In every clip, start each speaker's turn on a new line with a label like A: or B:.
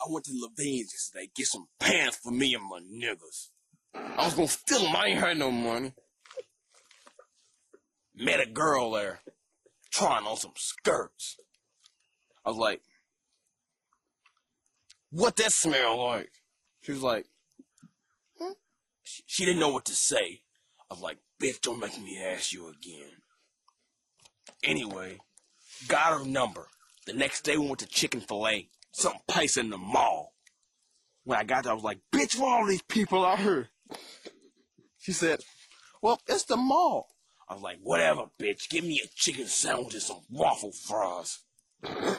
A: I went to Levine's yesterday, get some pants for me and my niggas. I was gonna steal them, I ain't had no money. Met a girl there, trying on some skirts. I was like, what that smell like? She was like, hmm? she, she didn't know what to say. I was like, bitch, don't make me ask you again. Anyway, got her number. The next day we went to Chicken Filet, some place in the mall. When I got there, I was like, bitch, where all these people out here? She said, well, it's the mall. I was like, whatever, bitch, give me a chicken sandwich and some waffle fries. I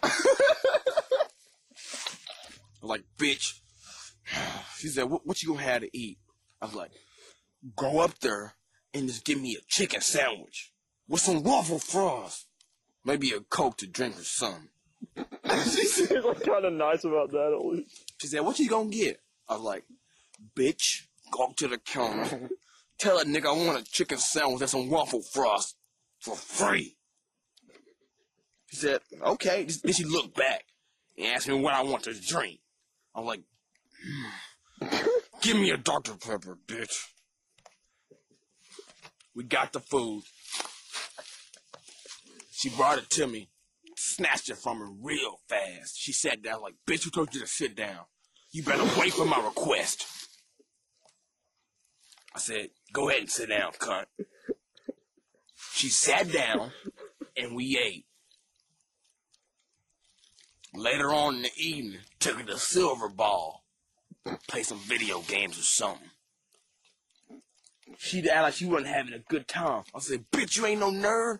A: was like, bitch. She said, what, what you gonna have to eat? I was like, go up there and just give me a chicken sandwich with some waffle fries. Maybe a Coke to drink or something. she, said,
B: He's like kind of nice about that at least.
A: she said, what you gonna get? I was like, bitch, go up to the counter. Tell that nigga I want a chicken sandwich and some waffle fries for free. She said, okay. Then she looked back and asked me what I want to drink. I'm like, Give me a Dr. Pepper, bitch. We got the food. She brought it to me, snatched it from her real fast. She sat down like, bitch, who told you to sit down? You better wait for my request. I said, go ahead and sit down, cunt. She sat down, and we ate. Later on in the evening, took her to Silver Ball play some video games or something. She'd act like she wasn't having a good time. I said, bitch, you ain't no nerd.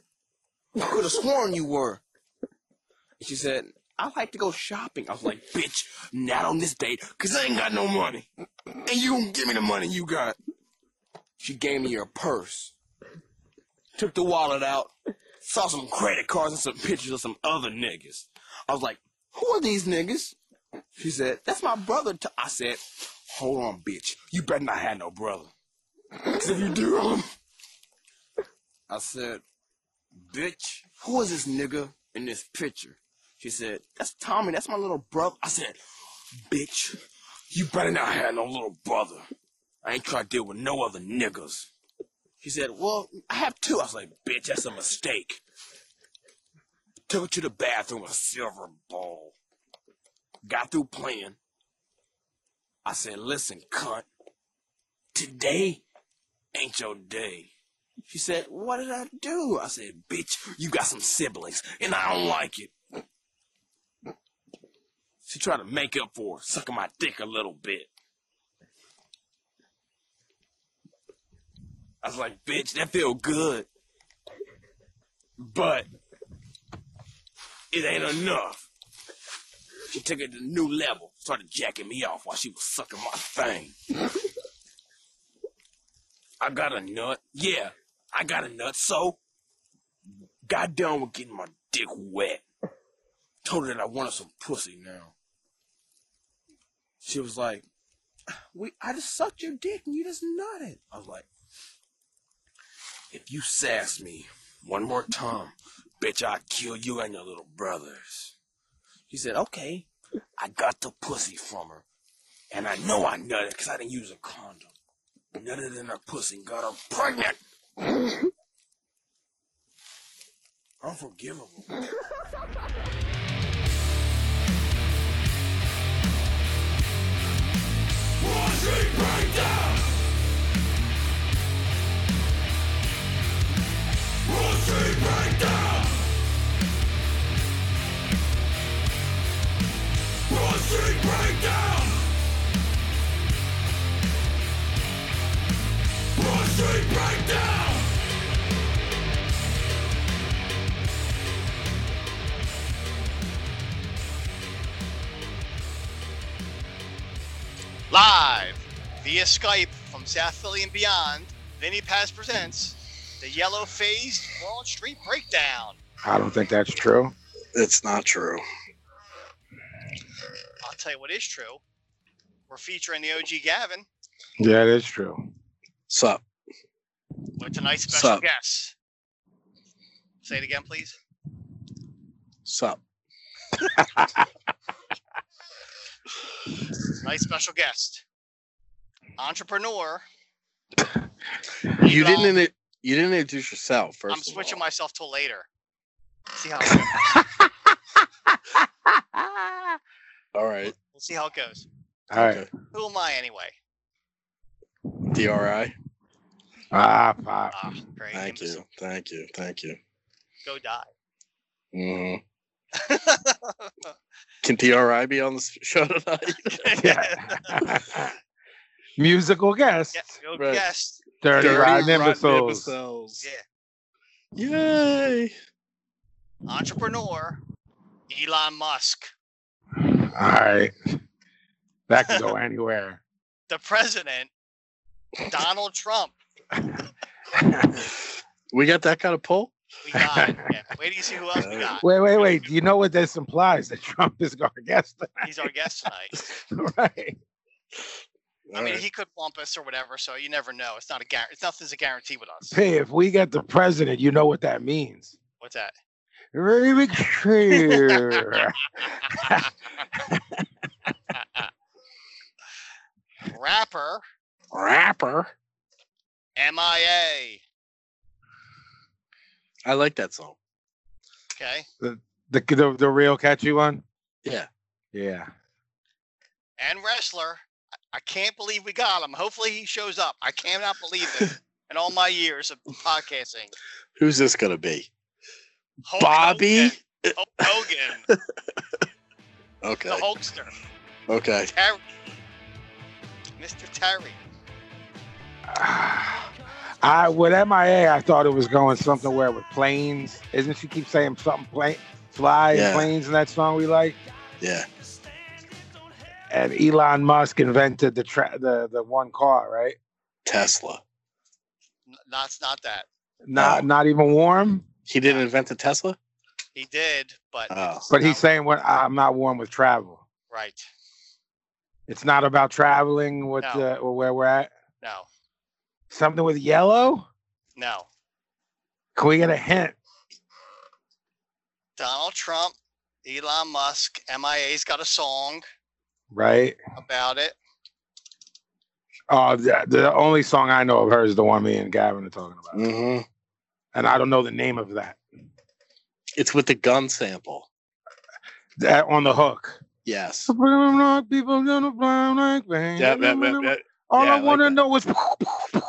A: I could have sworn you were. And she said, I like to go shopping. I was like, bitch, not on this date, because I ain't got no money. And you gonna give me the money you got. She gave me her purse. Took the wallet out, saw some credit cards and some pictures of some other niggas. I was like, who are these niggas? She said, "That's my brother." T-. I said, "Hold on, bitch. You better not have no brother. 'Cause if you do, I'm-" I said, "Bitch, who is this nigga in this picture?" She said, "That's Tommy. That's my little brother." I said, "Bitch, you better not have no little brother. I ain't trying to deal with no other niggas." She said, "Well, I have two. I was like, "Bitch, that's a mistake." Took her to the bathroom, a silver ball got through playing. I said, listen, cunt, today ain't your day. She said, what did I do? I said, bitch, you got some siblings, and I don't like it. She tried to make up for it, sucking my dick a little bit. I was like, bitch, that feel good. But it ain't enough. She took it to a new level, started jacking me off while she was sucking my thing. I got a nut. Yeah, I got a nut. So, got done with getting my dick wet. Told her that I wanted some pussy now. She was like, "We, I just sucked your dick and you just nutted. I was like, if you sass me one more time, bitch, I'll kill you and your little brothers. She said, okay. I got the pussy from her. And I know I nutted because I didn't use a condom. Nutted in her pussy and got her pregnant. Unforgivable.
C: Live via Skype from South Philly and beyond, Vinny Paz presents the Yellow Phase Wall Street Breakdown.
D: I don't think that's true.
E: It's not true.
C: I'll tell you what is true. We're featuring the OG Gavin
D: Yeah, it is true.
E: Sup?
C: with tonight's special
E: Sup?
C: guest. Say it again, please.
E: Sup?
C: Nice special guest. Entrepreneur.
F: You didn't. in- You didn't introduce yourself first.
C: I'm switching
F: of all.
C: myself till later. See how it goes.
F: my. All right.
C: we'll see how it goes.
D: All right.
C: Who am I anyway?
F: DRI.
D: Ah, pop.
C: Ah, great.
F: Thank
C: imbecile.
F: you. Thank you. Thank you.
C: Go die.
F: hmm Can DRI be on the s- show tonight?
D: Yeah. Musical guest.
C: Yeah, go
F: Right.
C: guest.
D: Dirty, Rotten
F: Rotten
D: Imbeciles.
F: Imbeciles.
C: Yeah.
F: Yay!
C: Entrepreneur. Elon Musk.
D: All right. That could go anywhere.
C: The president. Donald Trump.
F: We got that kind of poll.
C: We got it. Yeah. Wait till you see who else we got.
D: Wait, wait, wait. Do you know what this implies? That Trump is our guest,
C: He's our guest tonight.
D: right?
C: I mean, he could bump us or whatever, so you never know. It's not a guarantee. Nothing's a guarantee with us.
D: Hey, if we get the president, you know what that means.
C: What's that?
D: Very big cheer.
C: Rapper
F: rapper.
C: MIA.
F: I like that song.
C: Okay.
D: the, the the real catchy one.
F: Yeah.
D: Yeah.
C: And wrestler. I- I can't believe we got him. Hopefully he shows up. I cannot believe it in all my years of podcasting.
F: Who's this gonna be?
C: Hulk
F: Bobby.
C: Hogan. Hulk Hogan. the
F: Okay.
C: Hulkster.
F: Okay.
C: Terry. Mr. Terry.
D: I with MIA, I thought it was going somewhere with planes. Isn't she keep saying something plane fly
F: Yeah.
D: planes in that song we like?
F: Yeah.
D: And Elon Musk invented the tra- the the one car, right?
F: Tesla.
C: N- That's not that.
D: Not not even warm.
F: He didn't invent the Tesla.
C: He did, but
F: Oh.
D: But he's
C: Not-
D: saying when I'm not warm with travel.
C: right.
D: It's not about traveling with
C: No.
D: the, or where we're at.
C: No.
D: Something with yellow?
C: No.
D: Can we get a hint?
C: Donald Trump, Elon Musk, MIA's got a song
D: Right?
C: about it.
D: Oh, the, the only song I know of hers is the one me and Gavin are talking about,
F: hmm
D: and I don't know the name of that.
F: It's with the gun sample.
D: That on the hook.
F: Yes.
D: People gonna fly like me.
F: Yeah. That, that, that,
D: All
F: yeah, I
D: I
F: like
D: want to
F: that.
D: know is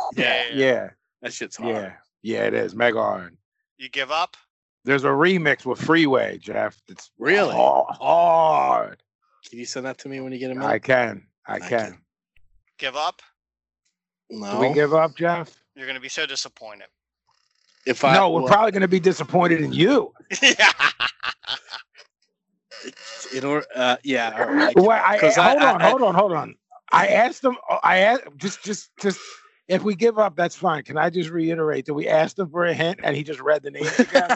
F: yeah.
D: yeah,
F: That shit's hard.
D: yeah, yeah. It is mega hard.
C: You give up?
D: There's a remix with Freeway Jeff. Oh, It's
F: Really?
D: ha- hard.
F: Can you send that to me when you get a
D: I
F: minute?
D: can, I
F: Thank
D: can.
C: Give up?
D: Do
F: No.
D: we give up, Jeff?
C: You're going to be so disappointed.
F: if I
D: no, we're
F: well,
D: probably gonna be disappointed in you.
F: in order. Uh, yeah. All right.
D: Well, I,
F: 'Cause I-
D: hold
F: I-
D: on,
F: I-
D: hold on, hold on. I asked them. I asked just, just, just. If we give up, that's fine. Can I just reiterate that we asked him for a hint and he just read the name? again?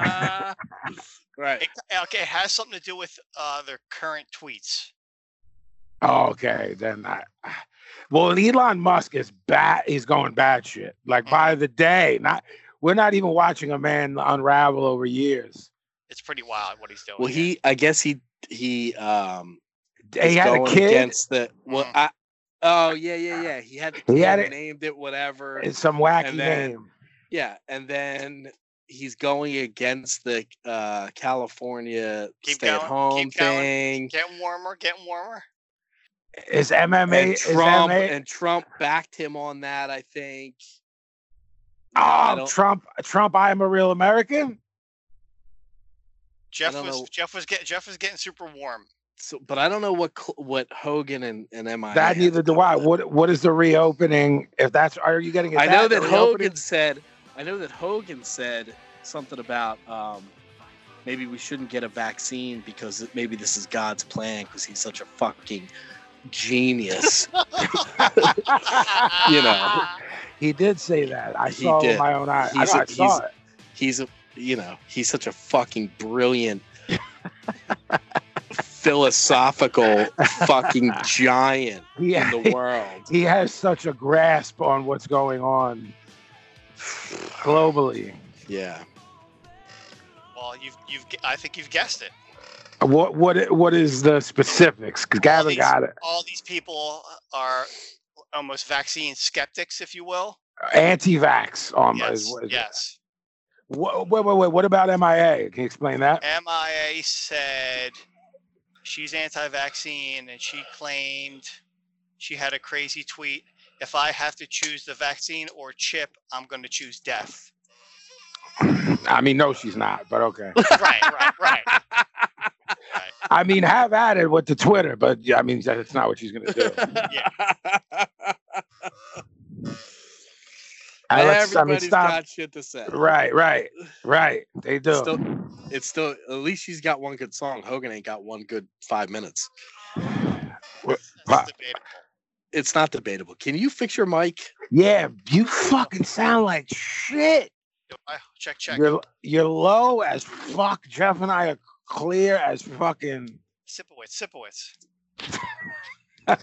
F: right.
C: okay, it has something to do with uh, their current tweets.
D: oh, okay, then I. Well, Elon Musk is bad. He's going bad shit. Like
F: Mm-hmm.
D: by the day, not we're not even watching a man unravel over years.
C: It's pretty wild what he's doing.
F: Well,
C: here.
F: he. I guess he. He. Um.
D: He
F: was
D: had a
F: going
D: kid
F: against the. Well,
C: Mhm.
F: I. Oh yeah, yeah, yeah. He had.
D: He had
F: kid,
D: it-
F: named it whatever.
D: and some wacky
F: and then-
D: name.
F: Yeah, and then he's going against the uh, California
C: Keep going, keep going.
F: stay-at-home thing.
C: Getting warmer, getting warmer.
D: Is MMA?
F: and
D: is
F: Trump
D: MMA
F: and Trump backed him on that. I think. I
D: oh,
F: don't-
D: Trump! Trump! I am a real American.
C: Jeff
F: don't
C: was
F: know.
C: Jeff was get Jeff was getting super warm.
F: So, but I don't know what cl- what Hogan and and MI.
D: That neither do I. What What is the reopening? If that's are you getting? at
F: I know
D: the
F: that
D: reopening?
F: Hogan said. I know that Hogan said something about um, maybe we shouldn't get a vaccine because it- maybe this is God's plan because he's such a fucking genius. You know.
D: he did say that. I
F: He
D: saw it
F: did.
D: with my own eyes. I,
F: He's
D: know,
F: a-
D: I saw
F: he's-
D: it.
F: he's a you know he's such a fucking brilliant philosophical fucking giant in
D: He,
F: the world
D: he has such a grasp on what's going on globally.
F: yeah
C: Well, you've you've gu- I think you've guessed it.
D: What what what is the specifics? Because Gavin
C: these-
D: got it.
C: All these people are almost vaccine skeptics, if you will.
D: Anti-vax. Um,
C: yes.
D: is- is-
C: yes.
D: Wha- Wait, wait, wait. What about MIA? Can you explain that?
C: MIA said she's anti vaccine and she claimed she had a crazy tweet. If I have to choose the vaccine or chip, I'm going to choose death.
D: I mean, no, she's not. But okay.
C: right, right, right.
D: I mean, have at it with the Twitter, but yeah, I mean, that's not what she's gonna do. I, let's- I mean,
E: Everybody's
D: stop.
E: got shit to say.
D: Right, right, right. They do.
E: Still, it's still at least she's got one good song. Hogan ain't got one good five minutes.
D: Wow.
C: That's debatable.
E: It's not debatable. Can you fix your mic?
D: yeah, you fucking sound like shit.
C: I- Check, check.
D: You're you're low as fuck. Jeff and I are clear as fucking.
C: Sipowitz, Sipowitz.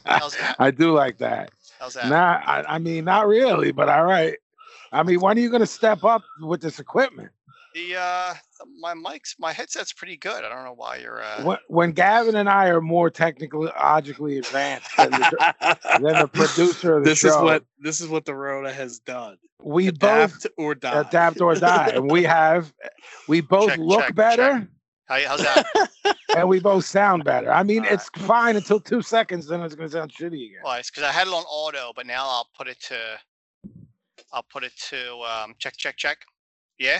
C: How's that?
D: I do like that.
C: How's that?
D: Nah, I, I mean, not really, but all right. I mean, when are you going to step up with this equipment?
C: The uh, my mic's my headset's pretty good. I don't know why you're uh.
D: When, when Gavin and I are more technologically advanced than the, than the producer of the
E: this
D: show,
E: is what this is what the Rona has done.
D: we both
E: Adapt or die.
D: adapt or die, and we have we both
C: Check,
D: look
C: check, check.
D: better
C: How, how's that?
D: and we both sound better. I mean,
C: All right.
D: it's fine until two seconds, then it's going to sound shitty again.
C: well, it's because I had it on auto, but now I'll put it to I'll put it to um, check, check, check. Yeah.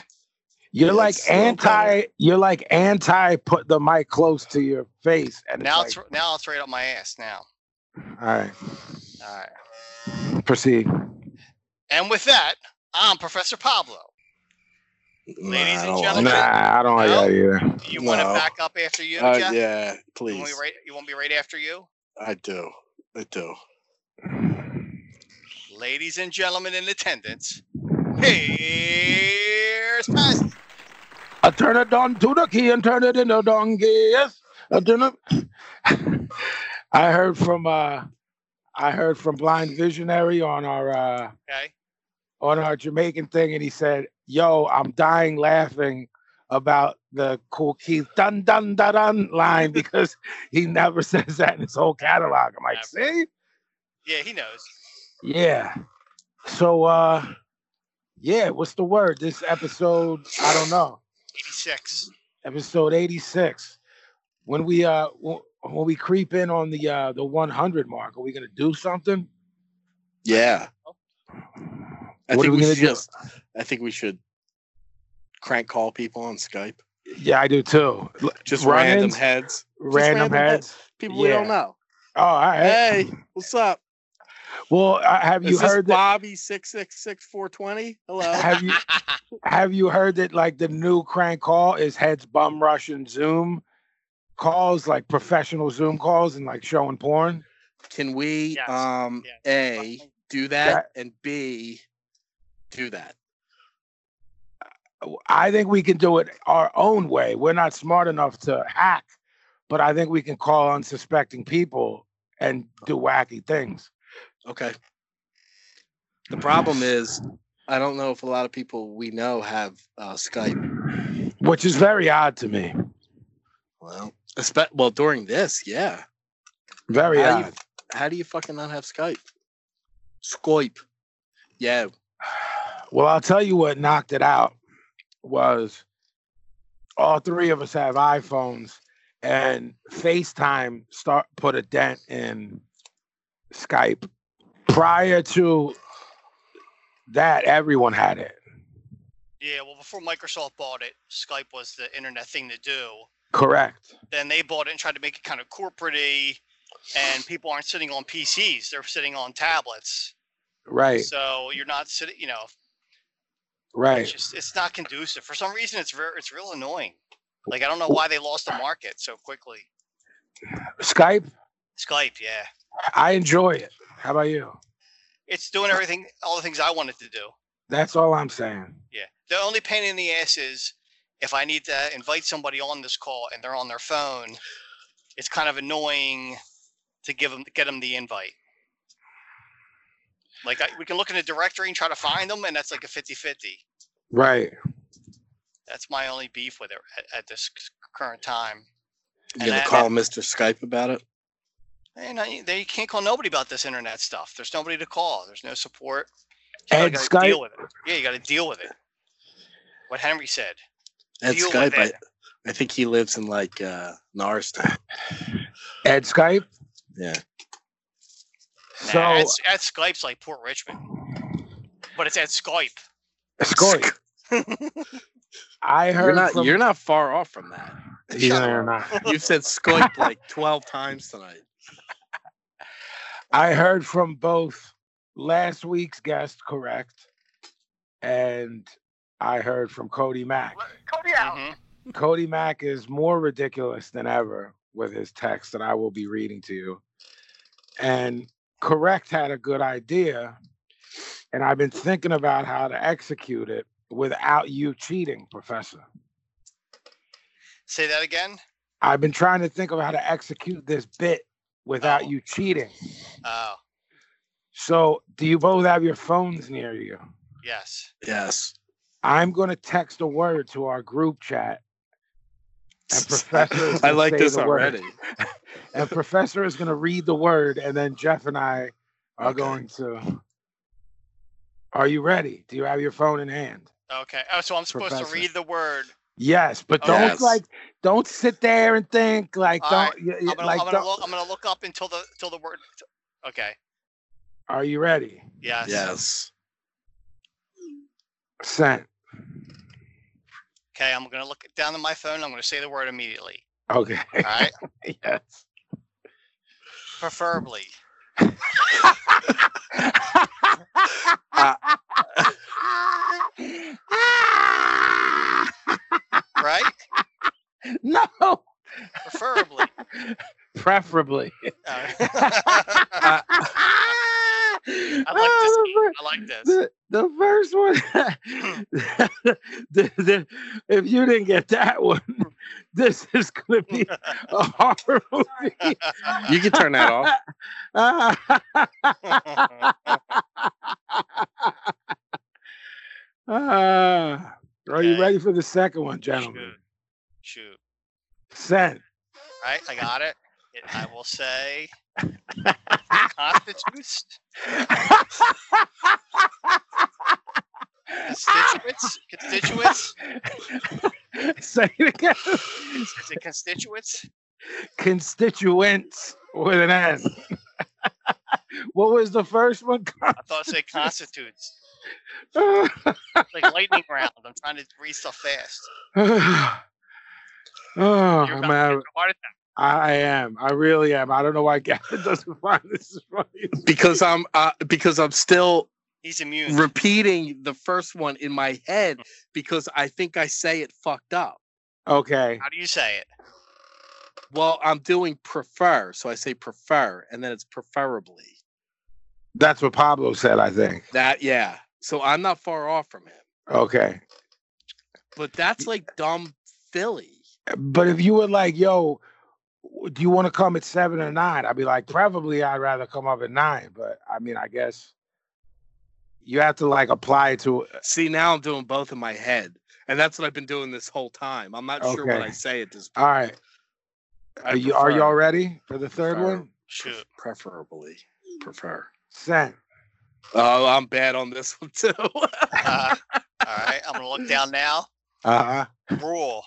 D: You're
E: Yeah,
D: like
E: it's still
D: anti.
E: better.
D: You're like anti. Put the mic close to your face, and
C: Now
D: it's
C: it's r- now it's right up my ass now.
D: like, all
C: All right.
D: right. Proceed.
C: And with that, I'm Professor Pablo.
E: Nah,
C: Ladies
E: I
C: and
E: don't
C: gentlemen,
E: want that.
D: Nah, I don't like
C: No?
D: that either.
C: Do you want to
E: No.
C: back up after you,
E: Uh,
C: Jeff?
E: yeah,
C: You want
E: please.
C: me right? You want me right after you?
E: I do. I do.
C: Ladies and gentlemen in attendance, here's Paz.
D: I turn it on to the key and turn it into donkey. Yes, I turn it. I heard from uh, I heard from Blind Visionary on our uh,
C: Okay.
D: on our Jamaican thing, and he said, "Yo, I'm dying laughing about the cool Keith dun dun dun dun line because he never says that in his whole catalog." I'm like, "See,
C: Yeah, he knows.
D: yeah." So, uh, yeah, what's the word? This episode, I don't know.
C: 86.
D: episode 86 when we uh w- when we creep in on the uh the 100 mark are we gonna do something
E: Yeah.
C: Oh.
E: I
D: What are
E: think
D: we
E: we
D: gonna
E: should
D: do?
E: just I think we should crank call people on Skype.
D: yeah i do too L-
E: Just
D: Run-ins?
E: random heads. random
D: random, heads
E: People we don't
D: Yeah.
E: know.
D: oh all right
E: Hey, what's up?
D: well uh, have you
E: Is this
D: heard that
E: Bobby six six six four twenty? Hello.
D: have you have you heard that like the new crank call is heads bum rushing zoom calls like professional zoom calls and like showing porn
E: Can we
C: Yes.
E: um
C: Yes.
E: A do that and B do that?
D: i think we can do it our own way we're not smart enough to hack but i think we can call unsuspecting people and do wacky things
E: Okay. The problem is I don't know if a lot of people we know have uh, Skype.
D: which is very odd to me.
E: Well, espe- well during this, yeah.
D: Very
E: How do you-
D: odd.
E: How do you fucking not have Skype? Skype. Yeah.
D: Well, I'll tell you what knocked it out was all three of us have iPhones, and FaceTime start put a dent in Skype. Prior to that, everyone had it.
C: Yeah, well, before Microsoft bought it, Skype was the internet thing to do.
D: Correct.
C: Then they bought it and tried to make it kind of corporate and people aren't sitting on PCs; they're sitting on tablets.
D: Right.
C: So you're not sitting, you know, it's
D: Right.
C: just it's not conducive. For some reason, it's very it's real annoying. Like I don't know why they lost the market so quickly.
D: Skype.
C: Skype, yeah,
D: I enjoy it. How about you?
C: it's doing everything, all the things I wanted to do.
D: That's all I'm saying.
C: Yeah. The only pain in the ass is if I need to invite somebody on this call and they're on their phone, it's kind of annoying to give them get them the invite. Like I, we can look in the directory and try to find them, and that's like a 50-50.
D: Right.
C: That's my only beef with it at, at this current time.
F: You
C: And
F: gonna
C: I-
F: call Mr. Skype about it?
C: And I, they can't call nobody about this internet stuff. There's nobody to call. There's no support. You
D: Ed
C: gotta
D: Skype?
C: deal with it. Yeah, you got to deal with it. What Henry said.
F: At
C: Deal with
F: Skype, I,
C: it.
F: I think he lives in like uh, Narstown.
D: Ed Skype.
F: Yeah.
C: Nah,
D: So
C: at, at Skype's like Port Richmond, but it's at Skype.
D: Skype. I heard
F: You're not,
D: from
F: you're not far off from that.
D: Either or not.
F: You've said Skype like 12 times tonight.
D: I heard from both last week's guest, correct, and I heard from Cody Mack.
G: Cody out.
C: Mhm.
D: Cody Mack is more ridiculous than ever with his text that I will be reading to you. And Correct had a good idea, and I've been thinking about how to execute it without you cheating, Professor.
C: Say that again.
D: I've been trying to think of how to execute this bit without
C: Oh.
D: you cheating.
C: Oh,
D: So, do you both have your phones near you?
C: yes.
F: Yes.
D: I'm going to text a word to our group chat, and Professor. is
F: I
D: gonna
F: like
D: say
F: this
D: the word.
F: already.
D: and professor is going to read the word and then jeff and i are
F: Okay.
D: going to are you ready do you have your phone in hand
C: Okay. Oh, so I'm supposed
D: Professor.
C: to read the word.
D: yes but
C: Okay.
D: don't
F: Yes.
D: like don't sit there and think like
C: All right.
D: don't y- y-
C: I'm gonna,
D: like
C: I'm, gonna
D: don't-
C: look, I'm gonna look up until the until the word. Okay.
D: are you ready
C: Yes.
F: Yes.
D: sent
C: Okay. I'm gonna look down at my phone. I'm gonna say the word immediately.
D: okay
C: All right.
D: yes
C: Preferably. Right.
D: no
C: Preferably.
D: preferably Uh,
C: Uh,
D: I
C: I like this.
D: oh, the, the first one the- the- if you didn't get that one this is gonna be a horror movie
F: You can turn that off.
D: Ah, are you
C: Okay.
D: ready for the second one gentlemen
C: Shoot.
D: sent
C: Right. I got it. it I will say. Constitutes. Constituents. Constituents.
D: say it again
C: Is it constituents?
D: constituents with an n what was the first one
C: I thought it said constitutes. Like lightning round. I'm trying to read stuff fast.
D: oh,
C: You're
D: I'm
C: about to
D: having-
C: get a heart attack.
D: I, Oh, I am. I really am. I don't know why Gavin doesn't find this is funny.
F: Because I'm uh, because I'm still
C: He's immune.
F: repeating the first one in my head because I think I say it fucked up.
D: Okay.
C: How do you say it?
F: Well, I'm doing prefer, so I say prefer, and then it's preferably.
D: That's what Pablo said, I think.
F: That yeah. So I'm not far off from him.
D: Okay.
F: But that's like dumb Philly.
D: But if you were like, yo, do you want to come at seven or nine? I'd be like, probably I'd rather come up at nine. But I mean, I guess you have to like apply to uh,
F: See, now I'm doing both in my head. And that's what I've been doing this whole time. I'm not sure what I
D: Okay.
F: say at this
D: All right.
F: I
D: Are you, are y'all
F: prefer-
D: ready for the third
F: prefer-
D: one?
C: Shoot.
F: Preferably. Prefer.
D: Sent.
F: Oh, I'm bad on this one too.
C: Uh, all right. I'm gonna look down now.
D: Uh huh.
C: Rule.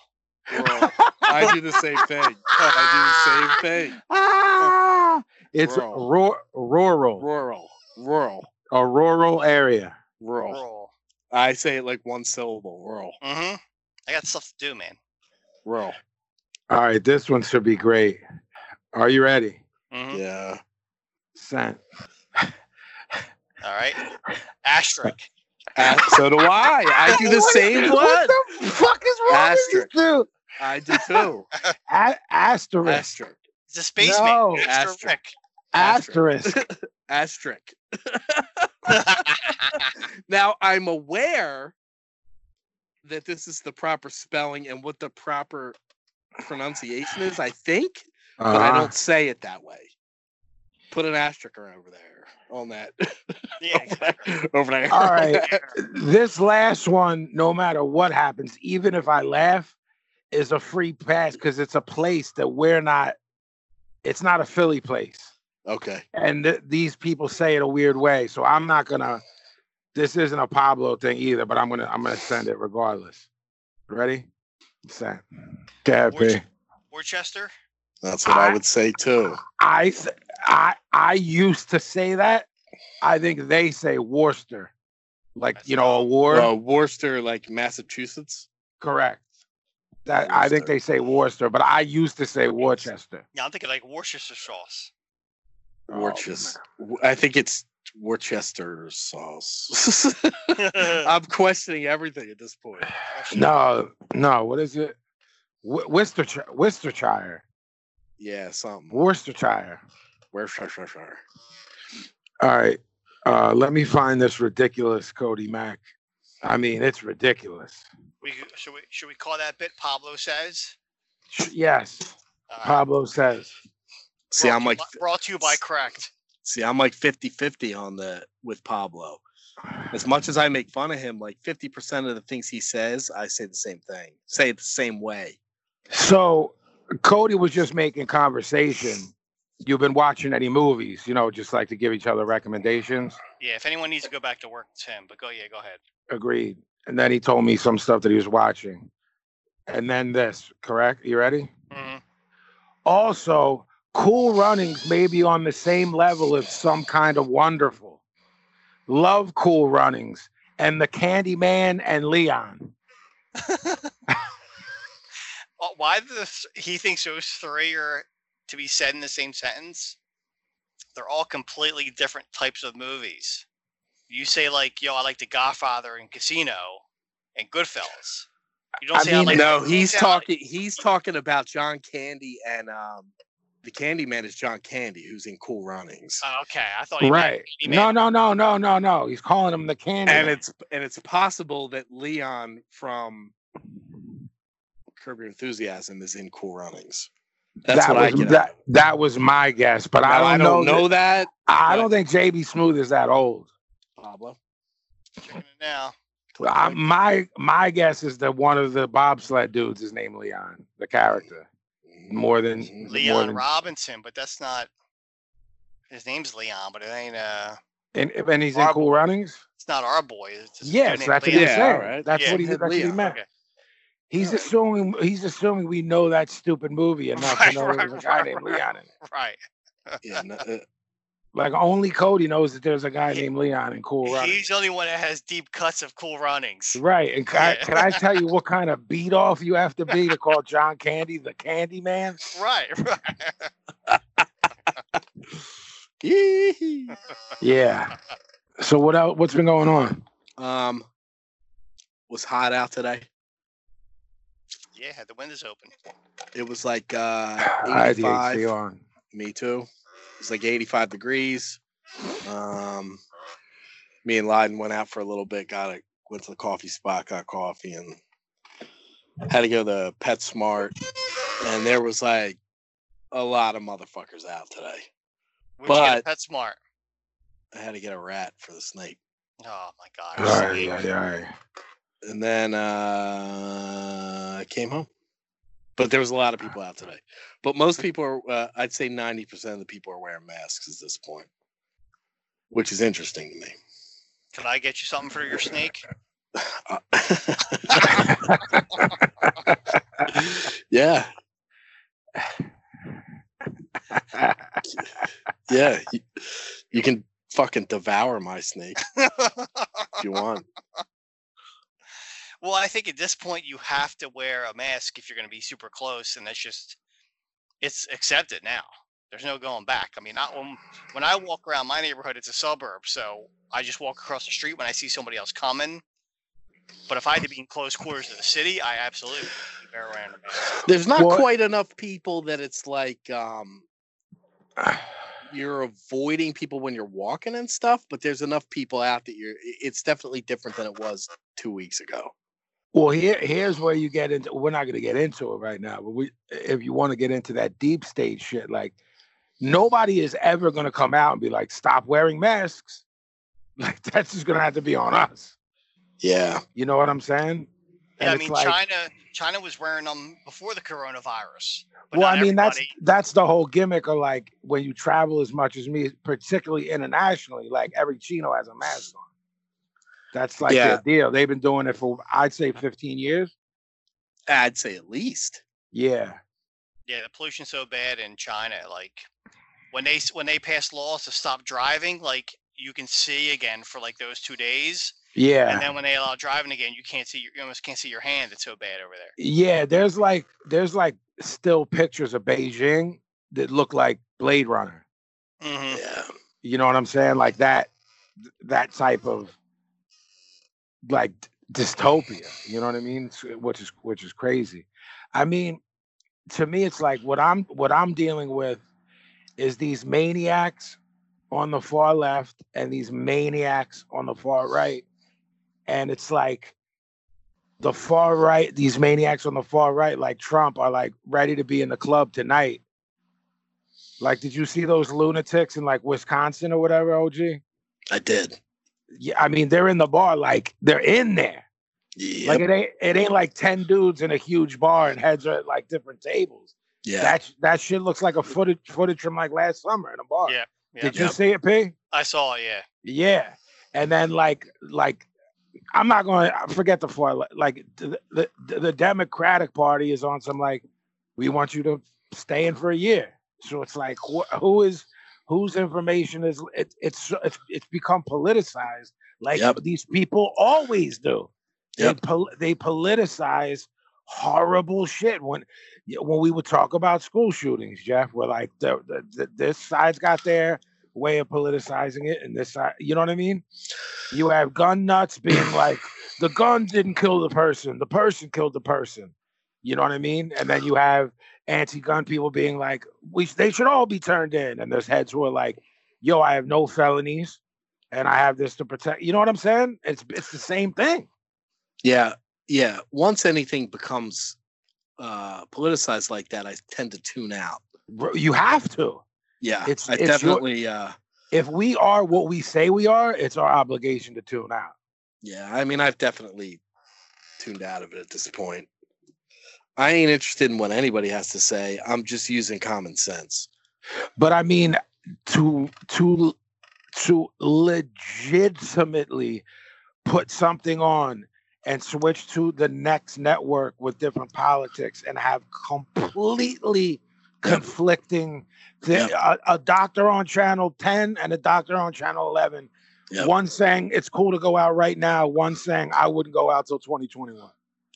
F: Bro, I do the same thing. I do the same thing.
D: Ah, it's
F: Rural.
D: rural. rural,
F: Rural. Rural.
D: a rural area.
F: Rural.
C: Rule.
F: I say it like one syllable. Rural.
C: Mm-hmm. I got stuff to do, man.
F: Rural.
D: All right, this one should be great. Are you ready?
C: Mm-hmm.
F: Yeah.
D: Sent.
C: All right. Asterisk.
F: Uh, so do I. I do the
D: What-
F: same one.
D: What the fuck is wrong
F: Asterisk.
D: with you two?
F: I do too.
D: A- asterisk.
F: Asterisk.
C: It's a space
D: No.
C: man. Asterisk.
D: Asterisk.
F: Asterisk. Now I'm aware that this is the proper spelling and what the proper pronunciation is, I think, but I
D: Uh-huh.
F: don't say it that way. Put an asterisk over there on that.
C: yeah.
F: over there.
D: All right. This last one, no matter what happens, even if I laugh, is a free pass because it's a place that we're not. It's not a Philly place,
F: Okay.
D: and th- these people say it a weird way. So I'm not gonna. This isn't a Pablo thing either, but I'm gonna I'm gonna send it regardless. Ready? Send. Get
C: Worcester- Worcester.
F: That's what I, would say too.
D: I th- I I used to say that. I think they say Worcester, like you know, a war.
F: Uh, Worcester, like Massachusetts.
D: Correct. That I think
F: Worcester.
D: they say Worcester, but I used to say Worcester.
C: Yeah, I'm thinking like Worcestershire sauce.
D: Oh,
F: Worcester. I think it's Worcester sauce.
C: Worcestershire.
F: I'm questioning everything at this point.
D: No, no. What is it? Wh- Worcestershire, Worcestershire,
F: Yeah, something.
D: Worcestershire.
F: Worcestershire.
D: All right. Uh, let me find this ridiculous Cody Mack. I mean, it's ridiculous.
C: We should we should we call that bit Pablo says?
D: Yes,
C: Uh,
D: Pablo says.
F: See,
C: brought
F: I'm
C: to you
F: like,
C: by- brought to you by Cracked.
F: see, I'm like 50-50 on the with Pablo. As much as I make fun of him, like 50% of the things he says, I say the same thing, say it the same way.
D: So Cody was just making conversation. You've been watching any movies, you know, just like to give each other recommendations.
C: Yeah, if anyone needs to go back to work, it's him. But go, yeah, go ahead.
D: Agreed. And then he told me some stuff that he was watching. And then this, correct? You ready?
C: Mhm.
D: Also, Cool Runnings may be on the same level as some kind of wonderful. Love Cool Runnings and the Candyman and Leon.
C: Oh, why this? He thinks those three are to be said in the same sentence. They're all completely different types of movies. You say like, "Yo, I like The Godfather and Casino and Goodfellas." You don't
D: I
C: say I
D: mean,
C: like.
F: no,
C: you
F: he's
C: don't say I like-
F: talking. He's talking about John Candy and um, the Candy Man is John Candy, who's in Cool Runnings,
C: Oh, okay, I thought he meant
D: Right. No, no, no, no, no, no. He's calling him the Candyman.
F: and it's and it's possible that Leon from Curb Your Enthusiasm is in Cool Runnings. That's
D: that
F: what I
D: was
F: get. out of
D: that, that was my guess, but
F: it.
D: I
F: Now,
D: don't,
F: I don't know,
D: that-
F: that,
D: I
F: but-
D: don't think JB Smooth is that old.
F: Pablo.
C: checking it now.
D: I, my my guess is that one of the bobsled dudes is named Leon, the character, more than
F: Mhm.
D: more
C: Leon
D: than,
C: Robinson, but that's not his name's Leon, but it ain't uh
D: and, and he's in
C: Rob-
D: Cool Runnings.
C: it's not our boy. It's just a dude
D: Yes,
C: named
D: that's what
C: Leon.
D: he
F: Yeah,
D: said.
F: alright.
D: That's
C: Yeah,
D: what he
F: Ted
D: that's what he
F: Leon,
D: meant.
C: Okay.
D: He's assuming he's assuming we know that stupid movie enough
C: Right,
D: to know there's a
C: right,
D: guy
C: right,
D: named
C: right.
D: Leon. In it.
C: Right.
F: Yeah, no, uh,
D: Like only Cody knows that there's a guy
C: He-
D: named Leon in Cool
C: He's
D: Runnings.
C: the only one that has deep cuts of cool runnings.
D: Right, and can, I,
C: Yeah.
D: can I tell you what kind of beat off you have to be to call John Candy the Candy Man?
C: Right, right.
F: yee-hee.
D: Yeah. So what else? What's been going on?
F: um, was hot out today.
C: Yeah, had the windows open.
F: It was like uh,
D: I had the
F: 85.
D: AC on.
F: Me too. It's like 85 degrees. Um, me and Lyden went out for a little bit. Got a went to the coffee spot, got coffee, and had to go to PetSmart. And there was like a lot of motherfuckers out today.
C: Which but,
F: But-
C: that's smart.
F: I had to get a rat for the snake.
C: Oh my god. I'm
D: All
C: sorry.
D: right, all right.
F: And then uh, I came home. But there was a lot of people out today. But most people are, uh, I'd say 90% of the people are wearing masks at this point, which is interesting to me.
C: Can I get you something for your snake?
F: Uh, yeah, yeah. You, you can fucking devour my snake if you want.
C: well, I think at this point you have to wear a mask if you're going to be super close, and that's just it's accepted now. There's no going back. I mean, not when when I walk around my neighborhood, it's a suburb, so I just walk across the street when I see somebody else coming. But if I had to be in close quarters of the city, I absolutely would wear around a mask.
F: There's not
D: Well-
F: quite enough people that it's like um, you're avoiding people when you're walking and stuff. But there's enough people out that you're. i- It's definitely different than it was two weeks ago.
D: Well, here here's where you get into. We're not going to get into it right now, but we, if you want to get into that deep state shit, like nobody is ever going to come out and be like, "Stop wearing masks." Like that's just going to have to be on us.
F: Yeah,
D: You know what I'm saying? And
C: Yeah, I
D: it's
C: mean
D: like-
C: China China was wearing them before the coronavirus. but
D: well,
C: not
D: I mean that's
C: everybody-
D: that's the whole gimmick of like when you travel as much as me, particularly internationally. Like every chino has a mask on. That's like
E: Yeah.
D: their deal. They've been doing it for I'd say 15 years.
E: I'd say at least.
D: Yeah,
C: Yeah, the pollution's so bad in China. Like when they when they passed laws to stop driving, like you can see again for like those two days,
D: yeah.
C: and then when they allow driving again, you can't see your, you almost can't see your hand. It's so bad over there.
D: Yeah, there's like there's like still pictures of Beijing that look like Blade Runner.
C: Mm-hmm.
F: Yeah.
D: You know what I'm saying? Like that that type of like dystopia. You know what I mean? S- Which is which is crazy. I mean, to me it's like what I'm what I'm dealing with is these maniacs on the far left and these maniacs on the far right. And it's like the far right, these maniacs on the far right, like Trump, are like ready to be in the club tonight. Like, did you see those lunatics in like Wisconsin or whatever, OG?
E: I did.
D: Yeah, I mean, they're in the bar, like they're in there.
E: Yep.
D: Like it ain't it ain't like 10 dudes in a huge bar and heads are at like different tables.
E: yeah.
D: That that shit looks like a footage footage from like last summer in a bar.
C: Yeah, yeah.
D: Did you
E: Yep.
D: see it, P?
C: I saw. it, Yeah,
D: Yeah, and then like like I'm not going to forget the far le- like the, the the Democratic Party is on some like we want you to stay in for a year. So it's like wh- who is whose information is it, it's so- it's it's become politicized like
E: Yep.
D: these people always do.
E: Yep.
D: They pol- they politicize horrible shit when yeah, when we would talk about school shootings, Jeff, we're like the, the, the, this side's got their way of politicizing it, and this side, you know what I mean? You have gun nuts being like, the gun didn't kill the person, the person killed the person, you know what I mean? And then you have anti-gun people being like, we they should all be turned in, and there's heads who are like, yo, I have no felonies, and I have this to protect. You know what I'm saying? It's it's the same thing.
E: Yeah, yeah. Once anything becomes uh politicized like that, I tend to tune out.
D: Bro, You have to.
E: Yeah,
D: It's-
E: I
D: it's your-
E: definitely. uh
D: If we are what we say we are, it's our obligation to tune out.
E: Yeah,
F: Yeah, I mean, I've definitely tuned out of it at this point. I ain't interested in what anybody has to say. I'm just using common sense.
D: But I mean, to to to legitimately put something on and switch to the next network with different politics and have completely conflicting thi- a, a doctor on channel 10 and a doctor on channel 11
E: Yep.
D: one saying it's cool to go out right now one saying i wouldn't go out till 2021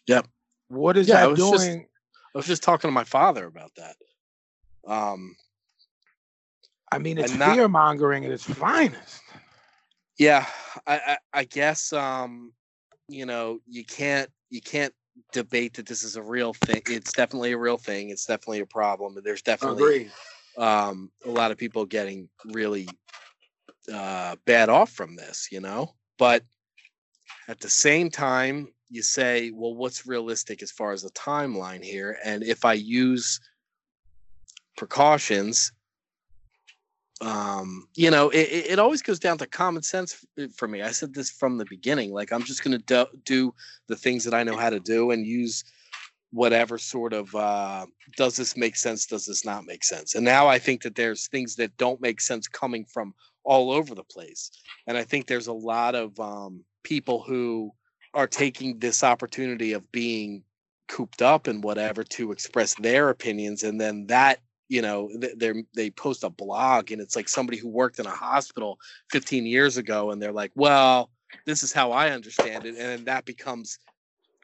E: Yep.
D: what is
F: Yeah, I
D: that
F: was just-
D: doing
F: I was just talking to my father about that. Um,
D: i mean it's
F: and not-
D: fear mongering at its finest
F: yeah, I, I, I guess um, you know you can't you can't debate that this is a real thing. It's definitely a real thing. It's definitely a problem. and There's definitely um, a lot of people getting really uh, bad off from this, you know. But at the same time, you say, well, what's realistic as far as the timeline here? And if I use precautions, um, you know, it, it it always goes down to common sense f- uh, for me. I said this from the beginning. Like, I'm just going to do, do the things that I know how to do and use whatever sort of uh, does this make sense? Does this not make sense? And now I think that there's things that don't make sense coming from all over the place. And I think there's a lot of um, people who are taking this opportunity of being cooped up and whatever to express their opinions. And then that, you know, th- they're, they post a blog and it's like somebody who worked in a hospital 15 years ago and they're like, well, this is how I understand it. And then that becomes,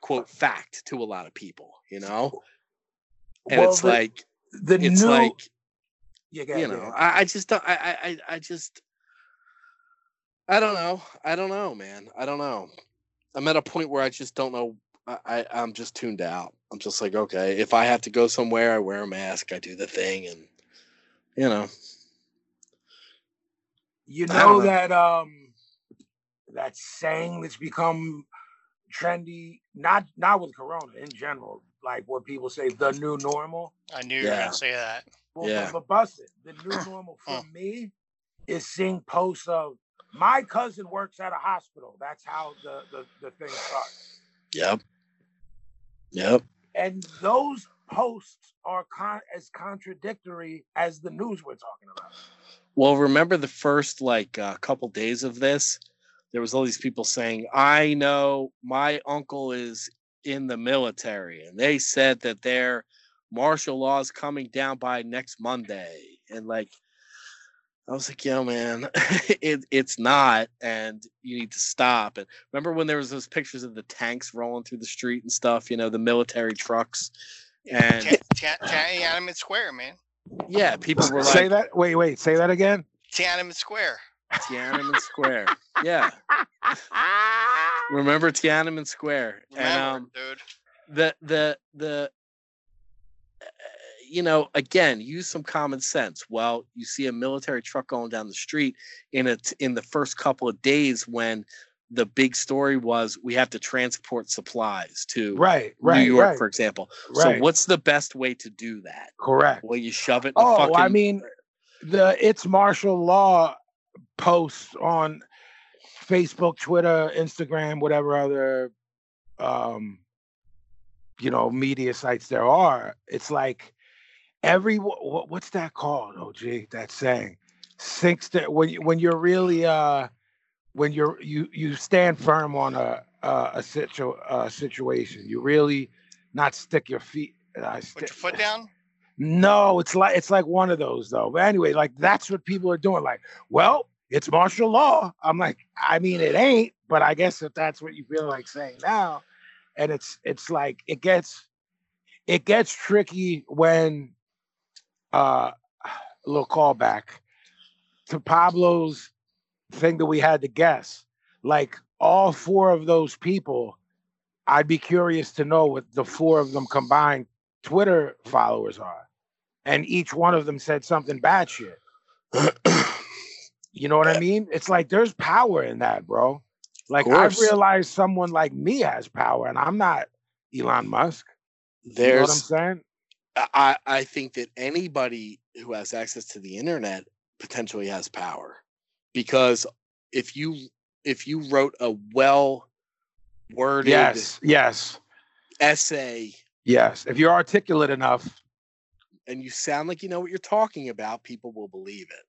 F: quote, fact to a lot of people, you know? And
D: Well,
F: it's
D: the-
F: like,
D: the
F: it's
D: new
F: like,
D: you,
F: you know, I, I just don't. I, I, I- I just. I don't know. I don't know, man. I don't know. I'm at a point where I just don't know. I, I I'm just tuned out. I'm just like, okay, if I have to go somewhere, I wear a mask. I do the thing, and you know,
D: You
F: I don't
D: know
F: know.
D: that um that saying that's become trendy, not not with Corona in general, like what people say, the new normal.
C: I knew you were
F: Yeah.
C: gonna say that.
D: Well,
F: Yeah.
D: but, but bust it. The new normal for me is seeing posts of my cousin works at a hospital. That's how the the, the thing starts.
F: yep,
E: Yep.
D: and those posts are con- as contradictory as the news we're talking about.
E: Well, remember the first like uh, couple days of this, there was all these people saying, "I know my uncle is in the military, and they said that their martial law is coming down by next Monday." And like, I was like, "Yo, man, it it's not, and you need to stop." And remember when there was those pictures of the tanks rolling through the street and stuff? You know, the military trucks. And
C: Ta- Ta- Tiananmen Square, man.
E: yeah, people were
D: say
E: like,
D: that. Wait, wait. Say that again.
C: Tiananmen Square.
E: Tiananmen Square. Yeah. Remember Tiananmen Square. And
C: Remember,
E: um
C: dude.
E: the the the uh, you know, again, use some common sense. Well, you see a military truck going down the street in a t- in the first couple of days when the big story was we have to transport supplies to
D: Right, right,
E: New York,
D: right,
E: for example.
D: right.
E: So, what's the best way to do that?
D: Correct.
E: Well, you shove it. In
D: Oh,
E: a fucking,
D: I mean, the it's martial law posts on Facebook, Twitter, Instagram, whatever other um you know media sites there are. It's like every what, what's that called? Oh, gee, that saying sinks that when you- when you're really uh when you're you you stand firm on a a, a situ, uh, situation. You really not stick your feet. Uh,
C: Put
D: sti-
C: your foot down.
D: no, it's like it's like one of those though. But anyway, like that's what people are doing. Like, well, it's martial law. I'm like, I mean, it ain't, but I guess if that's what you feel like saying now, and it's it's like it gets it gets tricky when uh a little callback to Pablo's thing that we had to guess. Like all four of those people, I'd be curious to know what the four of them combined Twitter followers are. And each one of them said something bad shit. You know what I mean? It's like there's power in that, bro. Like I
F: course.
D: realize someone like me has power, and I'm not Elon Musk. You know what I'm
F: There's
D: saying?
F: I, I think that anybody who has access to the internet potentially has power because if you if you wrote a well worded
D: Yes, yes,
F: essay
D: yes. If you're articulate enough,
F: and you sound like you know what you're talking about, people will believe it.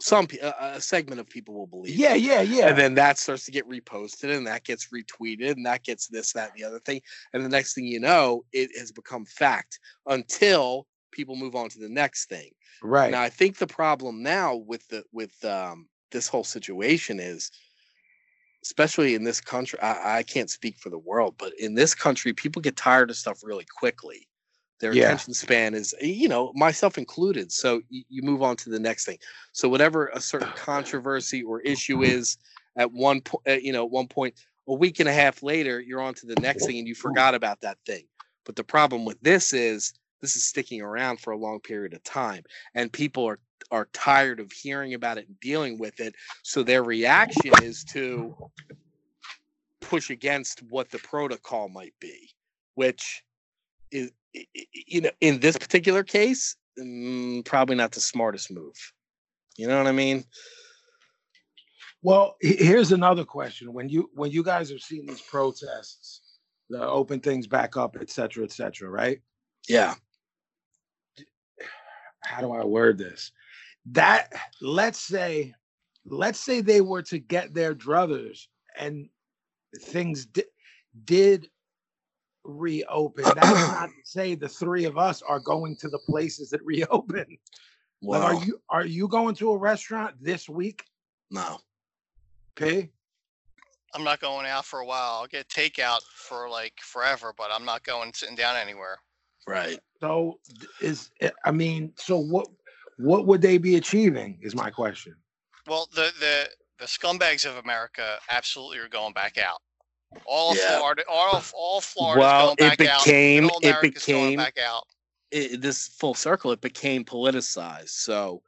F: Some pe- a- a segment of people will believe.
D: yeah,
F: it.
D: yeah, yeah.
F: And then that starts to get reposted, and that gets retweeted, and that gets this, that, and the other thing. And the next thing you know, it has become fact until people move on to the next thing.
D: right.
F: Now, I think the problem now with the with um, this whole situation is, especially in this country, I, I can't speak for the world, but in this country, people get tired of stuff really quickly. Their
D: Yeah.
F: attention span is, eh, you know, myself included. So you, you move on to the next thing. So whatever a certain controversy or issue is, at one point, you know, at one point, a week and a half later, you're on to the next thing, and you forgot about that thing. But the problem with this is, this is sticking around for a long period of time and people are are tired of hearing about it and dealing with it so their reaction is to push against what the protocol might be which is i- i- you know in this particular case mm, probably not the smartest move you know what i mean
D: Well, he- here's another question: when you when you guys have seen these protests, the open things back up, et cetera, et cetera, right?
F: yeah
D: How do I word this? That let's say, let's say they were to get their druthers and things di- did reopen. That's not to say the three of us are going to the places that reopen.
F: well
D: Like, are you are you going to a restaurant this week,
F: no
D: P?
C: I'm not going out for a while. I'll get takeout for like forever, but I'm not going sitting down anywhere.
F: right
D: So th- is eh, I mean, so what what would they be achieving is my question.
C: Well, the the the scumbags of America absolutely are going back out. All of
F: Yeah.
C: Florida, all of, all of Florida's
F: Well,
C: going
F: it
C: back out.
F: became-
C: All
F: it
C: America's going
F: became-
C: back out.
F: it, this full circle, it became politicized. So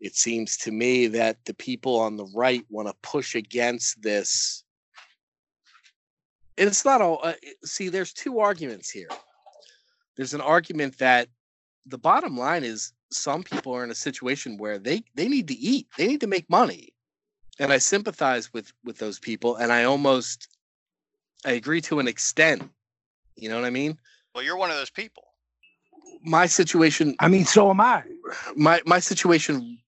F: it seems to me that the people on the right want to push against this. And it's not all. Uh, it- see, there's two arguments here. There's an argument that the bottom line is some people are in a situation where they they need to eat, they need to make money, and I sympathize with with those people, and I almost I agree to an extent You know what I mean?
C: Well, you're one of those people.
F: My situation,
D: I mean, so am I.
F: my my situation,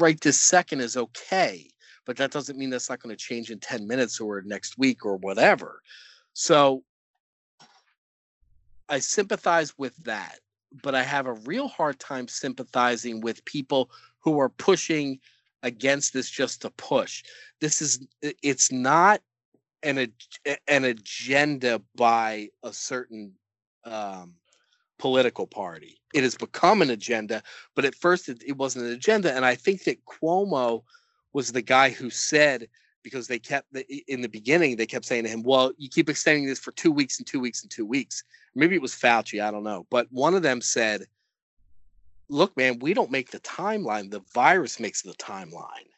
F: right this second is okay, but that doesn't mean that's not going to change in ten minutes or next week or whatever. So, I sympathize with that, but I have a real hard time sympathizing with people who are pushing against this just to push. This is i- it's not an ag- an agenda by a certain um, political party. It has become an agenda, but at first it, it wasn't an agenda. And I think that Cuomo was the guy who said because they kept the, i- in the beginning they kept saying to him, "Well, you keep extending this for two weeks and two weeks and two weeks." Maybe it was Fauci, I don't know, but one of them said. Look, man, we don't make the timeline. The virus makes the timeline.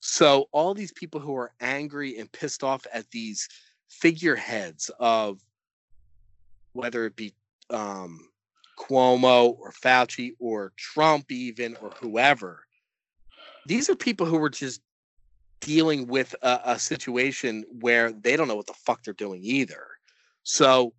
F: So all these people who are angry and pissed off at these figureheads of whether it be um, Cuomo or Fauci or Trump even or whoever, these are people who were just dealing with a, a situation where they don't know what the fuck they're doing either. So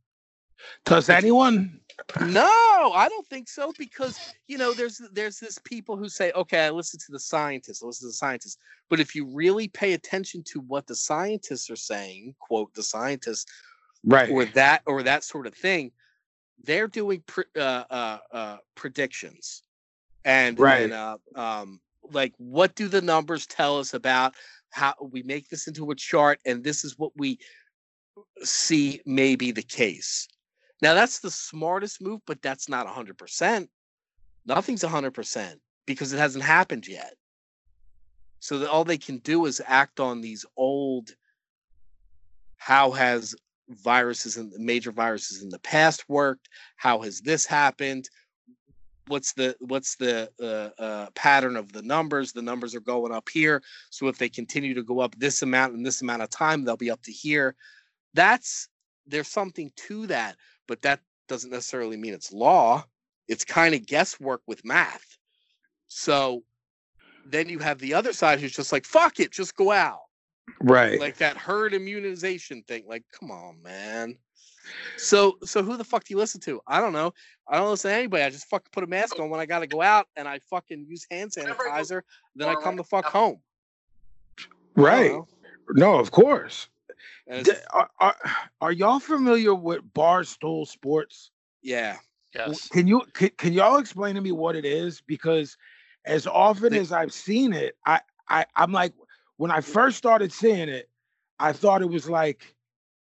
D: Does anyone?
F: no, I don't think so because you know there's there's this people who say, okay, I listen to the scientists, I listen to the scientists. But if you really pay attention to what the scientists are saying, quote the scientists
D: Right.
F: or that or that sort of thing, they're doing pre- uh, uh, uh, predictions and
D: Right.
F: and, uh, um, like what do the numbers tell us about how we make this into a chart and this is what we see may be the case. Now that's the smartest move, but that's not hundred percent. Nothing's hundred percent because it hasn't happened yet. So that all they can do is act on these old how has viruses and major viruses in the past worked how has this happened what's the what's the uh, uh, pattern of the numbers the numbers are going up here so if they continue to go up this amount in this amount of time they'll be up to here that's there's something to that but that doesn't necessarily mean it's law it's kind of guesswork with math so then you have the other side who's just like fuck it just go out
D: Right.
F: like that herd immunization thing. Like, come on, man. So, so who the fuck do you listen to? I don't know. I don't listen to anybody. I just fucking put a mask on when I gotta go out, and I fucking use hand sanitizer. Then I come the fuck home. I don't
D: right.
F: know.
D: No, of course.
F: And
D: D-
F: it's-
D: Are, are, are y'all familiar with Barstool Sports?
F: yeah,
D: W-
C: Yes.
D: Can you can, can y'all explain to me what it is? Because as often
F: The-
D: as I've seen it, I, I I'm like when I first started seeing it, I thought it was like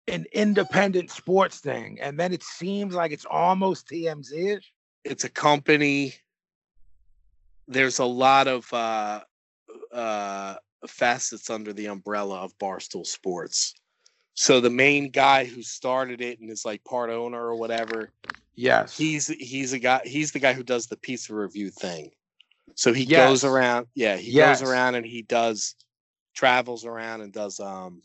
D: an independent sports thing, and then it seems like it's almost TMZ ish.
F: it's a company. There's a lot of uh, uh, facets under the umbrella of Barstool Sports. So the main guy who started it and is like part owner or whatever,
D: Yes.
F: he's he's a guy he's the guy who does the pizza review thing so he
D: Yes.
F: goes around yeah he
D: Yes.
F: goes around and he does travels around and does um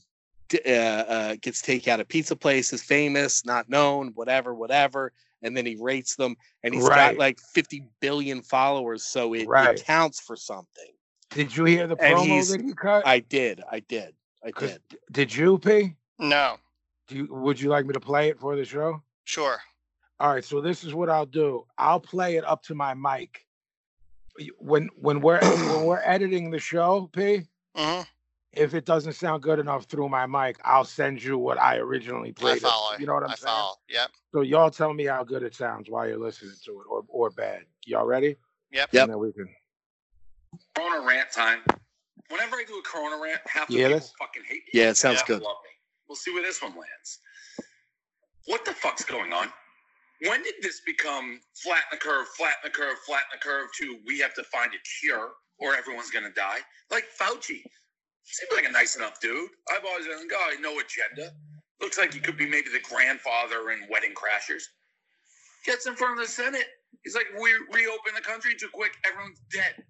F: d- uh, uh gets takeout at pizza places famous not known whatever whatever and then he rates them and he's
D: Right.
F: got like 50 billion followers so it,
D: Right.
F: it counts for something
D: Did you hear the
F: And
D: promo
F: he's-
D: that he cut?
F: i did i did i
D: 'Cause-
F: did
D: Did you, P?
C: No.
D: Do you, would you like me to play it for the show?
C: Sure.
D: All right, so this is what I'll do. I'll play it up to my mic. Y- When when we're when we're editing the show, P,
C: hmm
D: if it doesn't sound good enough through my mic, I'll send you what I originally
C: I
D: played. it.
C: follow.
D: You know what I'm
C: I
D: saying?
C: follow. Yep.
D: So y'all tell me how good it sounds while you're listening to it or or bad. Y'all ready?
C: Yep.
F: Yep.
D: And then we can
H: Corona rant time. Whenever I do a Corona rant, half the
D: You hear
H: people
D: this?
H: fucking hate me.
F: yeah it sounds
C: Yeah.
H: Half
F: good
H: love me. We'll see where this one lands. What the fuck's going on? When did this become flatten the curve, flatten the curve, flatten the curve to we have to find a cure or everyone's gonna die? Like Fauci. Seems like a nice enough dude. I've always been like, oh, no agenda. Looks like he could be maybe the grandfather in Wedding Crashers. Gets in front of the Senate. He's like, we reopen the country too quick. Everyone's dead.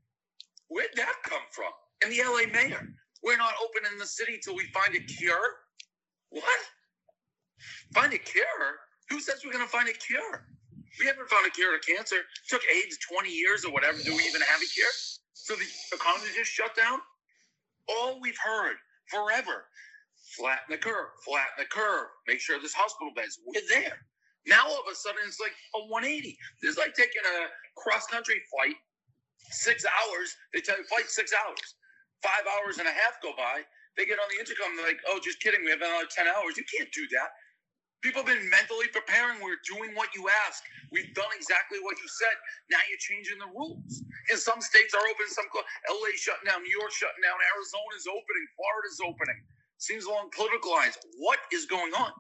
H: Where'd that come from? And the LA mayor. We're not opening the city till we find a cure? What? Find a cure? Who says we're going to find a cure? We haven't found a cure to cancer. took AIDS 20 years or whatever. Do we even have a cure? So the economy just shut down? All we've heard forever flatten the curve, flatten the curve, make sure this hospital bed's we're there. Now all of a sudden it's like a 180. This is like taking a cross country flight, six hours. They tell you flight six hours. Five hours and a half go by. They get on the intercom, they're like, oh, just kidding, we have another 10 hours. You can't do that. People have been mentally preparing. We're doing what you ask. We've done exactly what you said. Now you're changing the rules. And some states are open, some clo- LA shutting down, New York shutting down, Arizona's opening, Florida's opening. Seems along political lines. What is going on?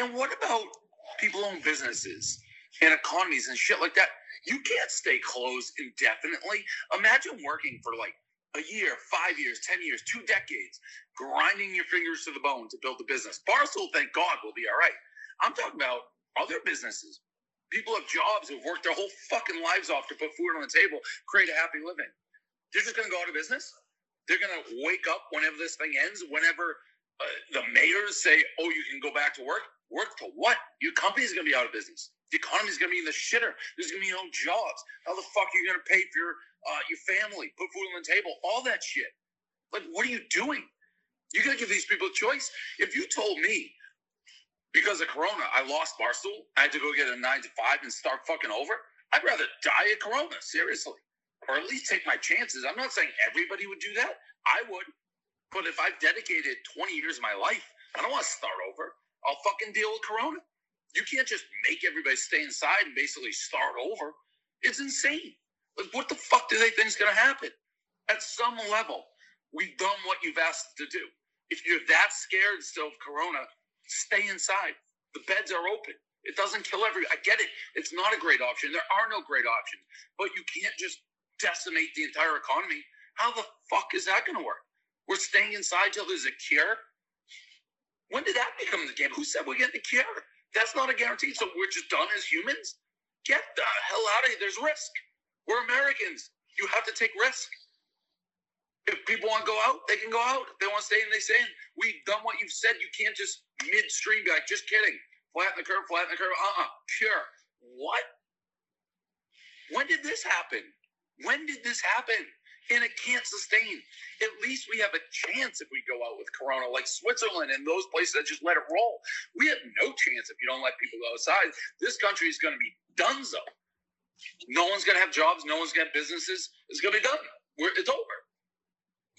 H: And what about people own businesses and economies and shit like that? You can't stay closed indefinitely. Imagine working for like a year, five years, 10 years, two decades, grinding your fingers to the bone to build a business. Barstool, thank God, will be all right. I'm talking about other businesses. People have jobs who've worked their whole fucking lives off to put food on the table, create a happy living. They're just going to go out of business. They're going to wake up whenever this thing ends, whenever uh, the mayors say, oh, you can go back to work. Work to what? Your company's going to be out of business. The economy's going to be in the shitter. There's going to be no jobs. How the fuck are you going to pay for your uh, your family, put food on the table, all that shit. Like, what are you doing? You gotta give these people a choice. If you told me because of Corona, I lost Barstool, I had to go get a nine to five and start fucking over, I'd rather die at Corona, seriously. Or at least take my chances. I'm not saying everybody would do that. I would. But if I've dedicated 20 years of my life, I don't wanna start over. I'll fucking deal with Corona. You can't just make everybody stay inside and basically start over. It's insane. Like, what the fuck do they think's going to happen? At some level, we've done what you've asked to do. If you're that scared still of Corona, stay inside. The beds are open. It doesn't kill every. I get it. It's not a great option. There are no great options. But you can't just decimate the entire economy. How the fuck is that going to work? We're staying inside till there's a cure. When did that become the game? Who said we're getting a cure? That's not a guarantee. So we're just done as humans. Get the hell out of here. There's risk. We're Americans. You have to take risk. If people want to go out, they can go out. If they want to stay in, they stay in. We've done what you've said. You can't just midstream be like, just kidding. Flatten the curve, flatten the curve. Uh-uh. Cure. What? When did this happen? When did this happen? And it can't sustain. At least we have a chance if we go out with Corona, like Switzerland and those places that just let it roll. We have no chance if you don't let people go outside. This country is going to be donezo. No one's going to have jobs. No one's going to have businesses. It's going to be done. We're, it's over.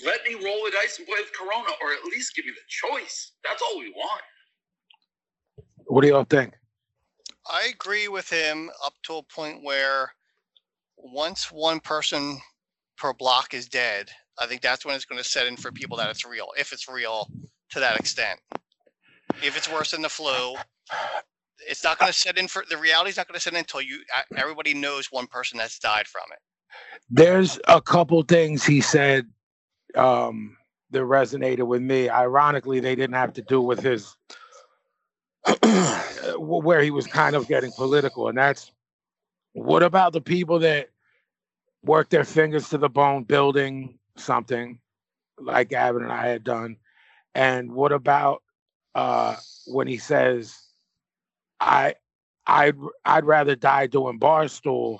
H: Let me roll the dice and play with Corona, or at least give me the choice. That's all we want.
D: What do y'all think?
C: I agree with him up to a point where once one person per block is dead, I think that's when it's going to set in for people that it's real, if it's real to that extent. If it's worse than the flu, it's not going to set in for the reality's not going to set in until you e, everybody knows one person that's died from it.
D: There's a couple things he said um, that resonated with me. Ironically, they didn't have to do with his where he was kind of getting political, and that's what about the people that work their fingers to the bone building something like Gavin and I had done, and what about uh, when he says I I'd I'd rather die doing barstool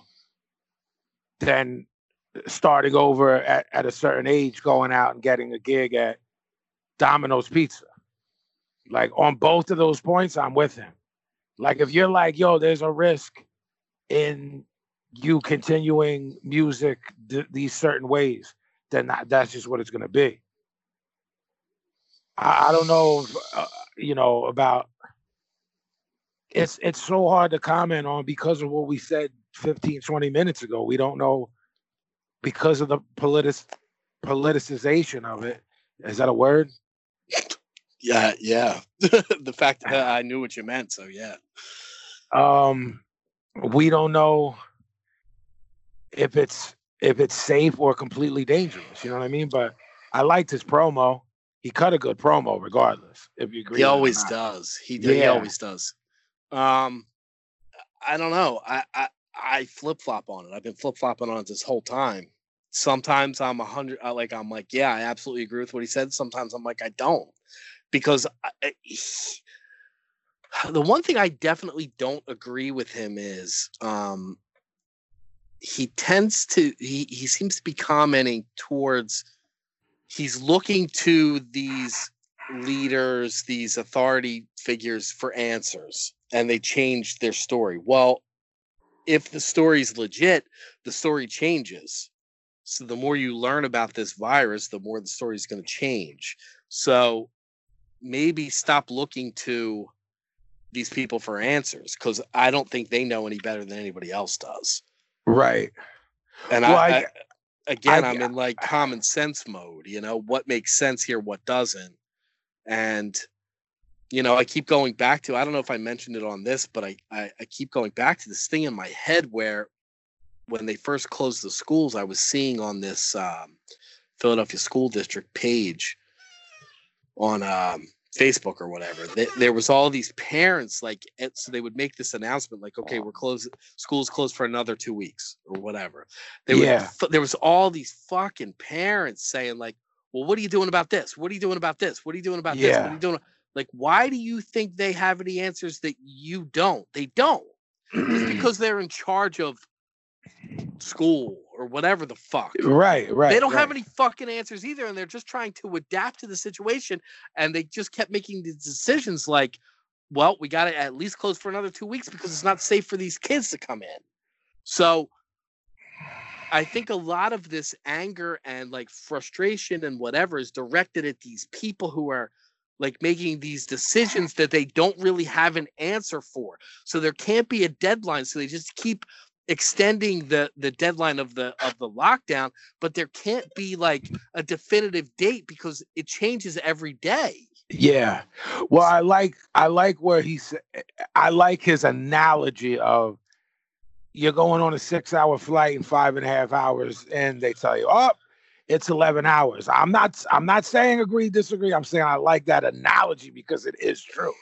D: than starting over at, at a certain age, going out and getting a gig at Domino's Pizza. Like on both of those points, I'm with him. Like if you're like, yo, there's a risk in you continuing music th- these certain ways, then that, that's just what it's gonna be. I, I don't know, if, uh, you know, about it's it's so hard to comment on because of what we said 15 20 minutes ago we don't know because of the politic politicization of it is that a word
E: Yeah, yeah. the fact that
D: Ah.
E: I knew what you meant, so yeah.
D: um we don't know if it's if it's safe or completely dangerous you know what i mean but i liked his promo he cut a good promo regardless if you agree
E: He
D: with it or
E: always
D: not.
E: does. He, he
D: Yeah.
E: always does. Um, I don't know. I I, I flip flop on it. I've been flip flopping on it this whole time. Sometimes I'm a hundred. I Like I'm like, yeah, I absolutely agree with what he said. Sometimes I'm like, I don't, because I, I- he- the one thing I definitely don't agree with him is um, he tends to he he seems to be commenting towards he's looking to these
F: leaders, these authority figures for answers, and they changed their story. Well, if the story's legit, the story changes. So the more you learn about this virus, the more the story's going to change. So maybe stop looking to these people for answers because I don't think they know any better than anybody else does.
D: Right.
F: And
D: Well,
F: I,
D: I-
F: I- again,
D: I-
F: I, am in like common sense mode. You know what makes sense here, what doesn't, and you know I keep going back to. I don't know if I mentioned it on this, but I I, I keep going back to this thing in my head where when they first closed the schools, I was seeing on this um, Philadelphia school district page on um, Facebook or whatever. That there was all these parents like, and so they would make this announcement like, okay, we're closed, school's closed for another two weeks or whatever. They
D: Yeah.
F: would, there was all these fucking parents saying like, well, what are you doing about this? What are you doing about this? What are you doing about this? What
D: Yeah.
F: are you doing? Like, why do you think they have any answers that you don't? They don't just because they're in charge of school or whatever the fuck.
D: right. Right.
F: they don't have
D: right.
F: any fucking answers either, and they're just trying to adapt to the situation. And they just kept making these decisions like, well, we got to at least close for another two weeks because it's not safe for these kids to come in. So I think a lot of this anger and like frustration and whatever is directed at these people who are like making these decisions that they don't really have an answer for. So there can't be a deadline. So they just keep extending the the deadline of the of the lockdown, but there can't be like a definitive date because it changes every day.
D: Yeah. Well, I like I like where he said I like his analogy of you're going on a six hour flight in five and a half hours, and they tell you, oh, it's eleven hours. I'm not I'm not saying agree, disagree. I'm saying I like that analogy because it is true.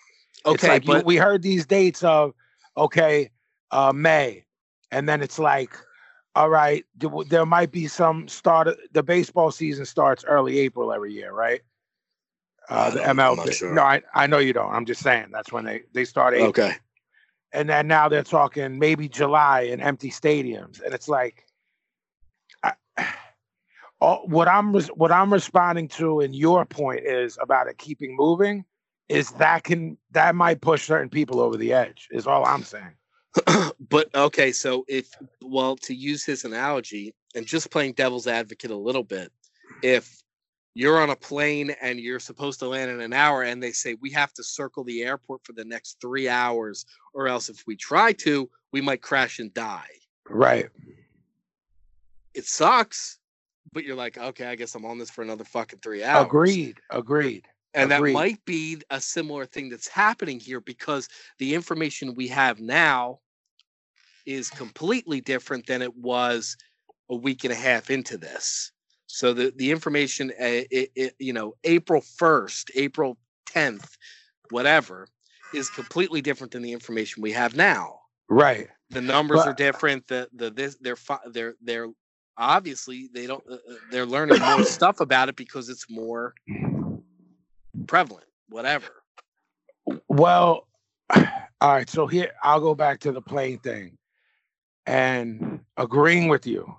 D: It's like you, we heard these dates of okay, uh, May, and then it's like, all right, there, w- there might be some start. The baseball season starts early April every year, right? Uh,
F: I
D: the
F: don't- I'm not
D: MLB.
F: sure.
D: No, I, I know you don't. I'm just saying that's when they they start. April.
F: okay.
D: And then now they're talking maybe July in empty stadiums, and it's like, I, all, what I'm res- what I'm responding to in your point is about it keeping moving. Is that can that might push certain people over the edge? Is all I'm saying.
F: but okay, so if well, to use his analogy and just playing devil's advocate a little bit, if you're on a plane and you're supposed to land in an hour and they say we have to circle the airport for the next 3 hours or else if we try to, we might crash and die.
D: Right.
F: It sucks, but you're like, okay, I guess I'm on this for another fucking
D: Oh,
F: 3 hours.
D: Agreed. Agreed.
F: And
D: Agreed.
F: that might be a similar thing that's happening here because the information we have now is completely different than it was a week and a half into this. So the the information, uh, it, it, you know, April first, April tenth, whatever, is completely different than the information we have now.
D: Right.
F: The numbers are
D: But-
F: different. The the this they're fi- they're they're obviously they don't uh, uh, they're learning more stuff about it because it's more prevalent. Whatever.
D: Well, all right. So here I'll go back to the plane thing and agreeing with you.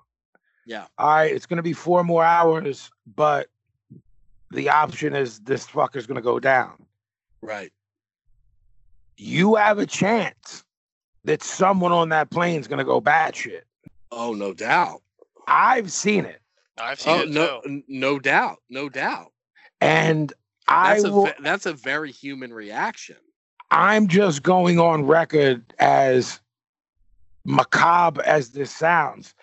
F: Yeah.
D: All right, it's gonna be four more hours, but the option is this fucker's gonna go down.
F: Right.
D: you have a chance that someone on that plane is going to go batshit.
F: Oh, no doubt.
D: I've seen it,
C: I've seen
F: Oh,
C: it
F: no,
C: too.
F: n- no doubt. No doubt.
D: and I
F: That's a
D: will,
F: ve- that's a very human reaction.
D: I'm just going on record as macabre as this sounds,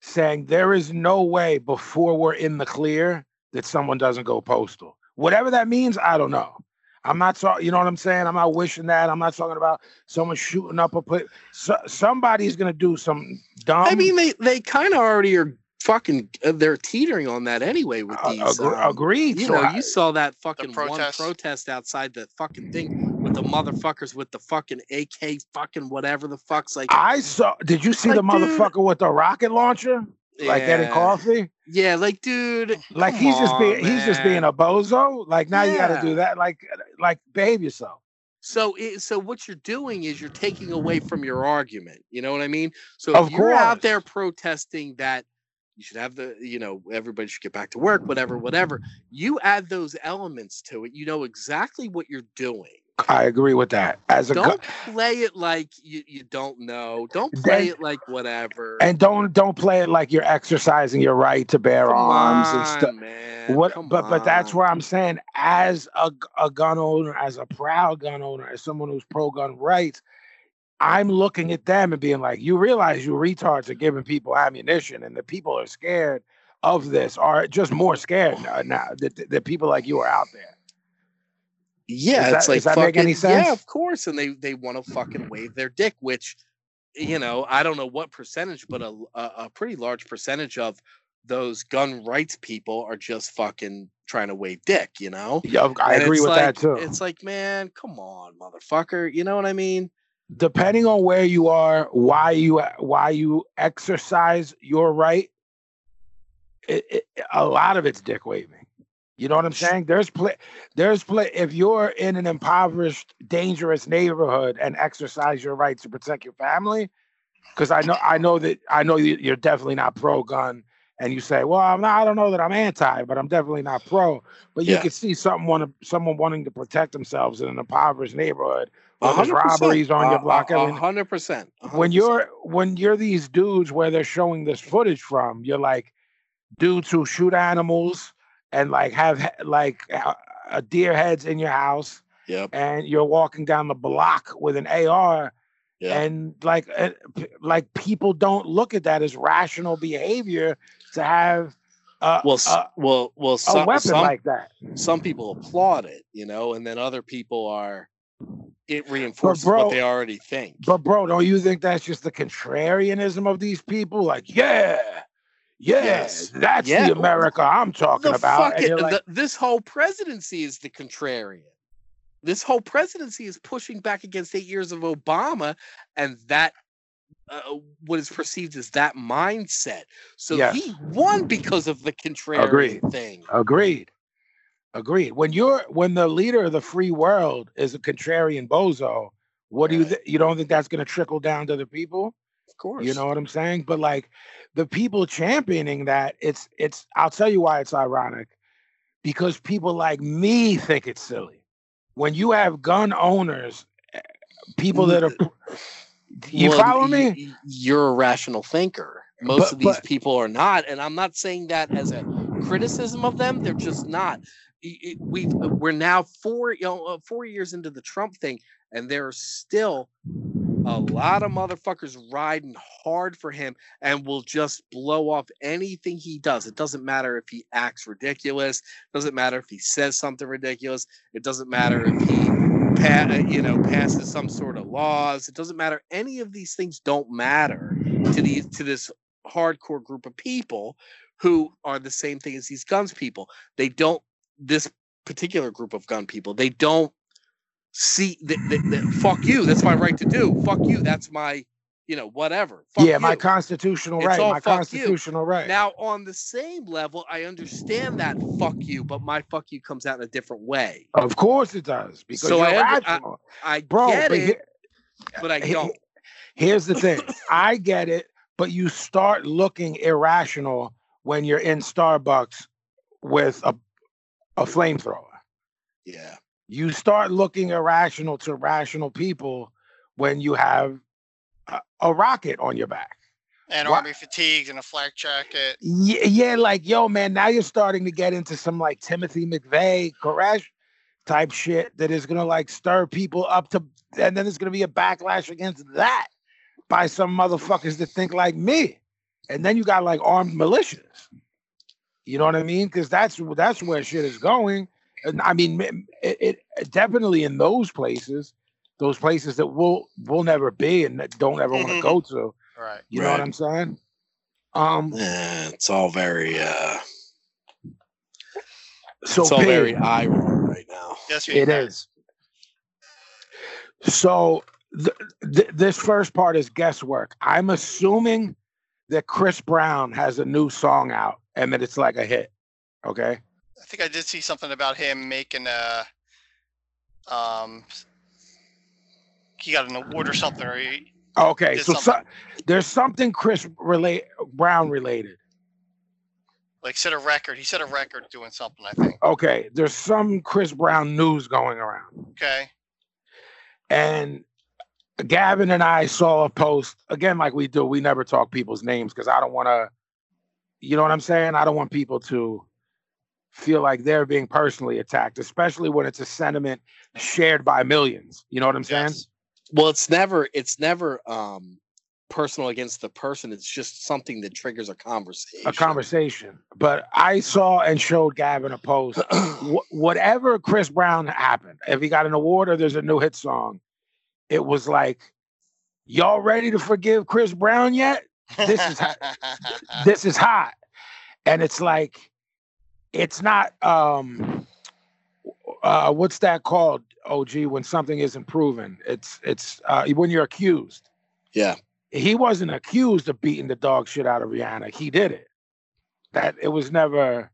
D: saying there is no way before we're in the clear that someone doesn't go postal. Whatever that means, I don't know. I'm not talking, you know what I'm saying? I'm not wishing that. I'm not talking about someone shooting up a put. So, somebody's going to do some dumb.
F: I mean, they they kind of already are fucking. uh, They're teetering on that anyway with
D: a-
F: these.
D: agre-
F: um,
D: agreed.
F: you
D: So
F: know,
D: I-
F: you saw that fucking
C: protests.
F: one protest outside the fucking thing with the motherfuckers with the fucking AK, fucking whatever the fuck's like.
D: I saw. Did you see the
F: Like, dude-
D: motherfucker with the rocket launcher? Like that in
F: Yeah.
D: coffee?
F: Yeah, like dude.
D: Like
F: come
D: he's just
F: on,
D: being he's just being
F: man.
D: a bozo. Like now you got
F: Yeah.
D: to do that. Like like behave yourself.
F: So, it, so what you're doing is you're taking away from your argument. You know what I mean? So,
D: Of
F: if you're out there
D: course.
F: protesting that You should have the, you know, everybody should get back to work, whatever, whatever. You add those elements to it. You know exactly what you're doing.
D: I agree with that. As a gu-
F: Don't play it like you, you don't know. Don't play
D: Then-
F: it like whatever.
D: and don't don't play it like you're exercising your right to bear
F: Come
D: arms and stuff.
F: on, man.
D: What?
F: Come
D: But but that's
F: on.
D: where I'm saying, as a, g- a gun owner, as a proud gun owner, as someone who's pro gun rights, I'm looking at them and being like, you realize you retards are giving people ammunition, and the people are scared of this, are just more scared now. now that the, people like you are out there.
F: Yeah,
D: Does
F: it's
D: that-
F: like
D: does that make any
F: fucking- Yeah,
D: sense?
F: of course. And they they want to fucking wave their dick, which you know I don't know what percentage, but a a, a pretty large percentage of those gun rights people are just fucking trying to wave dick. You know,
D: Yeah, I
F: And
D: agree
F: it's
D: with
F: like-
D: that too.
F: It's like, man, come on, motherfucker. You know what I mean?
D: Depending on where you are, why you why you exercise your right, it, it, a lot of it's dick waving. You know what I'm saying? There's play, there's play. If you're in an impoverished, dangerous neighborhood and exercise your right to protect your family, because I know I know that I know you- you're definitely not pro gun, and you say, well, I'm not, I don't know that I'm anti, but I'm definitely not pro. But you
F: Yeah.
D: can see someone someone wanting to protect themselves in an impoverished neighborhood. Well, there's
F: 100%.
D: robberies on your
F: Uh,
D: block,
F: uh, A
D: everything.
F: hundred percent. a hundred
D: when
F: percent.
D: you're when you're these dudes where they're showing this footage from, you're like dudes who shoot animals and like have he- like uh, uh, deer heads in your house,
F: Yep.
D: and you're walking down the block with an AR,
F: Yeah.
D: and like uh, p- like people don't look at that as rational behavior to have uh,
F: Well, s
D: uh,
F: well, well.
D: a
F: Some,
D: weapon
F: some
D: like that.
F: some people applaud it, you know, and then other people are it reinforces
D: bro-
F: what they already think.
D: But bro, don't you think that's just the contrarianism of these people? Like, yeah, yeah,
F: Yes.
D: that's
F: Yeah.
D: the America I'm talking
F: the
D: about.
F: fuck
D: And
F: it,
D: you're like,
F: the- this whole presidency is the contrarian. This whole presidency is pushing back against eight years of Obama and that uh, what is perceived as that mindset. So
D: Yes.
F: he won because of the contrarian
D: Agreed.
F: thing.
D: agreed, agreed. When you're when the leader of the free world is a contrarian bozo, what do you
F: Right.
D: th- you don't think that's gonna trickle down to the people?
F: Of course,
D: You know what I'm saying? But like the people championing that, it's it's I'll tell you why it's ironic. Because people like me think it's silly. When you have gun owners, eh, people that are you
F: uh, Well,
D: follow
F: y-
D: me?
F: y- You're a rational thinker. Most
D: But-
F: of these
D: but-
F: people are not, and I'm not saying that as a criticism of them. They're just not. Y- y- We've uh, we're now four you know, uh, four years into the Trump thing, and there are still a lot of motherfuckers riding hard for him, and will just blow off anything he does. It doesn't matter if he acts ridiculous. Doesn't matter if he says something ridiculous. It doesn't matter if he pa- uh, you know passes some sort of laws it doesn't matter any of these things don't matter to these to this hardcore group of people who are the same thing as these guns people they don't this particular group of gun people they don't see that fuck you that's my right to do fuck you that's my you know whatever fuck
D: yeah, my
F: you."
D: constitutional
F: It's
D: right,
F: all
D: my
F: fuck you.
D: constitutional right.
F: Now, on the same level, I understand that fuck you, but my fuck you comes out in a different way.
D: of course it does because
F: So
D: you're
F: I under- I-
D: rational,
F: I
D: bro.
F: get
D: but
F: it,
D: he-
F: but I
D: he-
F: don't.
D: Here's the thing I get it, but you start looking irrational when you're in Starbucks with a, a flamethrower.
F: Yeah.
D: You start looking irrational to rational people when you have a, a rocket on your back.
C: And
D: Wha-
C: army fatigues and a flak jacket.
D: Yeah, yeah, like, yo, man, now you're starting to get into some like Timothy McVeigh, Koresh type shit that is going to like stir people up to, and then there's going to be a backlash against that by some motherfuckers that think like me. And then you got like armed militias. You know what I mean? Because that's that's where shit is going. And I mean, m- it, it definitely in those places, those places that we'll we'll never be and that don't ever want to go to.
C: Right.
D: You know what
F: Right.
D: I'm saying? Um.
F: Yeah, it's all very uh
D: So
F: it's all
D: P,
F: very eye roll right now.
C: Yes, we
D: It
C: know.
D: is. So th- th- this first part is guesswork. I'm assuming that Chris Brown has a new song out and that it's like a hit. Okay.
C: I think I did see something about him making a um he got an award or something or he,
D: Okay.
C: Did
D: So, so
C: something.
D: there's something Chris relate Brown related
C: Like set a record. He set a record doing something. I think.
D: Okay, there's some Chris Brown news going around.
C: Okay.
D: And Gavin and I saw a post again, like we do. We never talk people's names because I don't want to, you know what I'm saying? I don't want people to feel like they're being personally attacked, especially when it's a sentiment shared by millions. You know what I'm saying?
C: Yes.
F: Well, it's never it's never um personal against the person. It's just something that triggers a conversation.
D: a conversation. But I saw and showed Gavin a post. Wh- whatever Chris Brown happened, if he got an award or there's a new hit song, it was like, y'all ready to forgive Chris Brown yet? This is how- This is hot, and it's like, it's not. um uh, what's that called, OG? When something isn't proven, it's it's uh, when you're accused.
F: Yeah.
D: he wasn't accused of beating the dog shit out of Rihanna. He did it. That it was never.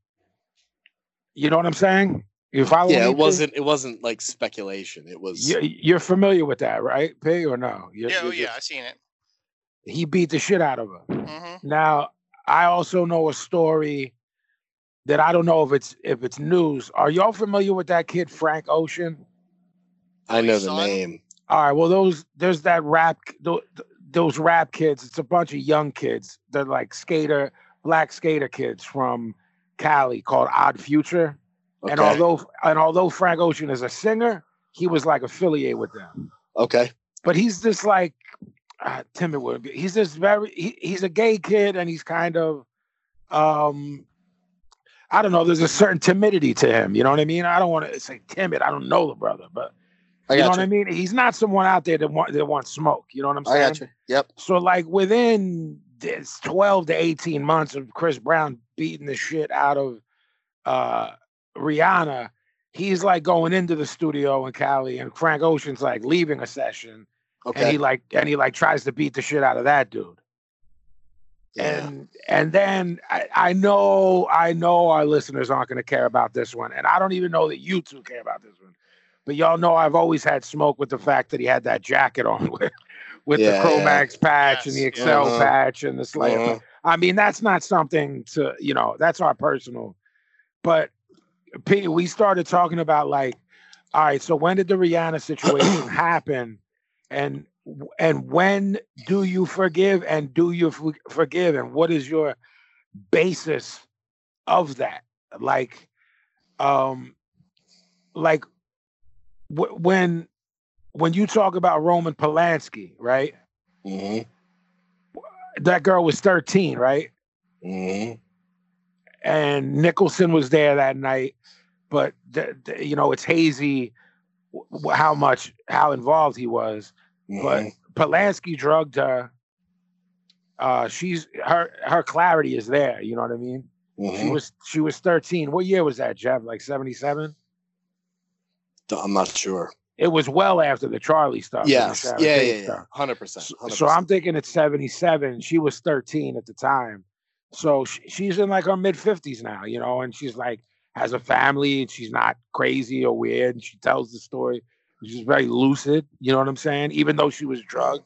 D: You know what I'm saying? You follow?
F: yeah,
D: me,
F: it
D: Pig?
F: wasn't it wasn't like speculation. It was
D: You, you're familiar with that, right, Pig? Or no? You're-
C: yeah, oh,
D: you're
C: yeah,
D: just-
C: I seen it.
D: He beat the shit out of her.
C: hmm
D: Now, I also know a story that I don't know if it's if it's news. Are y'all familiar with that kid Frank Ocean?
F: I know
C: Billy's
F: the
C: son?
F: name.
D: All right. Well, those there's that rap tho- th- those rap kids. It's a bunch of young kids. They're like skater black skater kids from Cali called Odd Future. And
F: Okay.
D: although and although Frank Ocean is a singer, he was like affiliated with them.
F: okay.
D: but he's just like uh, timid would be. He's just very. He, he's a gay kid, and he's kind of, um, I don't know. There's a certain timidity to him. You know what I mean? I don't want to say timid. I don't know the brother, but
F: I
D: you know
F: got
D: what
F: you.
D: I mean. He's not someone out there that want that wants smoke. You know what I'm
F: I
D: saying?
F: got you. Yep.
D: So like within this 12 to 18 months of Chris Brown beating the shit out of uh Rihanna, he's like going into the studio in Cali and Frank Ocean's like leaving a session and
F: Okay.
D: he like and he like tries to beat the shit out of that dude.
F: Yeah.
D: And and then I, I know I know our listeners aren't gonna care about this one, and I don't even know that you two care about this one. But y'all know I've always had smoke with the fact that he had that jacket on with with
F: Yeah,
D: the
F: yeah.
D: Chromax patch
C: Yes,
D: and the
C: yeah.
D: Excel
F: Uh-huh.
D: patch and the Slayer.
F: Uh-huh.
D: patch. I mean, that's not something to you know. That's our personal. But P, we started talking about like, all right, so when did the Rihanna situation happen, and and when do you forgive and do you f- forgive and what is your basis of that? Like, um, like w- when when you talk about Roman Polanski, right?
F: Mhm.
D: That girl was thirteen, right?
F: Mhm.
D: and Nicholson was there that night, but th- th- you know it's hazy w- how much how involved he was.
F: Mhm.
D: But Polanski drugged her. Uh, she's her her clarity is there. You know what I mean? She
F: Mhm.
D: was she was thirteen. What year was that, Jeff? Like seventy seven.
F: I'm not sure.
D: It was well after the Charlie stuff. and the
F: Yes.
D: Sharon
F: Yeah.
D: Tate
F: Yeah.
D: stuff.
F: Yeah. Hundred percent.
D: So, so I'm thinking it's 77. She was 13 at the time. So sh she's in like her mid 50s now, you know, and she's like has a family and she's not crazy or weird. And she tells the story. She's very lucid, you know what I'm saying? Even though she was drugged.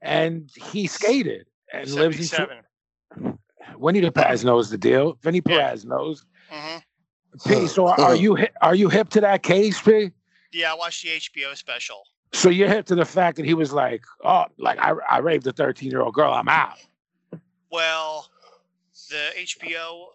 D: And he skated and lives in. Tw-
C: 77.
D: Winnie the Paz knows the deal. Vinny
C: Yeah.
D: Perez knows.
C: hmm
D: P, so are you hi- are you hip to that case, P?
C: Yeah, I watched the HBO special.
D: So you're hip to the fact that he was like, oh, like I, I raped a 13 year old girl. I'm out.
C: Well, the HBO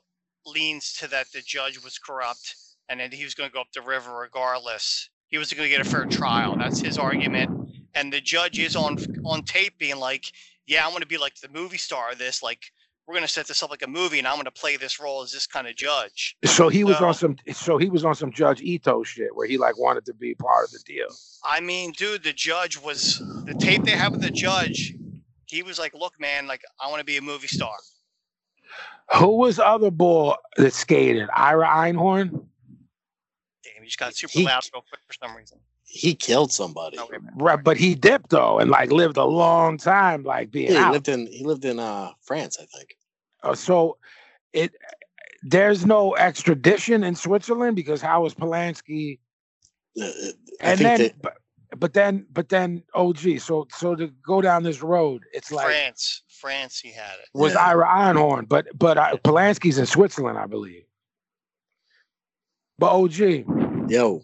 C: leans to that the judge was corrupt and then he was going to go up the river regardless. He was going to get a fair trial. That's his argument. And the judge is on on tape being like, "Yeah, I'm going to be like the movie star of this. Like, we're going to set this up like a movie, and I'm going to play this role as this kind of judge."
D: So he was
C: No.
D: on some. So he was on some Judge Ito shit where he like wanted to be part of the deal.
C: I mean, dude, the judge was the tape they have with the judge. He was like, "Look, man, like I want to be a movie star."
D: Who was the other bull that skated? Ira Einhorn,
C: Damn, he just got super
F: He-
C: loud real quick for some reason.
F: He killed somebody.
C: No, wait a minute.
D: right? But he dipped though and like lived a long time like being
F: Yeah, he
D: out.
F: lived in he lived in uh France, I think.
D: Uh, so it there's no extradition in Switzerland because how was Polanski?
F: Uh, uh, I
D: And
F: think
D: then,
F: that
D: but, but then but then OG. So so to go down this road, it's like
C: France, France, he had it.
D: was Ira Einhorn, but but uh, Polanski's in Switzerland, I believe. But OG,
F: Yo,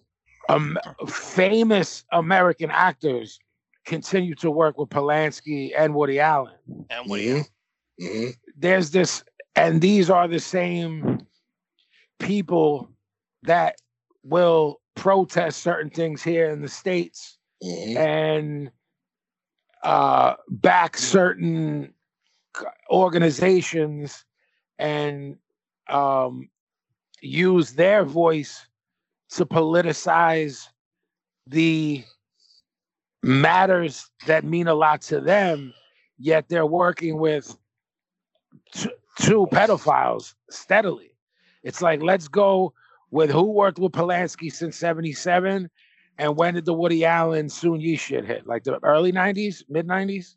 D: um, famous American actors continue to work with Polanski and Woody Allen.
C: And
F: what
C: what
F: do
C: do you?
F: you? hmm
D: There's this, and these are the same people that will protest certain things here in the states
F: hmm
D: and uh, back certain c- organizations and um, use their voice to politicize the matters that mean a lot to them, yet they're working with t- two pedophiles steadily. It's like, let's go with who worked with Polanski since 77 and when did the Woody Allen Soon Yi shit hit? Like the early '90s, mid '90s,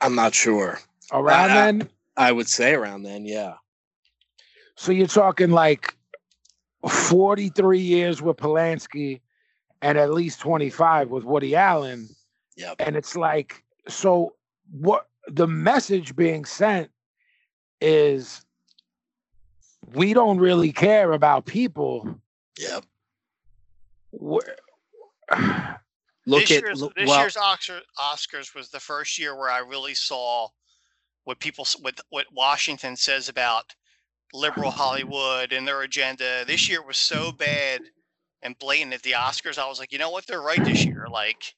F: I'm not sure.
D: around
F: Uh,
D: then.
F: I would say around then, yeah.
D: So you're talking like 43 years with Polanski, and at least 25 with Woody Allen.
F: Yep.
D: And it's like, so what? The message being sent is, we don't really care about people.
F: Yep.
D: We're-
E: Look
C: this
E: at
C: year's,
E: look-
C: this
E: well,
C: year's Oscar, Oscars was the first year where I really saw what people s- what what Washington says about liberal Hollywood and their agenda. This year was so bad and blatant at the Oscars. I was like, you know what? They're right this year. Like,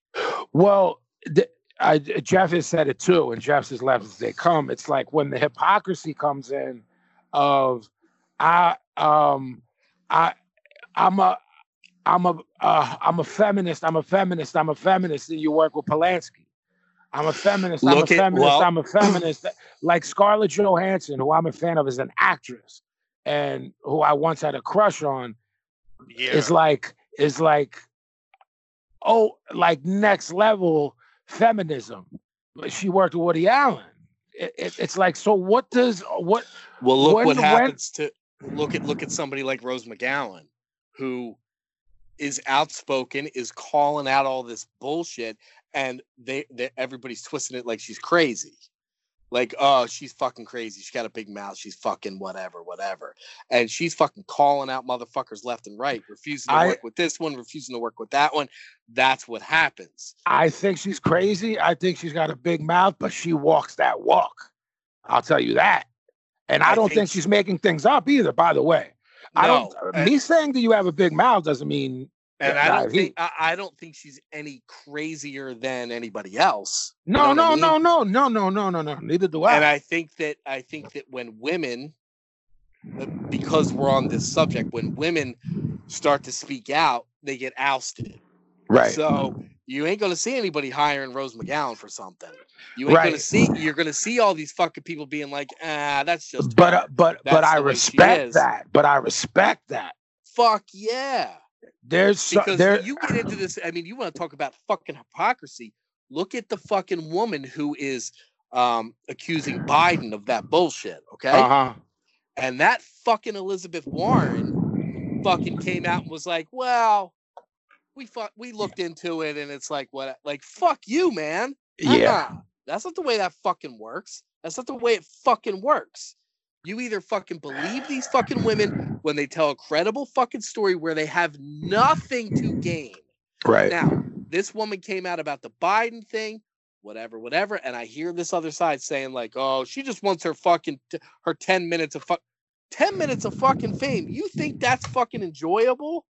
D: Well, th- I, Jeff has said it too, and Jeff says left as they come. It's like when the hypocrisy comes in of I um I I'm a I'm a uh, I'm a feminist. I'm a feminist. I'm a feminist. And you work with Polanski. I'm a feminist. I'm
F: Look
D: a
F: at-
D: feminist.
F: well-
D: I'm a feminist. like Scarlett Johansson, who I'm a fan of as an actress, and who I once had a crush on
C: yeah,
D: is like is like oh like next level feminism but she worked with woody allen it, it- it's like so what does what
F: Well, look
D: When-
F: what
D: when-
F: happens to look at look at somebody like Rose McGowan, who is outspoken, is calling out all this bullshit, and they, they everybody's twisting it like she's crazy. Like, oh, she's fucking crazy. She's got a big mouth. She's fucking whatever, whatever. And she's fucking calling out motherfuckers left and right, refusing to
D: I-
F: work with this one, refusing to work with that one. That's what happens.
D: i think she's crazy i think she's got a big mouth but she walks that walk i'll tell you that and i,
F: I
D: don't
F: think
D: think,
F: she-
D: she's making things up either by the way i don't
F: No,
D: uh,
F: and-
D: me saying that you have a big mouth doesn't mean
F: And
D: Yeah,
F: I
D: nah,
F: don't
D: he-
F: think I, I don't think she's any crazier than anybody else. You
D: no
F: know what I
D: no
F: mean?
D: no no no no no no no neither do i
F: And I think that I think that when women, uh, because we're on this subject, when women start to speak out, they get ousted. So you ain't gonna see anybody hiring Rose McGowan for something. You ain't gonna
D: Right.
F: see. You're gonna see all these fucking people being like, ah, that's just.
D: but
F: her.
D: uh, but but
F: That's
D: I
F: the way she is.
D: respect that. But I respect that.
F: fuck yeah.
D: There's so,
F: because
D: there.
F: you get into this. I mean, you want to talk about fucking hypocrisy. Look at the fucking woman who is um, accusing Biden of that bullshit. Okay,
D: Uh huh.
F: and that fucking Elizabeth Warren fucking came out and was like, "Well, we fu- we looked into it, and it's like what? Like fuck you, man.
D: Yeah.
F: Uh-uh. That's not the way that fucking works. That's not the way it fucking works. You either fucking believe these fucking women when they tell a credible fucking story where they have nothing to gain.
D: Right.
F: Now, this woman came out about the Biden thing, whatever, whatever, and I hear this other side saying like, "Oh, she just wants her fucking t- her 10 minutes of fuck 10 minutes of fucking fame. You think that's fucking enjoyable?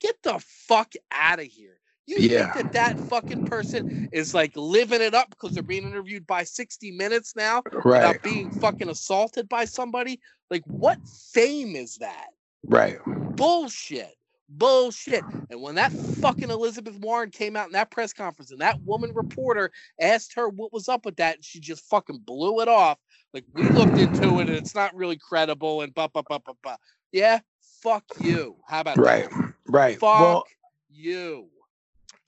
F: Get the fuck out of here. You
D: Yeah.
F: think that that fucking person is like living it up because they're being interviewed by 60 minutes now
D: right.
F: about being fucking assaulted by somebody? Like, what fame is that?
D: Right.
F: bullshit. Bullshit. And when that fucking Elizabeth Warren came out in that press conference and that woman reporter asked her what was up with that, and she just fucking blew it off. Like, we looked into it and it's not really credible and blah, blah, blah, blah, blah. Yeah, fuck you. How about
D: Right.
F: that?
D: Right.
F: Fuck
D: Well,
F: you.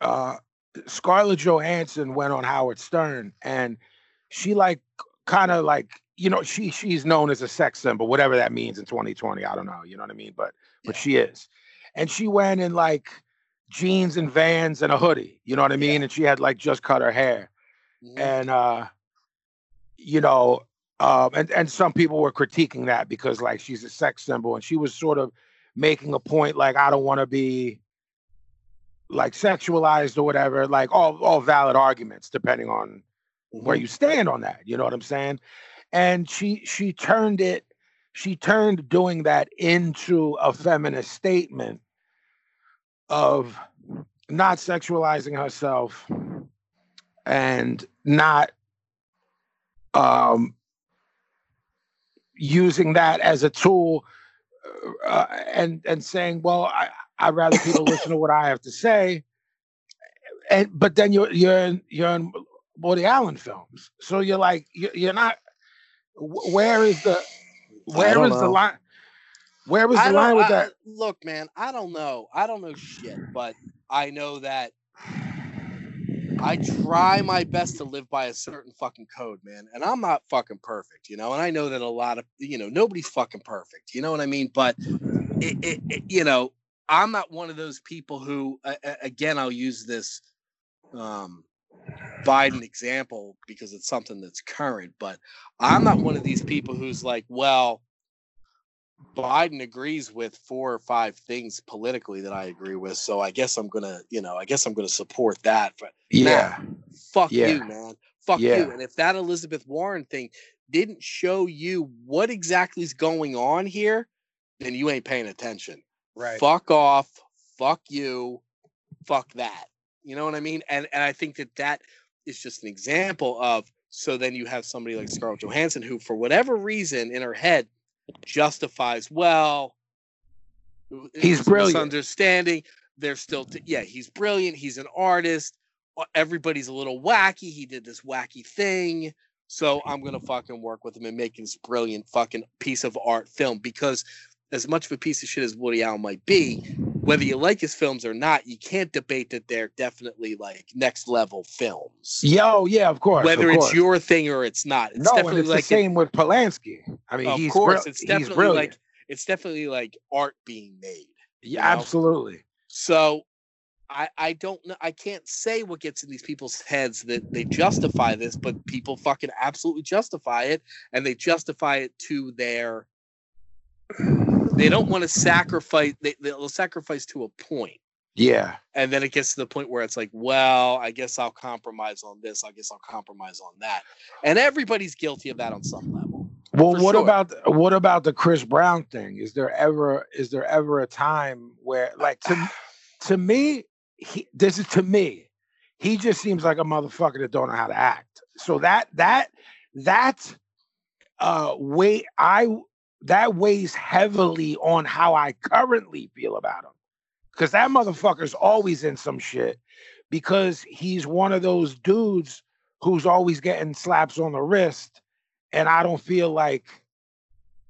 D: uh, Scarlett Johansson went on Howard Stern, and she like kind of like you know she she's known as a sex symbol, whatever that means in 2020. I don't know. You know what I mean? But but she is, and she went and like jeans and vans and a hoodie. You know what I mean? And she had like just cut her hair. And uh, you know, um, and and some people were critiquing that because like she's a sex symbol, and she was sort of making a point like I don't want to be like sexualized or whatever. Like all all valid arguments depending on where you stand on that. You know what I'm saying? And she she turned it she turned doing that into a feminist statement of not sexualizing herself and not um, using that as a tool uh, and and saying, well, I, I'd rather people listen to what I have to say. And but then you're you're in, you're in Woody Allen films, so you're like you're, you're not. wh- Where is the where
F: don't
D: is the
F: know.
D: line? Where was
F: I
D: the
F: don't-
D: line with
F: I-
D: that?
F: Look, man, I don't know. I don't know shit, but I know that I try my best to live by a certain fucking code, man. And I'm not fucking perfect, you know. And I know that a lot of you know nobody's fucking perfect, you know what I mean. But it, it, it you know, I'm not one of those people who, uh, again, I'll use this um, Biden example because it's something that's current. But I'm not one of these people who's like, well. Biden agrees with four or five things politically that I agree with. So I guess I'm gonna, you know, I guess I'm gonna support that. But
D: Yeah,
F: fuck
D: Yeah.
F: you, man. Fuck
D: Yeah.
F: you. And if that Elizabeth Warren thing didn't show you what exactly is going on here, then you ain't paying attention.
E: Right.
F: Fuck off. Fuck you. Fuck that. You know what I mean? And and I think that that is just an example of so then you have somebody like Scarlett Johansson who for whatever reason in her head justifies well it
D: He's
F: was a
D: brilliant.
F: misunderstanding they're still t- yeah he's brilliant he's an artist uh, everybody's a little wacky he did this wacky thing so i'm gonna fucking work with him and make this brilliant fucking piece of art film because as much of a piece of shit as woody allen might be whether you like his films or not you can't debate that they're definitely like next level films
D: yo, yeah, of course.
F: whether
D: of
F: it's
D: course.
F: your thing or it's not it's
D: no,
F: definitely
D: and it's
F: like
D: the
F: an
D: same with Polanski. I mean,
F: of
D: he's
F: course,
D: bril-
F: it's
D: he's
F: definitely
D: brilliant.
F: like it's definitely like art being made.
D: yeah,
F: you know?
D: absolutely.
F: So I I don't know I can't say what gets in these people's heads that they justify this, but people fucking absolutely justify it, and they justify it to their. They don't want to sacrifice. They, they'll sacrifice to a point,
D: Yeah,
F: and then it gets to the point where it's like, well, I guess I'll compromise on this. I guess I'll compromise on that, and everybody's guilty of that on some level.
D: Well,
F: For
D: what
F: sure.
D: about what about the Chris Brown thing? Is there ever is there ever a time where like to to me he, this is to me he just seems like a motherfucker that don't know how to act. So that that that uh weight I that weighs heavily on how I currently feel about him because that motherfucker's always in some shit because he's one of those dudes who's always getting slaps on the wrist and i don't feel like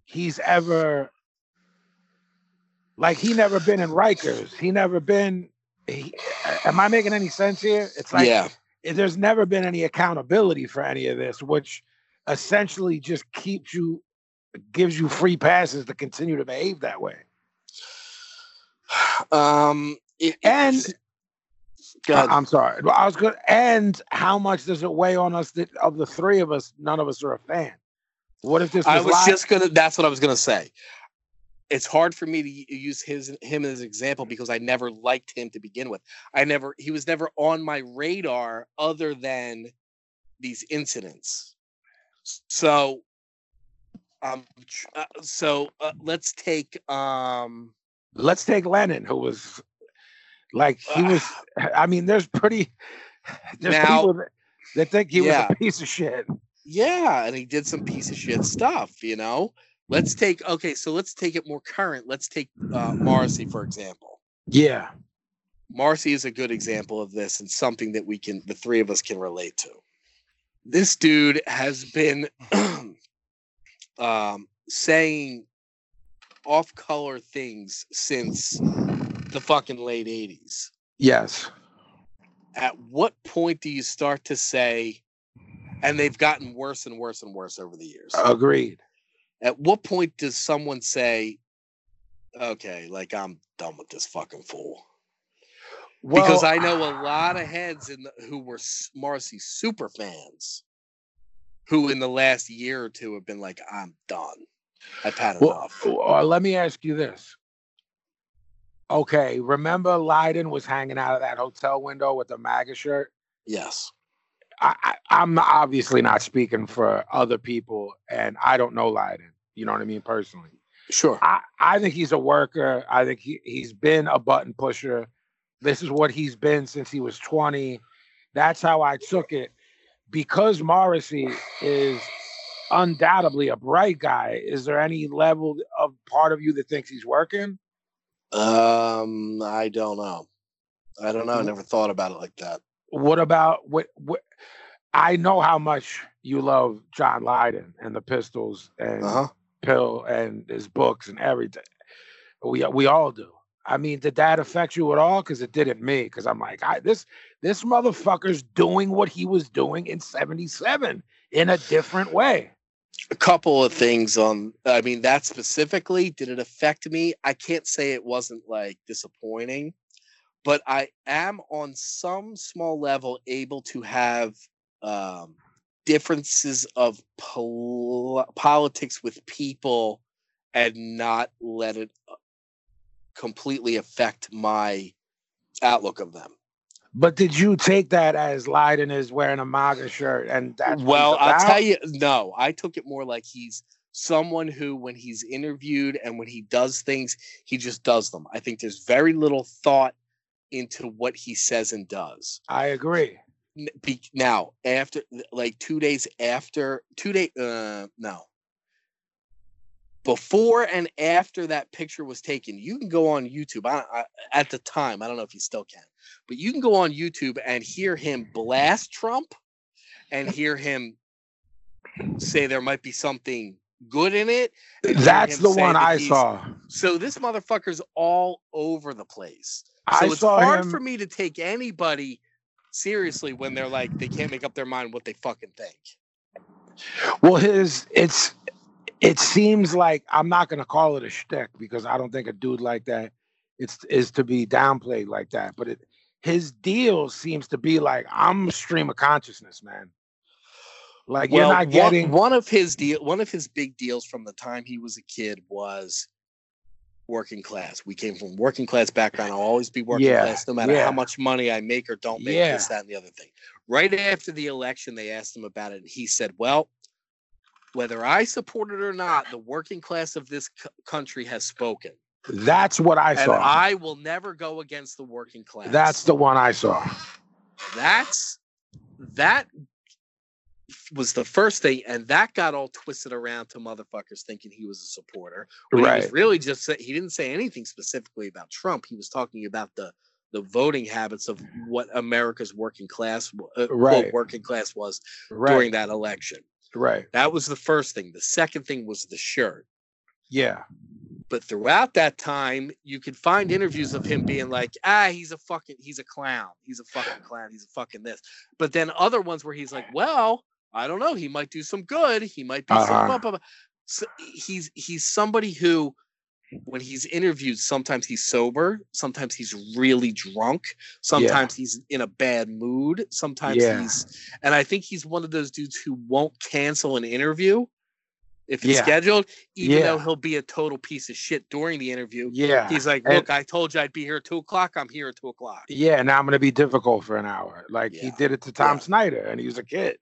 D: he's ever like he never been in rikers he never been he, am i making any sense here it's like
F: yeah,
D: there's never been any accountability for any of this which essentially just keeps you gives you free passes to continue to behave that way
F: um, it-
D: and
F: go
D: I-
F: ahead.
D: I'm sorry. Well, I was good. And how much does it weigh on us that of the three of us, none of us are a fan? What if this was,
F: I was
D: live?
F: just gonna. That's what I was gonna say. It's hard for me to u- use his him as an example because I never liked him to begin with. I never he was never on my radar other than these incidents. So, um, tr- uh, so uh, let's take um.
D: let's take Lennon, who was like he was I mean, there's pretty there's
F: Now-
D: people that, that think he
F: Yeah.
D: was a piece of shit.
F: Yeah, and he did some piece of shit stuff, you know. Let's take okay, so let's take it more current. Let's take uh, Morrissey for example.
D: Yeah.
F: Marcy is a good example of this and something that we can the three of us can relate to. This dude has been um, saying off color things since the fucking late 80s.
D: Yes.
F: At what point do you start to say and they've gotten worse and worse and worse over the years?
D: Agreed.
F: At what point does someone say okay, like I'm done with this fucking fool? because
D: Well,
F: I know a lot of heads in the, who were s- Marcy super fans, who in the last year or two have been like, "I'm done. I've had
D: Well,
F: enough."
D: uh, let me ask you this. Okay, remember Leiden was hanging out of that hotel window with the MAGA shirt?
F: yes.
D: I, I, I'm obviously not speaking for other people, and I don't know Leiden. You know what I mean, personally.
F: Sure.
D: I, I think he's a worker. I think he, he's been a button pusher. This is what he's been since he was 20. That's how I took it. Because Morrissey is undoubtedly a bright guy, is there any level of part of you that thinks he's working?
F: Um, I don't know. I don't know. I never thought about it like that.
D: What about what? what I know how much you love John Lydon and the Pistols and
F: Uh huh.
D: Pill and his books and everything. We we all do. I mean, did that affect you at all? Because it didn't me. Because I'm like, I, this this motherfucker's doing what he was doing in '77 in a different way.
F: A couple of things on. I mean, that specifically did it affect me? I can't say it wasn't like disappointing, but I am on some small level able to have um, differences of pol- politics with people and not let it uh, completely affect my outlook of them.
D: But did you take that as Leiden is wearing a MAGA shirt and that's what he's
F: well, I'll
D: about?
F: tell you, no, I took it more like he's someone who, when he's interviewed and when he does things, he just does them. I think there's very little thought into what he says and does.
D: I agree.
F: N- be- Now, after like two days after, two day, uh, no, before and after that picture was taken, you can go on YouTube. I, I, at the time, I don't know if you still can, but you can go on YouTube and hear him blast Trump and hear him say there might be something good in it. and hear
D: That's
F: him
D: the
F: say
D: one
F: that
D: I
F: he's-
D: saw.
F: So this motherfucker's all over the place. So
D: I
F: it's
D: saw
F: hard
D: him.
F: for me to take anybody seriously when they're like they can't make up their mind what they fucking think.
D: Well, his it's it seems like I'm not gonna call it a shtick because I don't think a dude like that it's is to be downplayed like that. But it his deal seems to be like I'm stream of consciousness, man. Like you're not
F: one-
D: getting
F: one, of his deal. One of his big deals from the time he was a kid was working class. We came from working class background. I'll always be working
D: Yeah,
F: class, no matter
D: yeah.
F: how much money I make or don't make.
D: Yeah.
F: This, that, and the other thing. Right after the election, they asked him about it, and he said, "Well, whether I support it or not, the working class of this c- country has spoken,
D: that's what I
F: and
D: saw.
F: I will never go against the working class."
D: that's the one I saw.
F: that's that was the first thing, and that got all twisted around to motherfuckers thinking he was a supporter. When He
D: Right.
F: was really just say, he didn't say anything specifically about Trump. He was talking about the the voting habits of what America's working class, w- uh, quote,
D: Right.
F: working class was
D: Right.
F: during that election.
D: right.
F: That was the first thing. The second thing was the shirt.
D: Yeah.
F: But throughout that time, you could find
D: Mm.
F: interviews of him being like, ah, he's a fucking, he's a clown. He's a fucking clown. He's a fucking this. But then other ones where he's like, well, I don't know. He might do some good. He might be
D: Uh-huh.
F: some blah, blah, blah. So he's, he's somebody who, when he's interviewed, sometimes he's sober. Sometimes he's really drunk. Sometimes he's in a bad mood. Sometimes
D: Yeah.
F: he's, and I think he's one of those dudes who won't cancel an interview if it's
D: Yeah.
F: scheduled even though
D: Yeah.
F: he'll be a total piece of shit during the interview.
D: Yeah.
F: He's like,
D: And-
F: "Look, I told you I'd be here at two o'clock. I'm here at two o'clock."
D: yeah, now I'm gonna be difficult for an hour. Like he
F: Yeah.
D: did it to Tom
F: Yeah.
D: Snyder and he was a kid.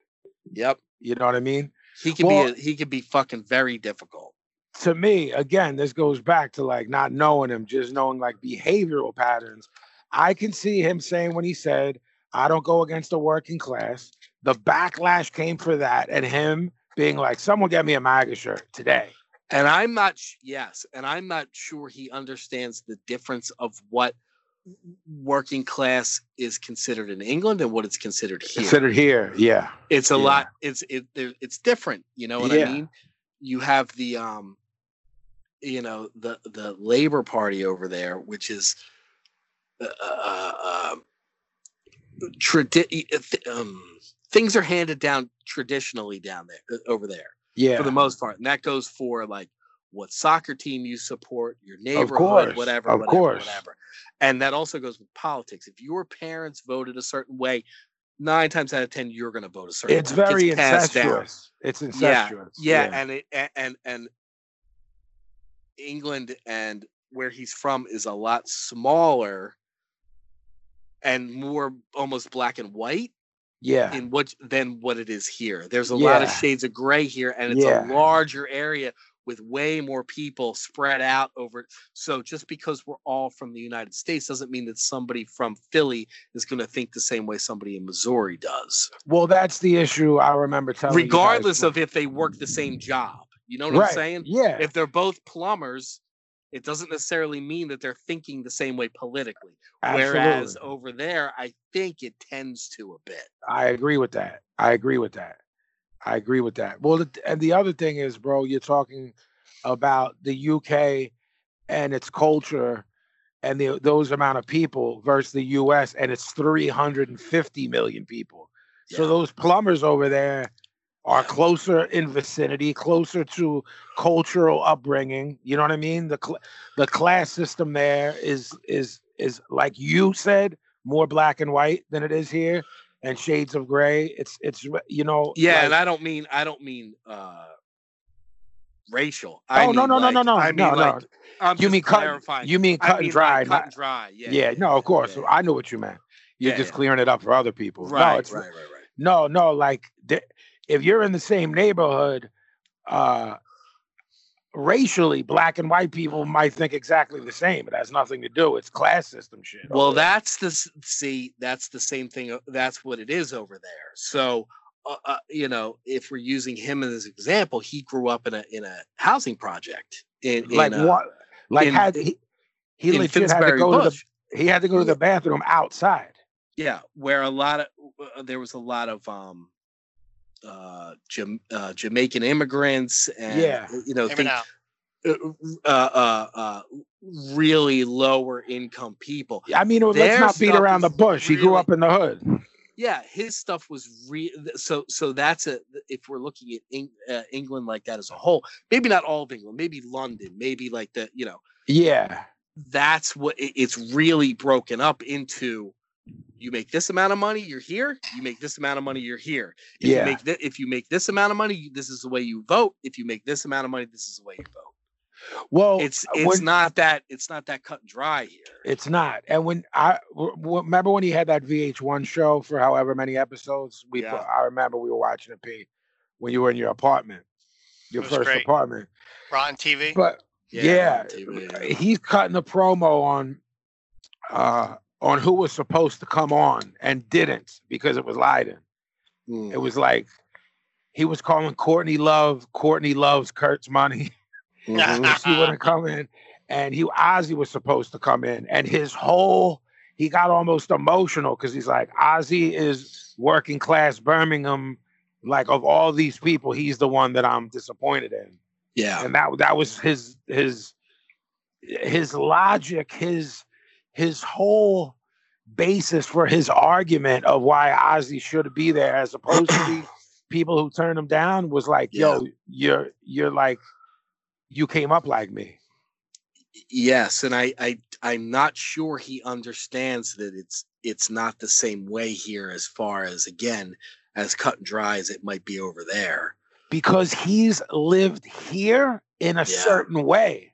F: Yep,
D: You know what I mean?
F: he could
D: Well-
F: be a, he could be fucking very difficult.
D: to me, again, this goes back to like not knowing him, just knowing like behavioral patterns. I can see him saying when he said, I don't go against the working class. The backlash came for that, and him being like, Someone get me a MAGA shirt today.
F: And I'm not sh- yes, and I'm not sure he understands the difference of what working class is considered in England and what it's considered here.
D: Considered here. Yeah.
F: it's a
D: Yeah.
F: lot it's it there- it's different you know what
D: Yeah.
F: i mean you have the um you know the the labor party over there which is uh, uh, uh, tradi- uh, th- um, things are handed down traditionally down there uh, over there
D: Yeah.
F: for the most part and that goes for like what soccer team you support, your neighborhood,
D: course,
F: whatever,
D: of
F: whatever,
D: course.
F: whatever. And that also goes with politics. If your parents voted a certain way, nine times out of ten, you're going to vote a certain.
D: It's
F: way. It gets
D: very
F: passed down.
D: incestuous. It's incestuous.
F: Yeah, and it a- and and England and where he's from is a lot smaller and more almost black and white
D: yeah.
F: in what than what it is here. There's a lot of
D: Yeah.
F: shades of gray here, and it's
D: Yeah.
F: a larger area with way more people spread out over. So just because we're all from the United States doesn't mean that somebody from Philly is going to think the same way somebody in Missouri does
D: Well, that's the issue. I remember telling. you guys
F: regardless
D: when-
F: of if they work the same job. You know what
D: right.
F: I'm saying?
D: Yeah.
F: If they're both plumbers, it doesn't necessarily mean that they're thinking the same way politically. Whereas
D: absolutely.
F: over there, I think it tends to a bit.
D: I agree with that. I agree with that. I agree with that. Well, the- and the other thing is, bro, you're talking about the UK and its culture and the, those amount of people versus the US, and it's 350 million people. So
F: Yeah.
D: those plumbers over there are
F: Yeah.
D: closer in vicinity, closer to cultural upbringing. You know what I mean? The cl- the class system there is is is like you said, more black and white than it is here, and shades of gray. It's it's re- you know.
F: Yeah,
D: like-
F: and I don't mean I don't mean uh racial. I
D: oh no
F: mean,
D: no
F: like-
D: no no no
F: I mean
D: no
F: like
D: no.
F: I'm
D: You
F: just
D: mean cut?
F: clarifying.
D: You mean
F: I
D: cut
F: mean, like,
D: and dry?
F: cut
D: not-
F: and dry. Yeah.
D: yeah, no, of course.
F: yeah.
D: I knew what you meant. You're
F: Yeah,
D: just
F: yeah.
D: clearing it up for other people.
F: Right,
D: no, it's
F: right, right, right.
D: No, no, like the, if you're in the same neighborhood, uh racially, black and white people might think exactly the same. It has nothing to do. It's class system shit.
F: Well, that's the s- see. That's the same thing. o- That's what it is over there. So, uh, uh, you know, if we're using him as an example, he grew up in a in a housing project in, in
D: like
F: uh,
D: what like
F: in-
D: had he he
F: in
D: legit had to
F: Finsbury
D: go to
F: Bush.
D: the he had to go to the bathroom outside.
F: yeah, where a lot of uh, there was a lot of um, uh, Jam- uh Jamaican immigrants and
D: Yeah.
F: you know
C: Hear me
F: think-
C: now.
F: uh, uh, uh, uh, really lower income people.
D: I mean, let's
F: Their
D: not beat
F: stuff
D: around the
F: is
D: bush. He grew
F: really-
D: up in the hood.
F: yeah his stuff was re so so that's a if we're looking at Eng, uh, england like that as a whole maybe not all of england maybe london maybe like the you know
D: Yeah.
F: that's what it- it's really broken up into you make this amount of money you're here you make this amount of money you're here if
D: Yeah.
F: you make thi- if you make this amount of money this is the way you vote if you make this amount of money this is the way you vote
D: well,
F: it's
D: uh,
F: it's
D: when-
F: not that it's not that cut and dry here
D: It's not. And when I w- w- remember when he had that VH1 show for however many episodes, we
F: Yeah.
D: I remember we were watching it, P, when you were in your apartment, your
C: It was
D: first
C: great.
D: apartment.
C: Rotten TV.
D: But yeah, uh,
F: TV, yeah.
D: he's cutting the promo on uh on who was supposed to come on and didn't because it was Leiden.
F: Mm.
D: It was like he was calling Courtney Love, Courtney loves Kurt's money.
F: Mhm.
D: she wouldn't come in. And he Ozzy was supposed to come in. And his whole he got almost emotional because he's like, Ozzy is working class Birmingham. Like of all these people, he's the one that I'm disappointed in.
F: yeah
D: And that that was his his his logic, his his whole basis for his argument of why Ozzy should be there as opposed to the people who turned him down was like,
F: Yeah.
D: yo, you're you're like you came up like me.
F: Yes, and I, I I'm not sure he understands that it's it's not the same way here as far as again as cut and dry as it might be over there.
D: because he's lived here in a certain way.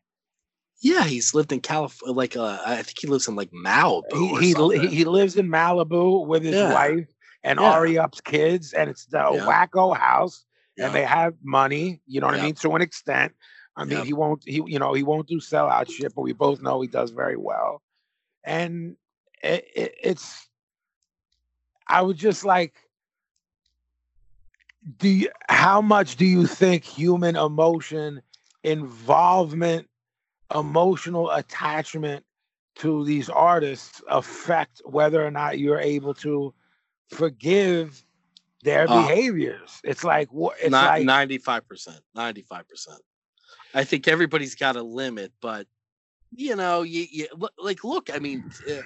F: Yeah, he's lived in California, like uh, I think he lives in like Malibu.
D: He
F: or
D: he, li-
F: something.
D: he lives in Malibu with his
F: Yeah.
D: wife and
F: Yeah.
D: Ari Up's kids, and it's the
F: Yeah.
D: wacko house,
F: Yeah.
D: and they have money. You know what
F: Yeah.
D: I mean? To an extent, I mean
F: Yeah.
D: he won't he you know he won't do sellout shit, but we both know he does very well, and it, it, it's. I was just like, do you, how much do you think human emotion involvement emotional attachment to these artists affect whether or not you're able to forgive their
F: Uh,
D: behaviors it's like what it's
F: Not
D: like
F: ninety five percent, ninety five percent. I think everybody's got a limit, but you know, you, you look- like look. I mean, uh,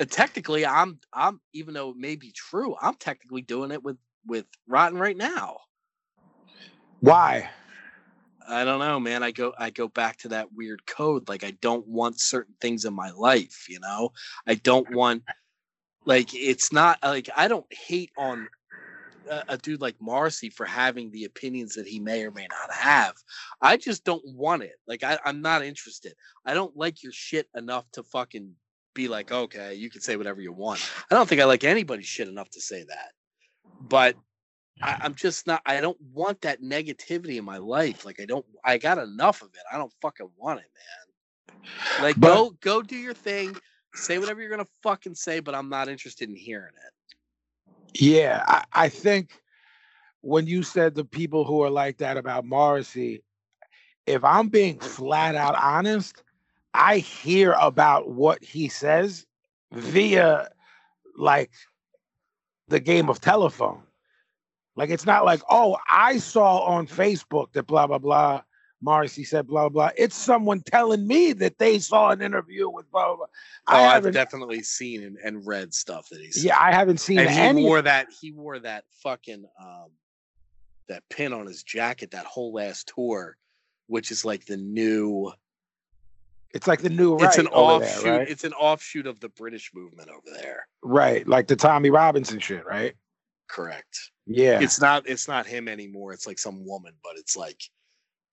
F: uh, technically, I'm I'm even though it may be true, I'm technically doing it with with Rotten right now.
D: why
F: Uh, I don't know, man. I go I go back to that weird code. Like I don't want certain things in my life, you know? I don't want like it's not like I don't hate on a, a dude like Marcy for having the opinions that he may or may not have. I just don't want it. Like I, I'm not interested. I don't like your shit enough to fucking be like, okay, you can say whatever you want. I don't think I like anybody's shit enough to say that. But I, I'm just not. I don't want that negativity in my life. Like I don't. I got enough of it. I don't fucking want it, man. Like
D: But-
F: go go do your thing. Say whatever you're gonna fucking say, but I'm not interested in hearing it.
D: Yeah, I, I think when you said the people who are like that about Morrissey, if I'm being flat out honest, I hear about what he says via like the game of telephone. Like it's not like, oh, I saw on Facebook that blah blah blah. Morrissey said blah blah. blah. It's someone telling me that they saw an interview with blah blah. blah.
F: Oh,
D: I
F: I've
D: haven't.
F: definitely seen and, and read stuff that he's
D: yeah, I haven't seen
F: and he
D: any.
F: wore that he wore that fucking um that pin on his jacket that whole last tour, which is like the new
D: it's like the new.
F: it's an
D: Right over there,
F: offshoot
D: right?
F: it's an offshoot of the British movement over there.
D: Right, like the Tommy Robinson shit, right?
F: Correct.
D: Yeah.
F: It's not it's not him anymore, it's like some woman, but it's like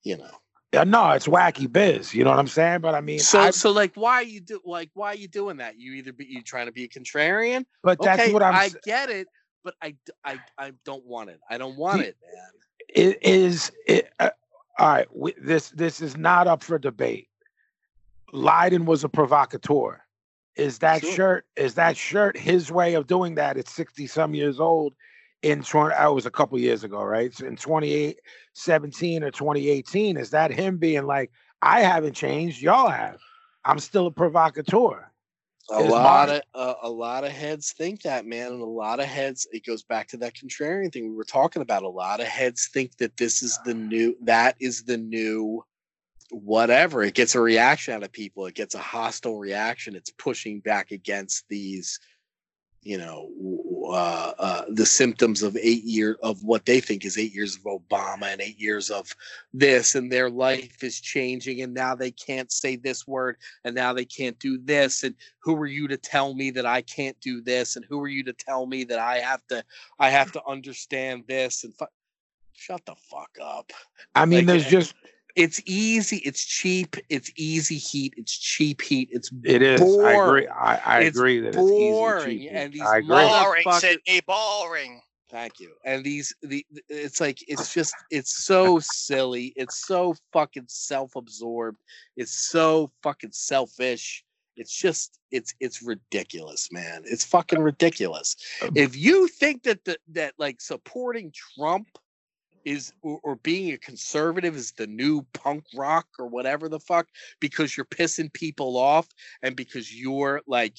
F: you know.
D: Uh, no, it's wacky biz. You know what I'm saying? But I mean,
F: So
D: I-
F: so like why are you do like why are you doing that? You either be you trying to be a contrarian?
D: but that's
F: okay,
D: what I'm.
F: I
D: s-
F: get it, but I, d- I I don't want it. I don't want
D: You-
F: it, man.
D: It is. It, uh, all right. We, this this is not up for debate. Leiden was a provocateur. Is that
F: Sure.
D: shirt? Is that shirt his way of doing that? At 60 some years old, in 20, I was a couple years ago, right? So in 2017 or 2018, is that him being like, I haven't changed, y'all have. I'm still a provocateur.
F: A
D: is
F: lot
D: mine.
F: of a, a lot of heads think that, man, and a lot of heads. It goes back to that contrarian thing we were talking about. A lot of heads think that this is the new. That is the new. Whatever it gets a reaction out of people, it gets a hostile reaction. It's pushing back against these, you know, w- uh, uh, the symptoms of eight year of what they think is eight years of Obama and eight years of this, and their life is changing, and now they can't say this word, and now they can't do this, and who are you to tell me that I can't do this and who are you to tell me that I have to I have to understand this and fu- shut the fuck up.
D: I mean,
F: Like,
D: there's
F: uh,
D: just
F: It's easy, it's cheap, it's easy heat, it's cheap heat, it's
D: It is. I agree.
F: boring.
D: I, I
F: It's
D: agree that
F: boring,
D: it's easy. cheap,
F: and
D: cheap.
F: these
D: I agree.
F: mother-
C: Boring,
F: Motherfucker.
C: Sydney. Boring.
F: Thank you. And these the the- it's like it's just it's so silly. It's so fucking self-absorbed. It's so fucking selfish. It's just it's it's ridiculous, man. It's fucking ridiculous.
D: Um,
F: If you think that the that like supporting Trump is or, or being a conservative is the new punk rock or whatever the fuck because you're pissing people off and because you're like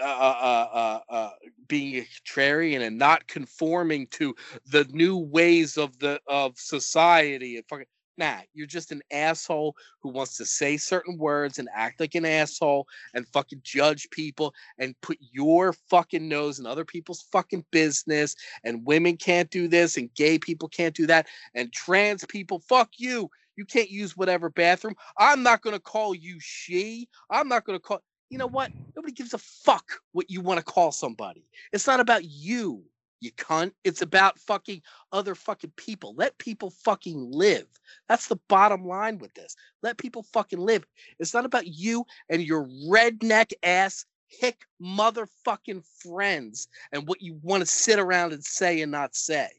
F: uh, uh, uh, uh, being a contrarian and not conforming to the new ways of the of society. And fucking, nah, you're just an asshole who wants to say certain words and act like an asshole and fucking judge people and put your fucking nose in other people's fucking business. And women can't do this, and gay people can't do that, and trans people. Fuck you. You can't use whatever bathroom. I'm not gonna call you she. I'm not gonna call. You know what? Nobody gives a fuck what you want to call somebody. It's not about you, you cunt. It's about fucking other fucking people. Let people fucking live. That's the bottom line with this. Let people fucking live. It's not about you and your redneck ass hick motherfucking friends and what you want to sit around and say and not say.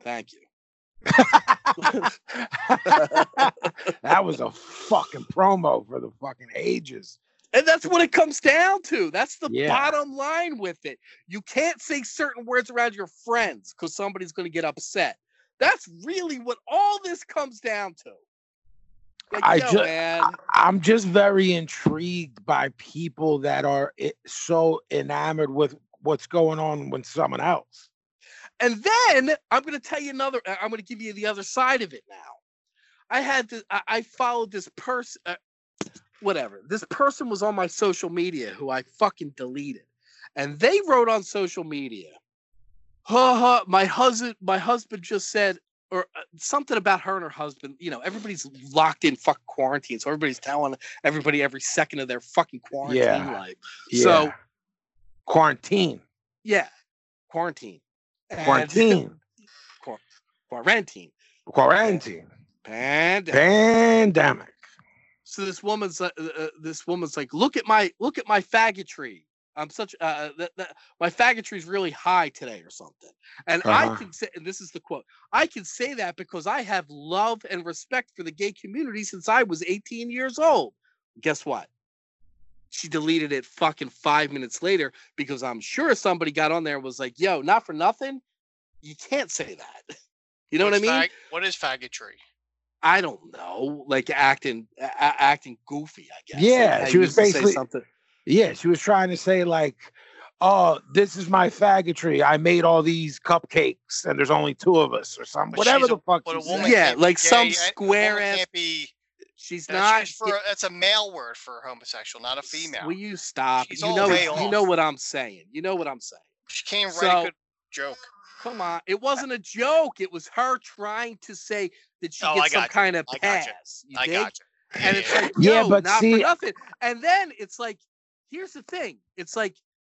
F: Thank you.
D: that was a fucking promo for the fucking ages.
F: And that's what it comes down to. That's the
D: Yeah.
F: bottom line with it. You can't say certain words around your friends because somebody's going to get upset. That's really what all this comes down to. Like,
D: I
F: yo,
D: ju-
F: man,
D: I, I'm just very intrigued by people that are i- so enamored with what's going on with someone else.
F: And then I'm going to tell you another. I- I'm going to give you the other side of it now. I had to. I, I followed this person. Uh, whatever. This person was on my social media who I fucking deleted, and they wrote on social media, "Ha ha! My husband, my husband just said, or uh, something about her and her husband. You know, everybody's locked in fuck quarantine, so everybody's telling everybody every second of their fucking quarantine
D: Yeah.
F: life.
D: Yeah.
F: So
D: quarantine,
F: yeah, quarantine, And-
D: quarantine,
F: quarantine,
D: quarantine,
F: pandemic.
D: pandemic.
F: so this woman's uh, uh, this woman's like look at my look at my faggotry i'm such uh th- th- my faggotry's really high today or something and i
D: Uh-huh.
F: can say and this is the quote i can say that because i have love and respect for the gay community since i was 18 years old guess what she deleted it fucking five minutes later because i'm sure somebody got on there and was like yo not for nothing you can't say that you know what i
C: What's
F: mean
C: fag- what is faggotry?
F: I don't know, like acting a- a- acting goofy. I guess.
D: Yeah,
F: Like, I
D: she was
F: used to say
D: basically-
F: something.
D: Yeah, she was trying to say like, "Oh, this is my faggotry. I made all these cupcakes, and there's only two of us, or something."
C: But
D: Whatever
C: she's
D: the
C: a-
D: fuck.
C: But a
D: she
C: woman
D: said.
F: Yeah,
C: can't be
F: like some
C: gay, a- a woman
F: square ass-
C: Can't be.
F: She's
C: That's,
F: not.
C: used for, that's a male word for homosexual, not a female.
F: Will you stop?
C: She's
F: you
C: all
F: know.
C: way
F: You
C: off.
F: know what I'm saying. You know what I'm saying.
C: she can't write
F: so-
C: a good joke.
F: Come on, it wasn't a joke. It was her trying to say that she
C: Oh, I
F: gets some
C: got you.
F: kind of
C: I got you.
F: pass. You
C: I
F: dig?
C: got you.
F: and it's like
D: Yeah,
F: yo,
D: but
F: not for
D: see-
F: nothing. And then it's like, here's the thing: it's like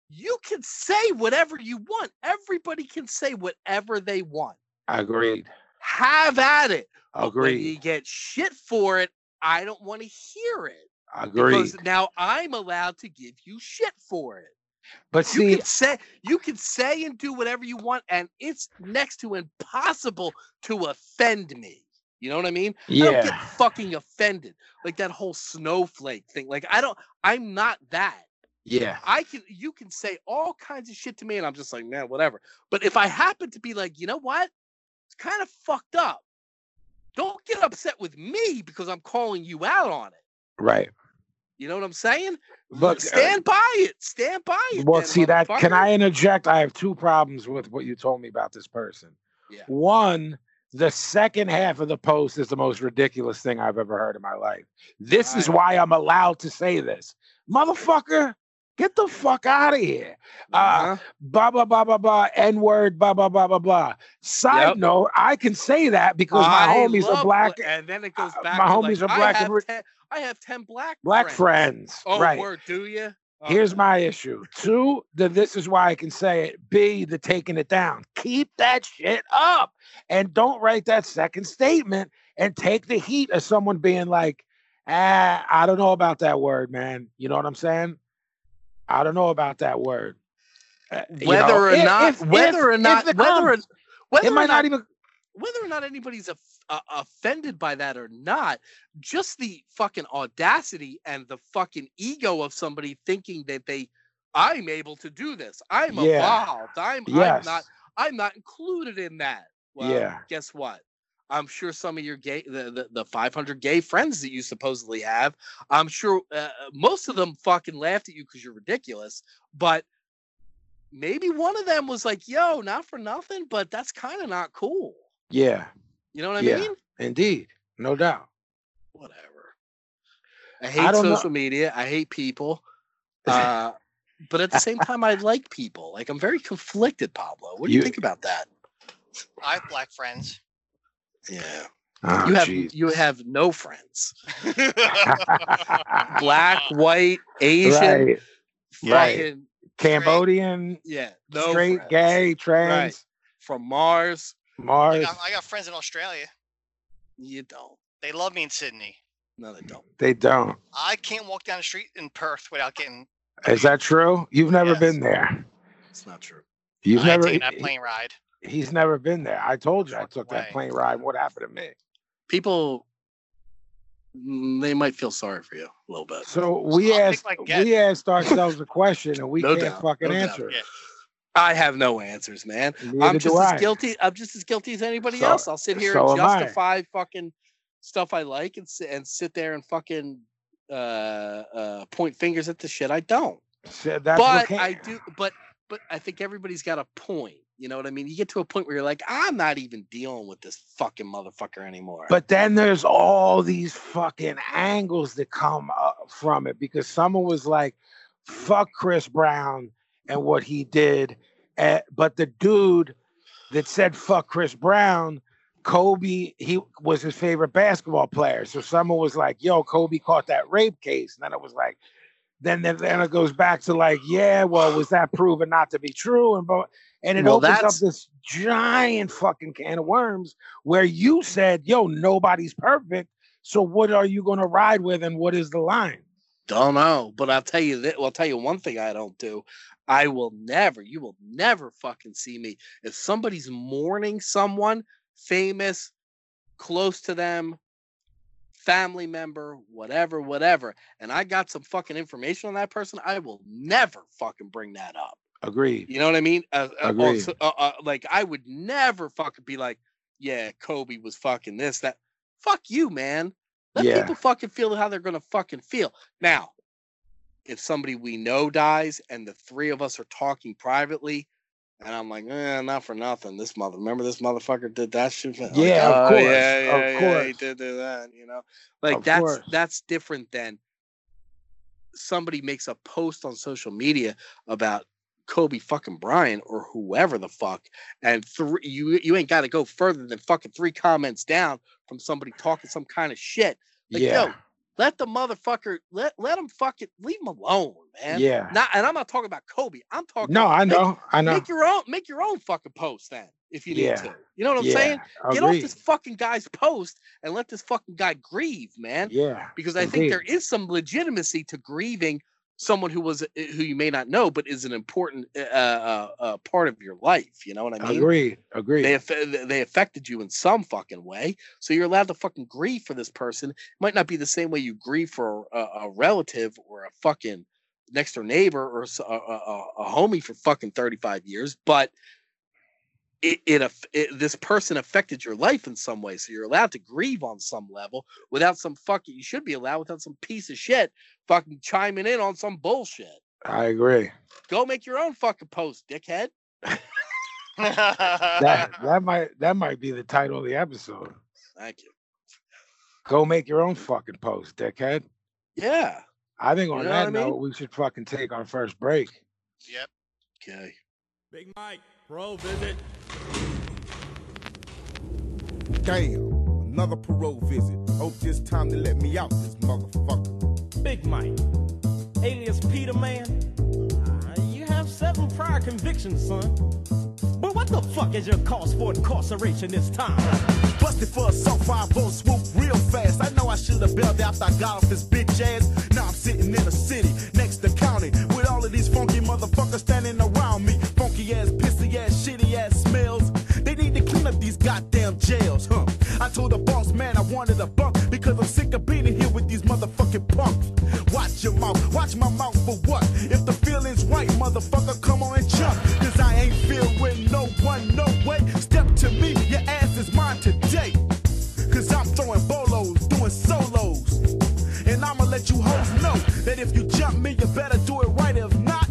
F: you can say whatever you want. Everybody can say whatever they want.
D: Agreed.
F: Have at it. But When you
D: Agreed.
F: get shit for it, I don't want to hear it
D: Agreed.
F: because now I'm allowed to give you shit for it.
D: But
F: You
D: see,
F: can say you can say and do whatever you want, and it's next to impossible to offend me. You know what I mean? I don't
D: yeah,
F: get fucking offended. Like that whole snowflake thing. Like I don't I'm not that.
D: yeah,
F: I can you can say all kinds of shit to me and I'm just like, man, whatever. But if I happen to be like, you know what? It's kind of fucked up. Don't get upset with me because I'm calling you out on it.
D: right.
F: You know what I'm saying?
D: But
F: Stand by it. Stand by it.
D: uh, Well,
F: then,
D: see that. Can
F: motherfucker.
D: I interject? I have two problems with what you told me about this person.
F: Yeah.
D: One, the second half of the post is the most ridiculous thing I've ever heard in my life. This is
F: Right.
D: why I'm allowed to say this, motherfucker. Get the fuck out of here. Uh,
F: Uh-huh.
D: blah blah blah blah blah. N word. Blah blah blah blah blah. Side
F: Yep.
D: note, I can say that because my
F: I
D: homies are
F: love
D: black,
F: and then it goes
D: uh,
F: back
D: my
F: to
D: homies
F: like,
D: are black
F: I
D: and
F: have,
D: re-
F: ten, I have 10 black
D: black friends.
F: Oh,
D: right.
F: word, do you?
D: Here's my issue. Two, the this is why I can say it. B, the taking it down. Keep that shit up and don't write that second statement and take the heat of someone being like, ah, I don't know about that word, man. You know what I'm saying? I don't know about that word. Uh, you know,
F: Whether or
D: if-
F: not-
D: if-
F: whether
D: if-
F: or
D: if
F: not-
D: it
F: whether or-
D: comes,
F: whether
D: it might
F: or not
D: not even
F: whether or not anybody's of uh, offended by that or not, just the fucking audacity and the fucking ego of somebody thinking that they, I'm able to do this. I'm
D: Yeah.
F: evolved. I'm, I'm
D: yes.
F: not. I'm not included in that. Well,
D: Yeah.
F: guess what? I'm sure some of your gay, the, the, the 500 gay friends that you supposedly have, I'm sure uh, most of them fucking laughed at you because you're ridiculous. But maybe one of them was like, yo, not for nothing, but that's kind of not cool.
D: Yeah.
F: You know what I
D: Yeah.
F: mean?
D: Indeed. No doubt.
F: Whatever. I hate
D: don't know-
F: social media. I hate people. Uh, but at the same time, I like people. Like I'm very conflicted, Pablo. What do you,
D: You-
F: think about that?
C: I have black friends.
F: Yeah.
D: Oh,
F: you have
D: jeez.
F: you have no friends.
D: right.
F: Black, white, Asian,
D: right.
F: fucking
D: Cambodian,
F: yeah, no
D: straight,
F: friends.
D: gay, trans,
F: from Mars.
C: I
D: Mars.
C: got, I got friends in Australia.
F: You don't.
C: They love me in Sydney.
F: No, they don't.
D: They don't.
C: I can't walk down the street in Perth without getting.
D: Is that true? You've never
C: Yes.
D: been there.
F: It's not true.
D: You've
C: I ain't
D: never.
C: taking that
D: he-
C: plane ride.
D: he's never been there. I told you I
C: Fuck
D: took
C: way.
D: that plane ride. What happened to me?
F: People, mm, they might feel sorry for you a little bit.
D: So we
C: I'll pick
D: asked
C: my guess.
D: we asked ourselves a question and we
F: No
D: can't
F: doubt,
D: fucking
F: no doubt.
D: answer.
C: Yeah.
D: it.
F: I have no answers, man.
D: Neither
F: I'm
D: do
F: just
D: I.
F: as guilty. I'm just as guilty as anybody
D: So-
F: else. I'll sit here
D: so
F: and
D: am I.
F: justify fucking stuff I like and sit and sit there and fucking uh, uh, point fingers at the shit I don't.
D: So that's what
F: but I
D: can't-
F: do. But but I think everybody's got a point. You know what I mean? You get to a point where you're like, I'm not even dealing with this fucking motherfucker anymore.
D: But then there's all these fucking angles that come up from it because someone was like, fuck Chris Brown and what he did. eh, but the dude that said fuck Chris Brown Kobe, he was his favorite basketball player. So someone was like, yo, Kobe caught that rape case. And then it was like, then then, then it goes back to like, yeah, well, was that proven not to be true? And but and it
F: Well,
D: opens up
F: that's-
D: this giant fucking can of worms where you said, yo, nobody's perfect. So what are you gonna ride with and what is the line?
F: Don't know, but I'll tell you that. Well, I'll tell you one thing I don't do. I will never, you will never fucking see me. If somebody's mourning someone famous, close to them, family member, whatever, whatever, and I got some fucking information on that person, I will never fucking bring that up.
D: Agreed.
F: You know what I mean? Uh, uh, on
D: Agreed.
F: so- uh, uh, like I would never fucking be like, yeah, Kobe was fucking this that. Fuck you, man. Let
D: Yeah.
F: people fucking feel how they're gonna fucking feel. Now, if somebody we know dies and the three of us are talking privately, and I'm like, eh, not for nothing. This mother, remember this motherfucker did that shit. Like, oh,
D: Yeah, of course,
F: yeah,
D: of
F: yeah, yeah, he
D: course.
F: did do that. You know, like
D: Of
F: that's
D: course.
F: that's different than somebody makes a post on social media about Kobe fucking Bryant or whoever the fuck, and three you you ain't got to go further than fucking three comments down from somebody talking some kind of shit. Like,
D: yeah.
F: yo, let the motherfucker let let him fucking leave him alone, man.
D: yeah.
F: Not, and I'm not talking about Kobe. I'm talking.
D: No, I
F: make-
D: know. I know.
F: Make your own make your own fucking post then if you need
D: Yeah.
F: to. You know what I'm
D: yeah,
F: saying? Get off
D: agreed.
F: this fucking guy's post and let this fucking guy grieve, man
D: Yeah.
F: because I think there is some legitimacy to grieving someone who was who you may not know, but is an important uh, uh, uh, part of your life. You know what I mean?
D: Agreed. Agreed.
F: They aff- they affected you in some fucking way, so you're allowed to fucking grieve for this person. might not be the same way you grieve for a, a relative or a fucking next door neighbor or s- a, a- a- a homie for fucking thirty five years, but it, it, aff- it this person affected your life in some way, so you're allowed to grieve on some level without some fucking. You should be allowed without some piece of shit fucking chiming in on some bullshit.
D: I agree.
F: Go make your own fucking post, dickhead.
D: That that might that might be the title of the episode.
F: Thank you.
D: Go make your own fucking post, dickhead.
F: Yeah.
D: I think
F: know
D: on
F: what
D: that
F: I mean?
D: note, we should fucking take our first break.
I: Yep.
F: Okay.
J: Big Mike, parole visit. Damn, another parole visit. Hope this time they let me out, this motherfucker.
K: Big Mike, alias Peter Man. Uh, you have seven prior convictions, son. But what the fuck is your cause for incarceration this time?
J: Busted for assault, 5 swoop real fast. I know I should have bailed after I got off this bitch ass. Now I'm sitting in the city, next to county, with all of these funky motherfuckers standing around me. Funky ass, pissy ass, shitty ass smells. They need to clean up these goddamn jails, huh? I told the boss man I wanted a bunk because I'm sick of being here with these motherfucking punks. Watch your mouth, watch my mouth for what? If the feeling's right, motherfucker, come on and jump. Cause I ain't filled with no one, no way. Step to me, your ass is mine today. Cause I'm throwing bolos, doing solos. And I'ma let you hoes know that if you jump me, you better do it right. If not,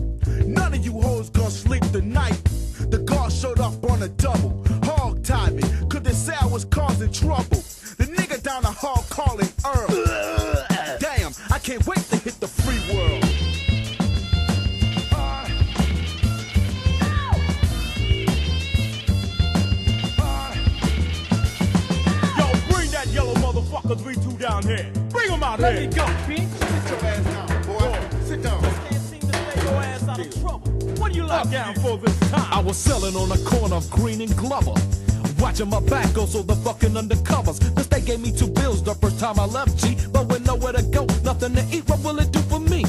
J: none of you hoes gonna sleep tonight. The guard showed up on a double, hog tied me, cause they say I was causing trouble. The nigga down the hall calling Earl. Damn, I can't wait to hit the free world. Uh, uh,
K: Yo,
J: Oh,
K: bring that yellow motherfucker 3-2 down here. Bring him out
J: Let
K: here.
J: me go, bitch. Sit your ass down, boy. Sit down.
K: Can't seem to stay your ass out of trouble. What are you locked down for this time?
J: I was selling on the corner of Green and Glover. Watching my back go so the fucking undercovers. Cause they gave me two bills the first time I left G. But with nowhere to go, nothing to eat, what will it do for me?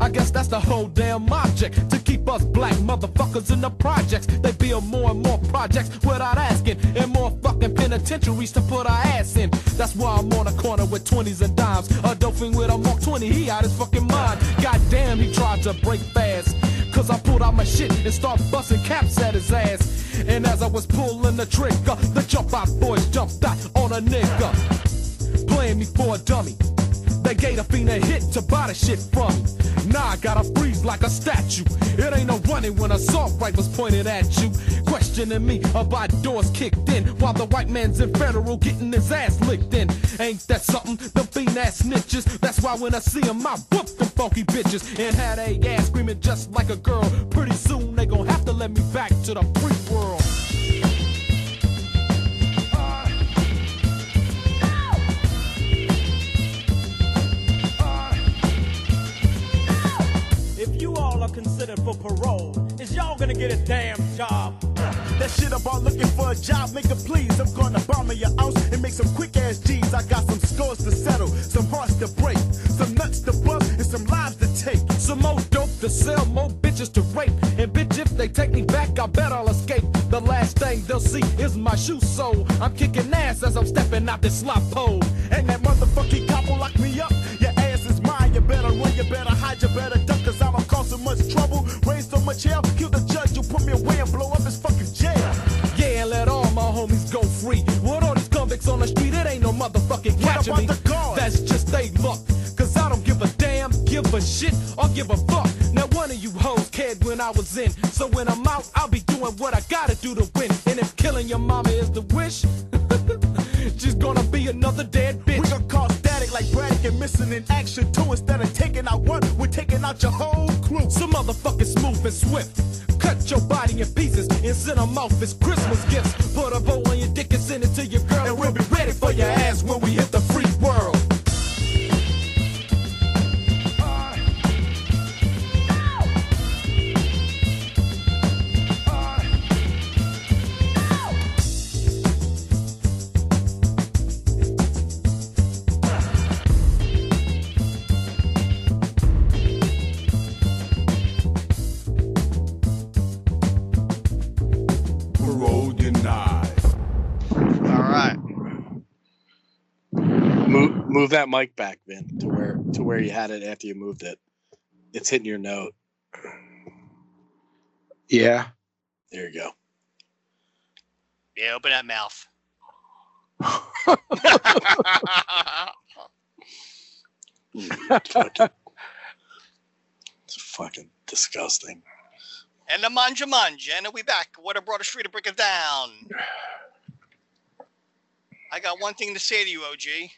J: I guess that's the whole damn object to keep us black motherfuckers in the projects. They build more and more projects without asking, and more fucking penitentiaries to put our ass in. That's why I'm on the corner with 20s and dimes. A doping with a Mark 20, he out his fucking mind. Goddamn, he tried to break fast. Cause I pulled out my shit and started busting caps at his ass. And as I was pulling the trigger, the jump out boys jumped out on a nigga. Playing me for a dummy. They gave a fiend a hit to buy the shit from me. Nah, I gotta freeze like a statue. It ain't no running when a assault rifle's pointed at you. Questioning me about doors kicked in while the white man's in federal getting his ass licked in. Ain't that something? The fiend ass snitches. That's why when I see him, I whoop them funky bitches and had a ass screaming just like a girl. Pretty soon they gon' have to let me back to the free world. Uh, Ah.
L: considered for parole. Is y'all gonna get a damn job?
K: That shit about looking for a job, make it please. I'm gonna buy me an ounce and make some quick ass G's. I got some scores to settle, some hearts to break, some nuts to bust, and some lives to take.
J: Some more dope to sell, more bitches to rape. And bitch, if they take me back, I bet I'll escape. The last thing they'll see is my shoe sole. I'm kicking ass as I'm stepping out this slop pole.
K: And that motherfucking cop will lock me up. Your ass is mine, you better run, you better hide, you better duck, cause I'ma cause so much trouble. Raise so much hell, kill the judge, you put me away and blow up his fucking jail.
J: Yeah, and let all my homies go free. With all these convicts on the street, it ain't no motherfucking
K: What
J: catching
K: about
J: me.
K: the guards?
J: That's just they luck. Cause I don't give a damn, give a shit, or give a fuck. Now one of you hoes cared when I was in. So when I'm out, I'll be doing what I gotta do to win. And if killing your mama is the wish, she's gonna be another dead bitch.
K: We gon' cause static like Braddock and missing in action too. Instead of taking out one, we're taking out your whole crew.
J: Some motherfucking smooth and swift. Cut your body in pieces and send them off as Christmas gifts. Put a bowl on your dick and send it to your girl. And we'll be ready for your ass when we hit the free world.
K: Parole denied.
C: All right.
F: Move move that mic back, Vin, to where to where you had it after you moved it. It's hitting your note.
D: Yeah.
F: There you go.
C: Yeah, open that mouth.
F: It's fucking disgusting.
C: and the manja manja, and then we back. What a broader street to break it down. I got one thing to say to you, OG.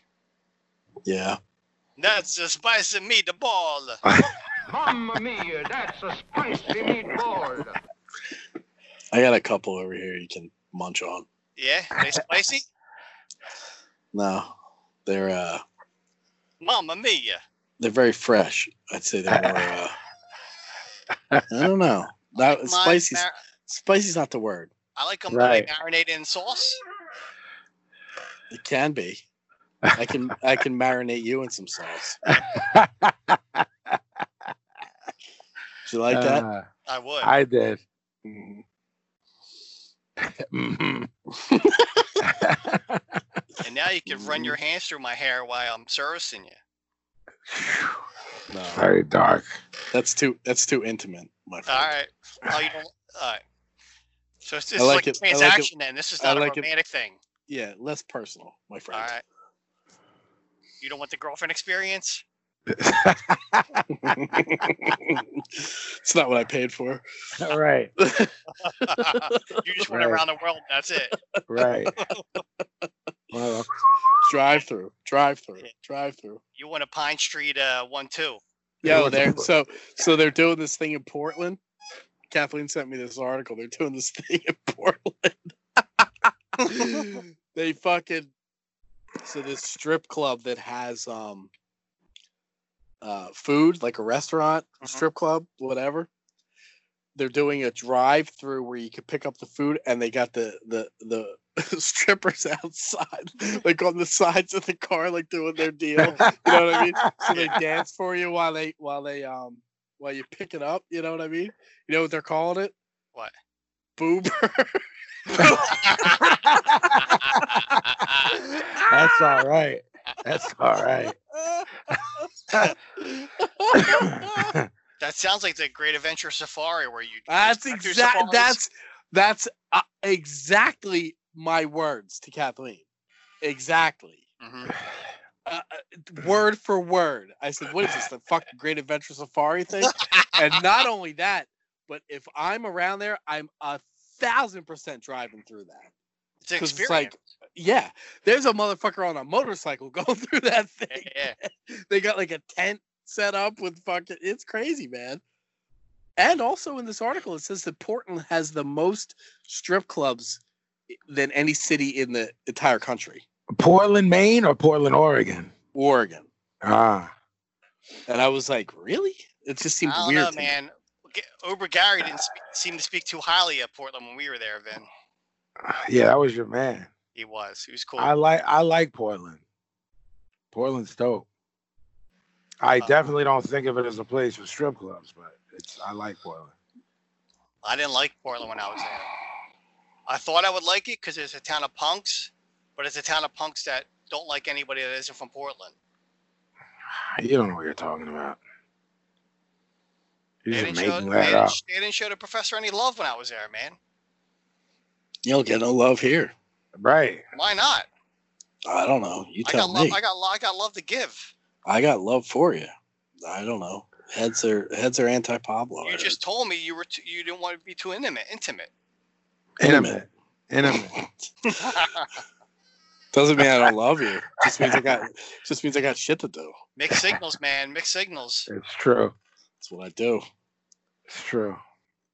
F: Yeah.
C: That's the spice of meat, the ball.
M: Mamma mia, that's a spicy meatball.
F: I got a couple over here you can munch on.
C: Yeah, they spicy.
F: No. They're uh
C: Mamma mia.
F: they're very fresh. I'd say they're more uh I don't know. That
C: Mine
F: spicy's
C: mar-
F: spicy's not the word.
C: I like them
E: Right.
C: marinated in sauce.
F: It can be. I can I can marinate you in some sauce. Did you like that?
D: Uh,
C: I would.
D: I did.
F: Mhm.
D: Mhm.
C: and now you can run your hands through my hair while I'm servicing you.
F: No,
D: Very dark.
F: that's too that's too intimate, my
C: All
F: friend.
C: right. Oh, you don't. All right. So it's, this
F: I
C: is like
F: like
C: a
F: it. I like it.
C: transaction then. This is
F: I
C: not
F: like
C: a
F: it.
C: romantic thing.
F: Yeah, less personal, my friend.
C: All right. You don't want the girlfriend experience?
F: it's not what I paid for.
D: right.
C: you just went
D: Right.
C: around the world. and That's it.
D: Right. well,
F: Drive through, drive through, drive through.
C: You want a Pine Street uh, one two?
F: Yo,
D: went to
F: they're
D: Port-
F: so so they're doing this thing in Portland. Kathleen sent me this article. They're doing this thing in Portland. they fucking so this strip club that has um uh food like a restaurant,
C: Mhm.
F: strip club, whatever. They're doing a drive-through where you can pick up the food, and they got the the the strippers outside, like on the sides of the car, like doing their deal. You know what I mean? So they dance for you while they while they um while you pick it up. You know what I mean? You know what they're calling it?
C: What?
F: Boober.
D: That's all right. That's all right.
C: That sounds like the Great Adventure Safari where you.
F: that's
C: drive through
F: exact.
C: safaris.
F: That's that's uh, exactly my words to Kathleen. Exactly.
C: Mhm.
F: Uh, uh, word for word. I said, "What is this? The fucking Great Adventure Safari thing?" and not only that, but if I'm around there, I'm a thousand percent driving through that.
C: It's an
F: 'Cause
C: experience.
F: It's like, yeah, there's a motherfucker on a motorcycle going through that
C: yeah,
F: thing.
C: yeah.
F: They got like a tent set up with fucking. It's crazy, man. And also in this article, it says that Portland has the most strip clubs than any city in the entire country,
D: Portland, Maine or Portland, Oregon?
F: Oregon.
D: Ah.
F: And I was like, really? It just seems
C: I don't
F: weird.
C: know,
F: to me.
C: man. G- Ober Gary didn't speak, seem to speak too highly of Portland when we were there, Vin.
D: Yeah, that was your man.
C: He was. He was cool.
D: I like I like Portland. Portland's dope. I
C: Uh,
D: definitely don't think of it as a place for strip clubs, but it's I like Portland.
C: I didn't like Portland when I was there. I thought I would like it because it's a town of punks, but it's a town of punks that don't like anybody that isn't from Portland.
D: You don't know what you're talking about. You're
C: They
D: just
C: didn't, show,
D: making
C: they,
D: that up.
C: didn't, they didn't show the professor any love when I was there, man.
F: You don't get no love here.
D: Right.
C: Why not?
F: I don't know. You
C: I
F: tell
C: got
F: me.
C: love. I got lo- I got love to give.
F: I got love for you. I don't know. Heads are heads are anti Pablo.
C: You just told me you were too, you didn't want to be too intimate. Intimate.
D: Intimate. Intimate.
F: Doesn't mean I don't love you. Just means I got just means I got shit to do.
C: Mixed signals, man. Mixed signals.
D: It's true.
F: That's what I do.
D: It's true.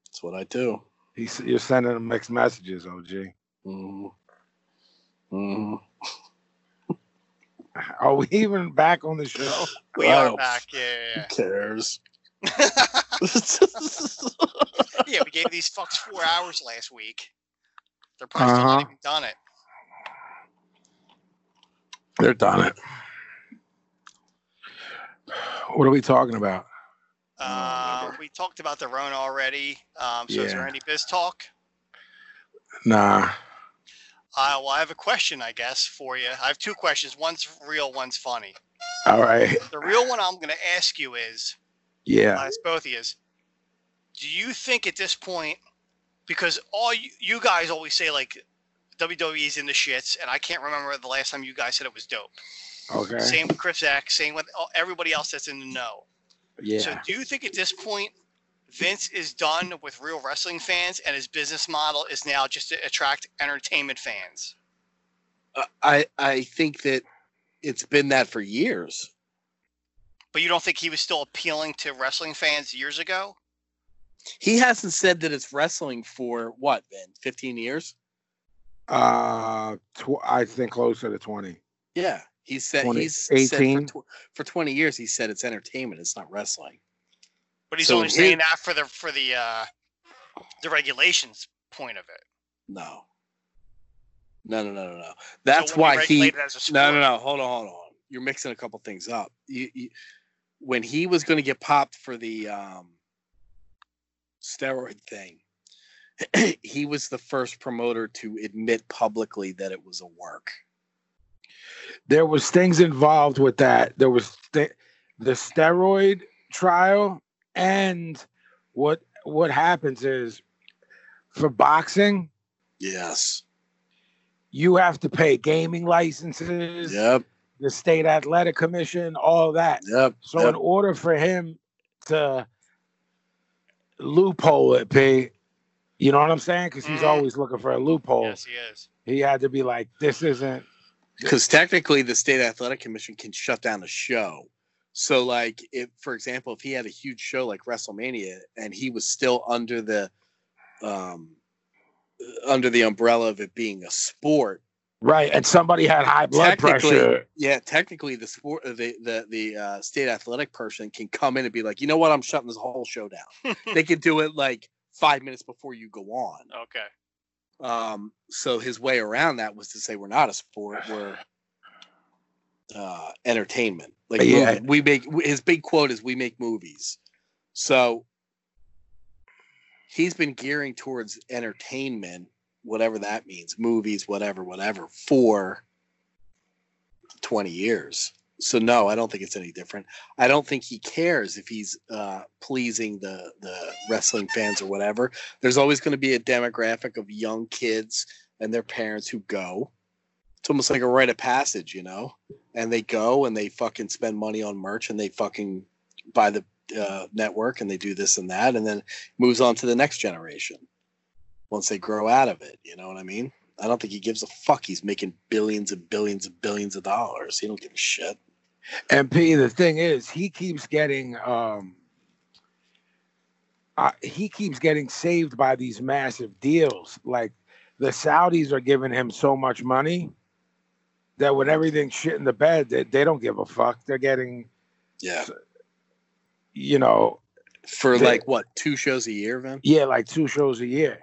F: That's what I do.
D: He's, you're sending him mixed messages, OG.
F: Mhm. Mhm. Mm-hmm.
D: Are we even back on the show?
C: We
F: Oh,
C: are back. Yeah, yeah,
F: Who cares?
C: yeah. yeah. We gave these fucks four hours last week. They're probably still
D: Uh-huh.
C: not even done it.
D: They're done it. What are we talking about?
C: Uh, we talked about the Rona already. Um, so is there
D: Yeah.
C: any biz talk?
D: Nah.
C: Uh, well, I have a question, I guess, for you. I have two questions. One's real, one's funny.
D: All right.
C: The real one I'm going to ask you is,
D: Yeah.
C: uh, it's both of you, do you think at this point, because all you, you guys always say like WWE's in the shits, and I can't remember the last time you guys said it was dope.
D: Okay.
C: Same with Chris Zack, same with all- everybody else that's in the know.
D: yeah.
C: So do you think at this point Vince is done with real wrestling fans and his business model is now just to attract entertainment fans?
F: I I think that it's been that for years.
C: But you don't think he was still appealing to wrestling fans years ago?
F: He hasn't said that it's wrestling for what, Ben? Fifteen years?
D: Uh, tw- I think closer to 20.
F: Yeah. He said
D: 20
F: he's said
D: 18?
F: for, tw- for twenty years he said it's entertainment, it's not wrestling.
C: But he's
F: So
C: only
F: he-
C: saying that for the for the uh, the regulations point of it.
F: No. No, no, no, no, no.
C: So
F: That's
C: when we
F: why he
C: regulate it as a
F: No,
C: sport-
F: no, no. Hold on, hold on. You're mixing a couple things up. You, you, when he was going to get popped for the um, steroid thing, he was the first promoter to admit publicly that it was a work.
D: There was things involved with that. There was th- the steroid trial and what what happens is for boxing,
F: Yes.
D: you have to pay gaming licenses,
F: Yep.
D: the state athletic commission, all that.
F: Yep.
D: So
F: yep.
D: in order for him to loophole it, P, you know what I'm saying? Because he's
C: Mhm.
D: always looking for a loophole.
C: Yes, he is.
D: He had to be like, this isn't.
F: because technically the state athletic commission can shut down a show so like if for example if he had a huge show like wrestlemania and he was still under the um under the umbrella of it being a sport
D: Right. And somebody had high blood
F: Technically-
D: pressure.
F: yeah technically the sport uh, the the, the uh, state athletic person can come in and be like you know what i'm shutting this whole show down
C: Hmm.
F: they could do it like five minutes before you go on
C: Okay.
F: um, so his way around that was to say we're not a sport, we're uh, entertainment. Like
D: Yeah.
F: movie- we make his big quote is we make movies. So he's been gearing towards entertainment, whatever that means, movies, whatever, whatever, for 20 years. So no, I don't think it's any different. I don't think he cares if he's uh, pleasing the the wrestling fans or whatever. There's always going to be a demographic of young kids and their parents who go. It's almost like a rite of passage, you know. And they go and they fucking spend money on merch and they fucking buy the uh, network and they do this and that and then moves on to the next generation once they grow out of it. You know what I mean? I don't think he gives a fuck. He's making billions and billions and billions of dollars. He don't give a shit.
D: And P, the thing is, he keeps getting. um uh, he keeps getting saved by these massive deals. Like the Saudis are giving him so much money that when everything's shit in the bed, they, they don't give a fuck. They're getting
F: Yeah.
D: you know,
F: for like what two shows a year, Vin?
D: Yeah, like two shows a year.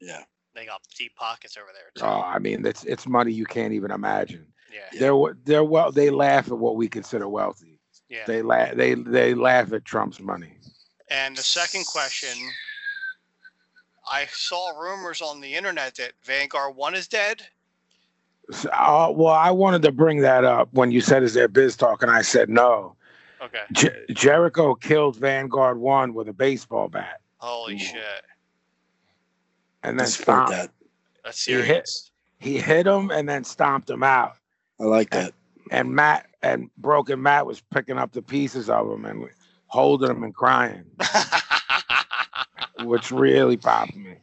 F: Yeah.
C: They got deep pockets over there.
D: Oh, I mean, that's it's money you can't even imagine.
C: Yeah.
D: They're we- they're well. They laugh at what we consider wealthy.
C: Yeah.
D: They laugh. They they laugh at Trump's money.
C: And the second question, I saw rumors on the internet that Vanguard One is dead.
D: So, uh, well, I wanted to bring that up when you said, "Is there biz talk?" and I said, "No."
C: Okay.
D: Je- Jericho killed Vanguard One with a baseball bat,
C: Holy shit.
D: and then stomped.
C: That's
D: He
C: serious.
D: hit. He hit him and then stomped him out.
F: I like that.
D: And Matt and Broken Matt was picking up the pieces of him and holding him and crying, which really popped me.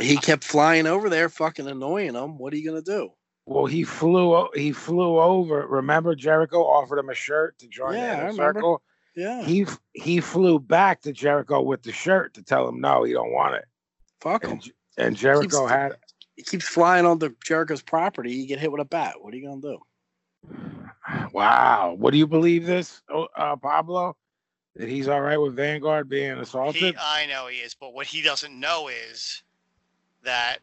F: He kept flying over there, fucking annoying him. What are you gonna do?
D: Well, he flew. o- He flew over. Remember, Jericho offered him a shirt to join
F: Yeah, I
D: the inner
F: remember.
D: circle.
F: Yeah.
D: He f- he flew back to Jericho with the shirt to tell him no, he don't want it.
F: Fuck
D: him. And Jericho had.
F: He keeps flying on the Jericho's property. You get hit with a bat. What are you gonna do?
D: Wow, what do you believe this, oh, uh, Pablo? That he's all right with Vanguard being assaulted?
C: He, uh, I know he is, but what he doesn't know is that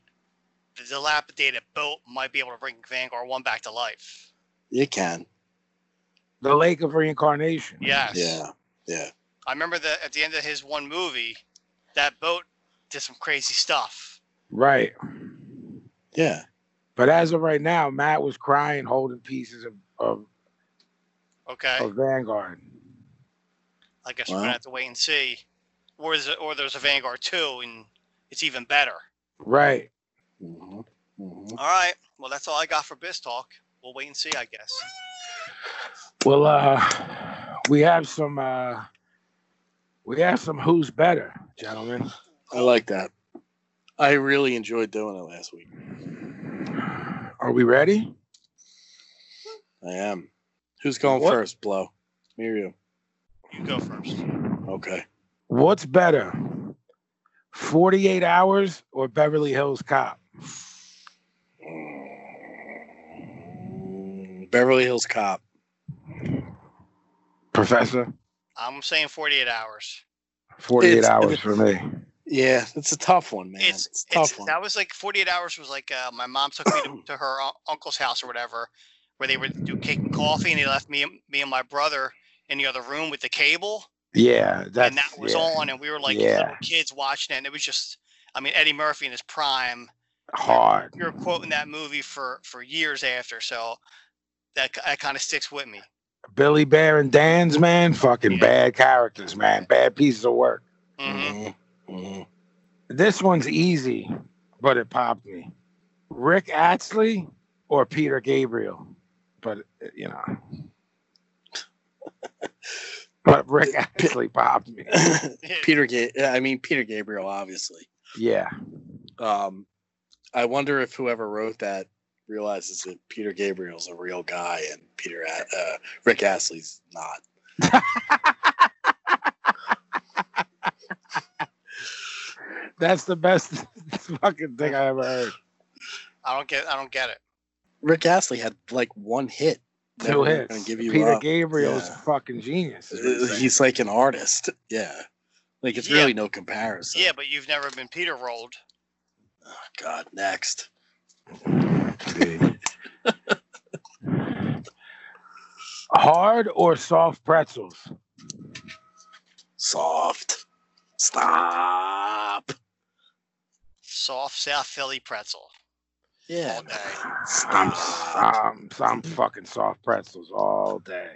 C: the dilapidated boat might be able to bring Vanguard One back to life.
F: You can.
D: the Lake of Reincarnation.
C: Yes.
F: Yeah. Yeah.
C: I remember that at the end of his one movie, that boat did some crazy stuff.
D: Right.
F: Yeah.
D: But as of right now, Matt was crying, holding pieces of of,
C: Okay.
D: of Vanguard.
C: I guess we're
D: Oh, Wow.
C: gonna have to wait and see. Or is it, or there's a Vanguard two and it's even better.
D: Right.
F: Mm-hmm.
C: All right. Well, that's all I got for Biz Talk. We'll wait and see, I guess.
D: Well, uh, we have some. Uh, we have some. Who's better, gentlemen?
F: I like that. I really enjoyed doing it last week.
D: Are we ready?
F: I am. Who's going
D: What?
F: first, Blow? Me or you?
C: You go first.
F: Okay.
D: What's better, forty-eight hours or Beverly Hills Cop?
F: Beverly Hills Cop.
D: Professor,
C: I'm saying 48 hours.
D: forty-eight
F: It's-
D: hours for me.
F: Yeah, it's a tough one, man. It's, a tough
C: It's-
F: one.
C: That was like 48 hours was like uh, my mom took me to, to her un- uncle's house or whatever, where they would do cake and coffee, and they left me and- me and my brother in the other room with the cable,
D: Yeah, that's
C: and that was
D: yeah,
C: on, and we were like
D: Yeah.
C: little kids watching it, and it was just, I mean, Eddie Murphy in his prime.
D: hard.
C: You're quoting that movie for for years after, so that that kind of sticks with me.
D: Billy Bear and Dan's man, fucking bad characters, man, bad pieces of work.
C: Mm-hmm.
D: This one's easy, but it popped me. Rick Astley or Peter Gabriel, but you know, but Rick Astley popped me.
F: Peter Ga- I mean Peter Gabriel, obviously.
D: Yeah,
F: Um, I wonder if whoever wrote that realizes that Peter Gabriel's a real guy and Peter A- uh, Rick Astley's not.
D: that's the best fucking thing I ever heard.
C: I don't get I don't get it.
F: Rick Astley had like one hit.
D: Two
F: Never
D: hits.
F: gonna give you
D: Peter
F: up.
D: Gabriel is a
F: Yeah.
D: fucking genius. is what I'm
F: Uh,
D: saying.
F: He's like an artist. Yeah. Like it's
C: Yeah.
F: really no comparison.
C: Yeah, but you've never been Peter rolled.
F: Oh, God, next.
D: Hard or soft pretzels?
F: Soft. Stop.
C: Soft South Philly pretzel.
F: Yeah.
D: I'm, I'm, I'm fucking soft pretzels all day.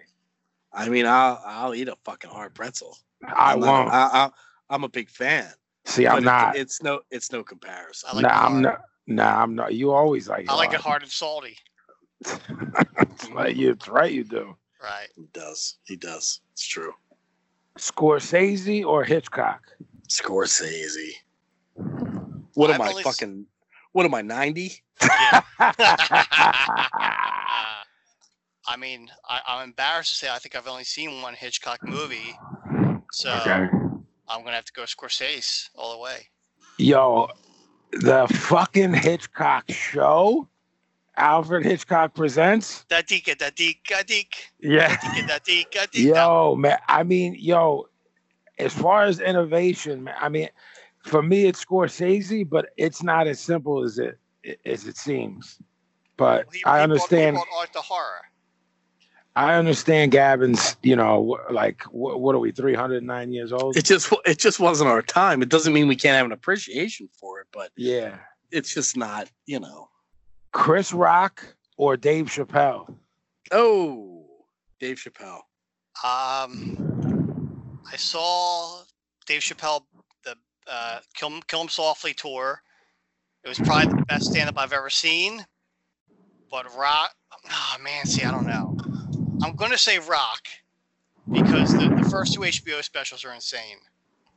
F: I mean, I'll I'll eat a fucking hard pretzel.
D: I
F: I'm not-
D: won't.
F: I, I, I'm a big fan.
D: See, I'm
F: but it-
D: not.
F: it's no. It's no comparison.
C: I like it
D: Nah,
C: hard.
D: I'm not. Nah, I'm not. You always like.
C: I like it hard and salty.
D: It's like you. It's right. You do.
C: Right.
F: He does. He does. It's true.
D: Scorsese or Hitchcock?
F: Scorsese. What
C: I've
F: am I
C: only s-
F: fucking? What am I? Ninety?
C: I mean, I, I'm embarrassed to say I think I've only seen one Hitchcock movie, so
D: Okay.
C: I'm gonna have to go Scorsese all the way.
D: Yo, the fucking Hitchcock show. Alfred Hitchcock presents.
C: That deek, that deek, that deek,
D: Yeah.
C: that deek, that deek.
D: Yo, man. I mean, yo, as far as innovation, man, I mean, for me, it's Scorsese, but it's not as simple as it as it seems. But I understand.
C: Called art the horror.
D: I understand Gavin's. You know, wh- like what, what are we? Three hundred nine years old.
E: It just it just wasn't our time. It doesn't mean we can't have an appreciation for it, but
D: yeah,
E: it's just not you know.
D: Chris Rock or Dave Chappelle.
E: Oh, Dave Chappelle.
C: Um, I saw Dave Chappelle the uh, Kill 'Em Kill 'Em Softly tour. It was probably the best stand-up I've ever seen. But Rock, oh man, see, I don't know. I'm gonna say Rock because the, the first two HBO specials are insane.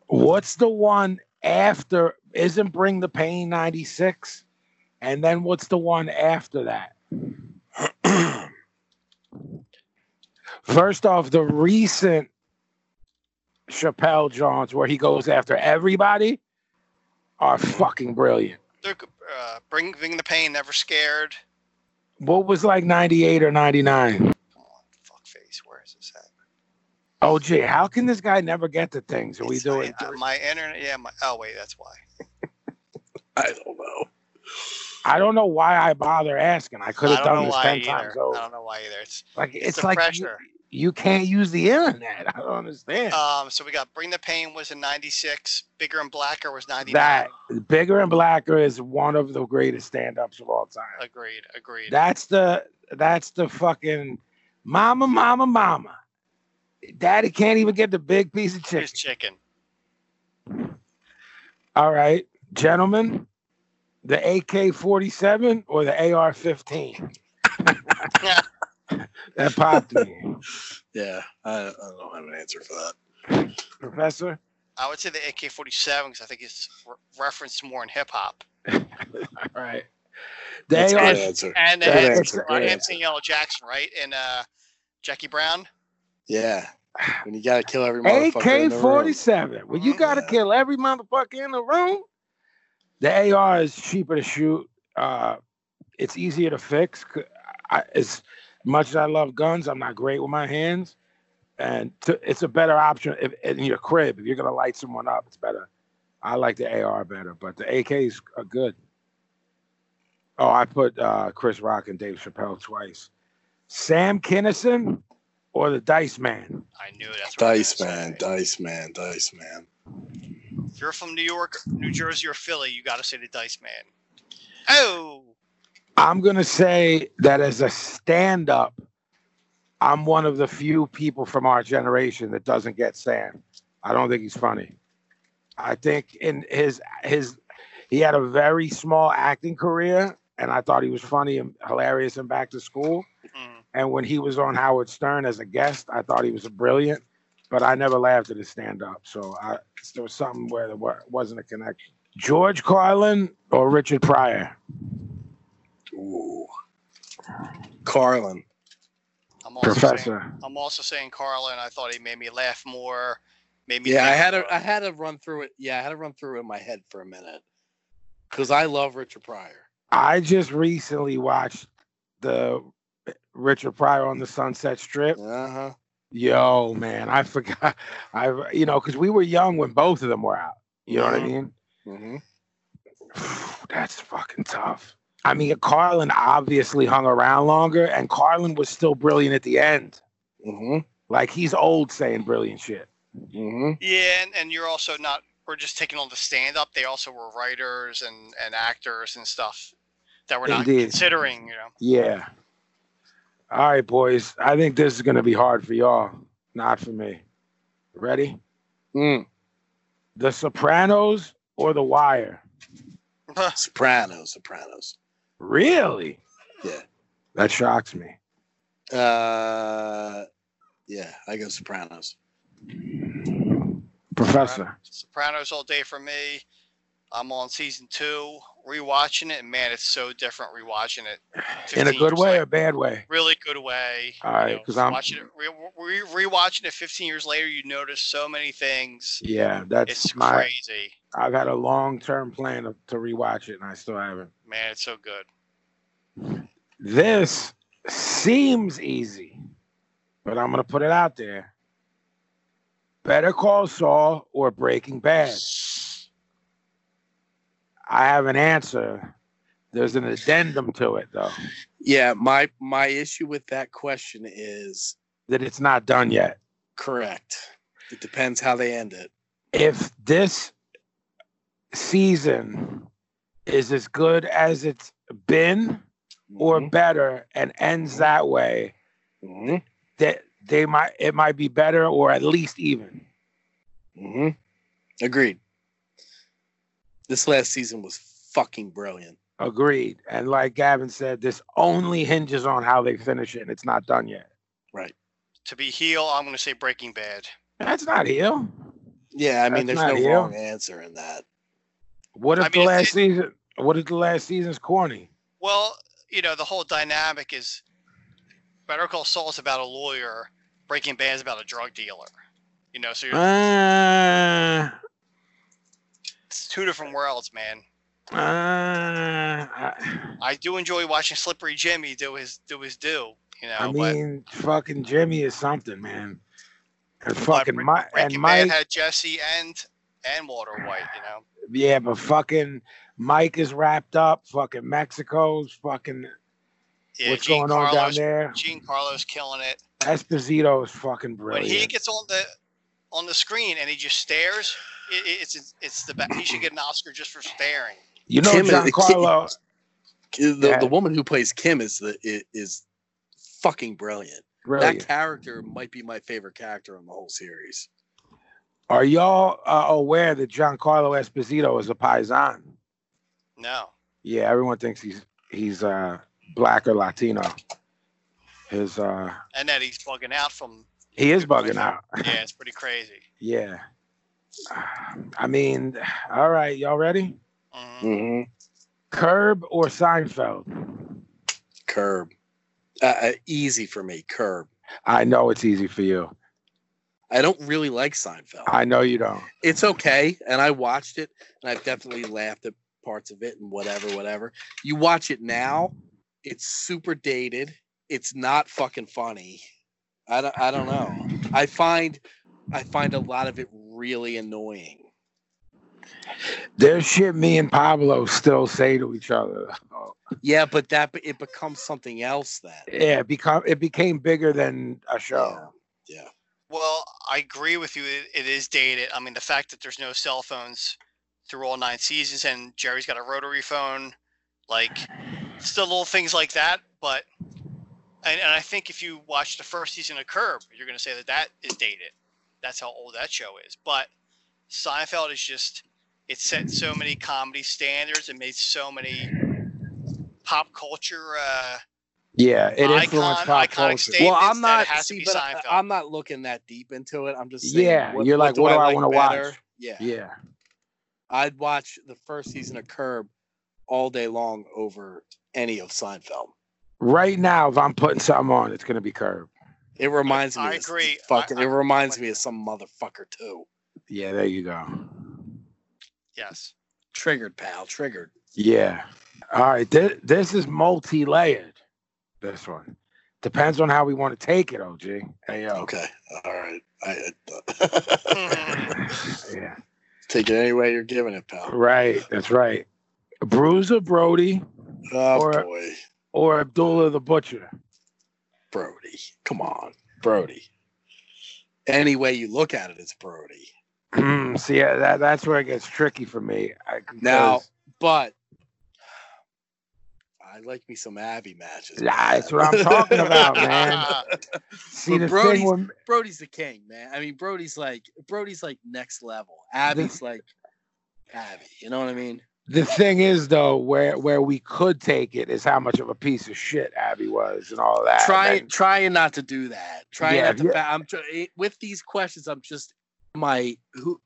D: What's the one after? Isn't Bring the Pain ninety six? And then what's the one after that? First off, the recent Chappelle Johns where he goes after everybody are fucking brilliant.
C: They're g- uh, bring, bring the pain, never scared.
D: What was like 98 or 99?
C: Fuckface, where is this at?
D: Oh, gee, how can this guy never get to things? Are we doing?
C: Uh, my internet, yeah. My, oh wait, that's why.
E: I don't know.
D: I don't know why I bother asking. I could
C: I
D: have
C: don't
D: done
C: know
D: this
C: why
D: 10
C: either.
D: times
C: I
D: over.
C: don't know why either. It's
D: Like,
C: it's,
D: it's
C: the
D: like you,
C: pressure.
D: you can't use the internet. I don't understand.
C: Um, so we got Bring the Pain was in '96, Bigger and Blacker was '99.
D: that Bigger and Blacker is one of the greatest stand ups of all time.
C: Agreed, agreed.
D: That's the that's the fucking mama, mama, mama. Daddy can't even get the big piece of
C: Here's
D: chicken.
C: chicken.
D: All right, gentlemen, the AK forty seven or the AR fifteen. That popped me,
E: yeah, I, I don't have an answer for that.
D: Professor.
C: I would say the AK-47 because I think it's re- referenced more in hip hop.
D: All right, the
E: That's a
D: AR
E: good answer.
C: And
E: Good
C: then
E: answer.
C: uh,
E: Good answer.
C: Anthony L. Jackson, right? And uh, Jackie Brown.
E: Yeah. When you gotta kill every motherfucker in
D: AK
E: the
D: forty
E: room.
D: seven. Well, you gotta
E: Yeah.
D: kill every motherfucker in the room. The AR is cheaper to shoot. Uh, it's easier to fix. C- I, as much as I love guns, I'm not great with my hands, and to, it's a better option if, in your crib. If you're gonna light someone up, it's better. I like the AR better, but the AKs are good. Oh, I put uh, Chris Rock and Dave Chappelle twice. Sam Kinison or the Dice Man?
C: I knew that's what
F: Dice
C: you were gonna
F: man, dice man, dice man.
C: say. If you're from New York, New Jersey, or Philly, you got to say the Dice Man. Oh,
D: I'm gonna say that as a stand-up, I'm one of the few people from our generation that doesn't get Sam. I don't think he's funny. I think in his his he had a very small acting career, and I thought he was funny and hilarious and back to school.
C: Mm.
D: And when he was on Howard Stern as a guest, I thought he was brilliant, but I never laughed at his stand-up. So I, there was something where there wa- wasn't a connection. George Carlin or Richard Pryor?
F: Ooh. Carlin.
C: I'm also Saying,
D: Professor.
C: I'm also saying Carlin. I thought he made me laugh more. Made me
E: Yeah, I
C: think
E: had
C: more.
E: to I had to run through it. Yeah, I had to run through it in my head for a minute. Cause I love Richard Pryor.
D: I just recently watched the Richard Pryor on the Sunset Strip.
E: Uh-huh.
D: Yo, man, I forgot. I you know because we were young when both of them were out. You know what I mean?
E: Mm-hmm.
D: That's fucking tough. I mean, Carlin obviously hung around longer, and Carlin was still brilliant at the end.
E: Mm-hmm.
D: Like he's old saying brilliant shit.
E: Mm-hmm.
C: Yeah, and, and you're also not. We're just taking on the stand up. They also were writers and and actors and stuff that we're not
D: Indeed.
C: considering. You know.
D: Yeah. All right, boys. I think this is gonna be hard for y'all, not for me. Ready?
E: Mm.
D: The Sopranos or The Wire?
E: Sopranos, Sopranos.
D: Really?
E: Yeah.
D: That shocks me.
E: Uh yeah, I go Sopranos.
D: Professor.
C: Sopranos all day for me. I'm on season two, rewatching it, and man, it's so different rewatching it.
D: In
C: 15
D: a good
C: years
D: way or
C: later.
D: bad way?
C: really good way.
D: All
C: you
D: right,
C: know,
D: 'cause I'm-
C: watching it, re- re- rewatching it 15 years later, you notice so many things.
D: Yeah, that's
C: It's
D: my
C: crazy,
D: I've had a long term plan of, to rewatch it and I still haven't.
C: man. It's so good.
D: This seems easy, but I'm gonna put it out there. Better Call Saul or Breaking Bad? I have an answer. There's an addendum to it, though,
F: Yeah, my my issue with that question is
D: that it's not done yet.
F: correct. It depends how they end it.
D: If this season is as good as it's been or
F: Mm-hmm.
D: better and ends that way, that they might it might be better or at least even.
F: hmm Agreed. This last season was fucking brilliant.
D: Agreed. And like Gavin said, this only hinges on how they finish it, and it's not done yet.
C: To be heel, I'm going to say Breaking Bad.
D: That's not heel.
F: Yeah, I mean,
D: That's
F: there's
D: not
F: no
D: heel.
F: wrong answer in that.
D: What if
C: I mean,
D: the
C: if
D: last season? What if the last season's corny?
C: Well, you know, the whole dynamic is Better Call Saul is about a lawyer, Breaking Bad is about a drug dealer. You know, so you're,
D: Uh,
C: it's two different worlds, man.
D: uh, I,
C: I do enjoy watching Slippery Jimmy do his do his do. You know,
D: I
C: but
D: mean, fucking Jimmy is something, man. And fucking Mike, and
C: Breaking
D: Mike,
C: Bad had Jesse and and Walter White. You know,
D: yeah, but fucking Mike is wrapped up. Fucking Mexico's fucking
C: yeah,
D: what's
C: Gene
D: going on down
C: Carlos-
D: there?
C: Gene Carlos killing it.
D: Esposito is fucking
C: When
D: brilliant.
C: he gets on the on the screen and he just stares, it, it- it's it's the best. He should get an Oscar just for staring.
D: you know,
F: Tim is-
D: Giancarlo.
F: The,
D: Yeah.
F: the woman who plays Kim is the i- is fucking brilliant.
D: Brilliant.
F: That character might be my favorite character in the whole series.
D: Are y'all uh, aware that Giancarlo Esposito is a paisan?
C: No,
D: Yeah, everyone thinks he's he's uh black or Latino. His uh
C: and that he's bugging out from.
D: he is bugging out.
C: Yeah, it's pretty crazy.
D: Yeah. I mean, all right, y'all ready?
C: Mhm.
F: Mm-hmm.
D: Curb or Seinfeld?
F: Curb, uh, uh, easy for me. Curb.
D: I know it's easy for you.
F: I don't really like Seinfeld.
D: I know you don't.
F: it's okay. And I watched it, and I've definitely laughed at parts of it and whatever, whatever. You watch it now, it's super dated. It's not fucking funny. I don't, I don't know. I find I find a lot of it really annoying.
D: There's shit me and Pablo still say to each other.
F: Yeah, but that be- it becomes something else then.
D: Yeah, it become it became bigger than a show.
C: Well, I agree with you. It, it is dated. I mean, the fact that there's no cell phones through all nine seasons, and Jerry's got a rotary phone, like still little things like that. But and, and I think if you watch the first season of Curb, you're going to say that that is dated. That's how old that show is. But Seinfeld is just it set so many comedy standards. It made so many pop culture. Uh,
D: Yeah, it
C: Icon-
D: influenced pop
C: iconic
D: culture.
C: state-
F: Well,
C: Statements
F: I'm
C: that
F: not.
C: it has to
F: See,
C: be
F: but I,
C: Seinfeld.
F: I'm not looking that deep into it. I'm just saying.
D: Yeah, you're like, what do I wanna watch?
F: better? Yeah,
D: Yeah.
F: I'd watch the first season of Curb all day long over any of Seinfeld.
D: Right now, if I'm putting something on, it's gonna be Curb.
F: It reminds me.
C: I
F: of some
C: agree. I-
F: Fucking,
C: I-
F: it reminds me of some motherfucker too.
D: Yeah, there you go.
C: yes.
F: Triggered, pal. Triggered.
D: Yeah. All right. This, this is multi layered. This one depends on how we want to take it, OG. Hey, yo.
F: Okay. All right. I, I
C: Mm-hmm.
D: Yeah.
F: take it any way you're giving it, pal.
D: Right. That's right. Bruiser Brody
F: Oh
D: Or-
F: boy,
D: or Abdullah the Butcher.
F: Brody. Come on, Brody. Any way you look at it, it's Brody.
D: Hmm, See, yeah, that, that's where it gets tricky for me. I,
F: Now-
D: 'cause-
F: But I like me some Abby matches.
D: Nah, that's what I'm talking about, man. See,
F: But
D: the
F: Brody's-
D: thing with,
F: Brody's the king, man. I mean, Brody's like Brody's like next level. Abby's like Abby. You know what I mean?
D: the thing is though, where where we could take it is how much of a piece of shit Abby was and all that.
F: trying
D: And-
F: trying not to do that. Trying
D: Yeah,
F: not to.
D: yeah.
F: Fa- I'm tr- it- with these questions. I'm just my who.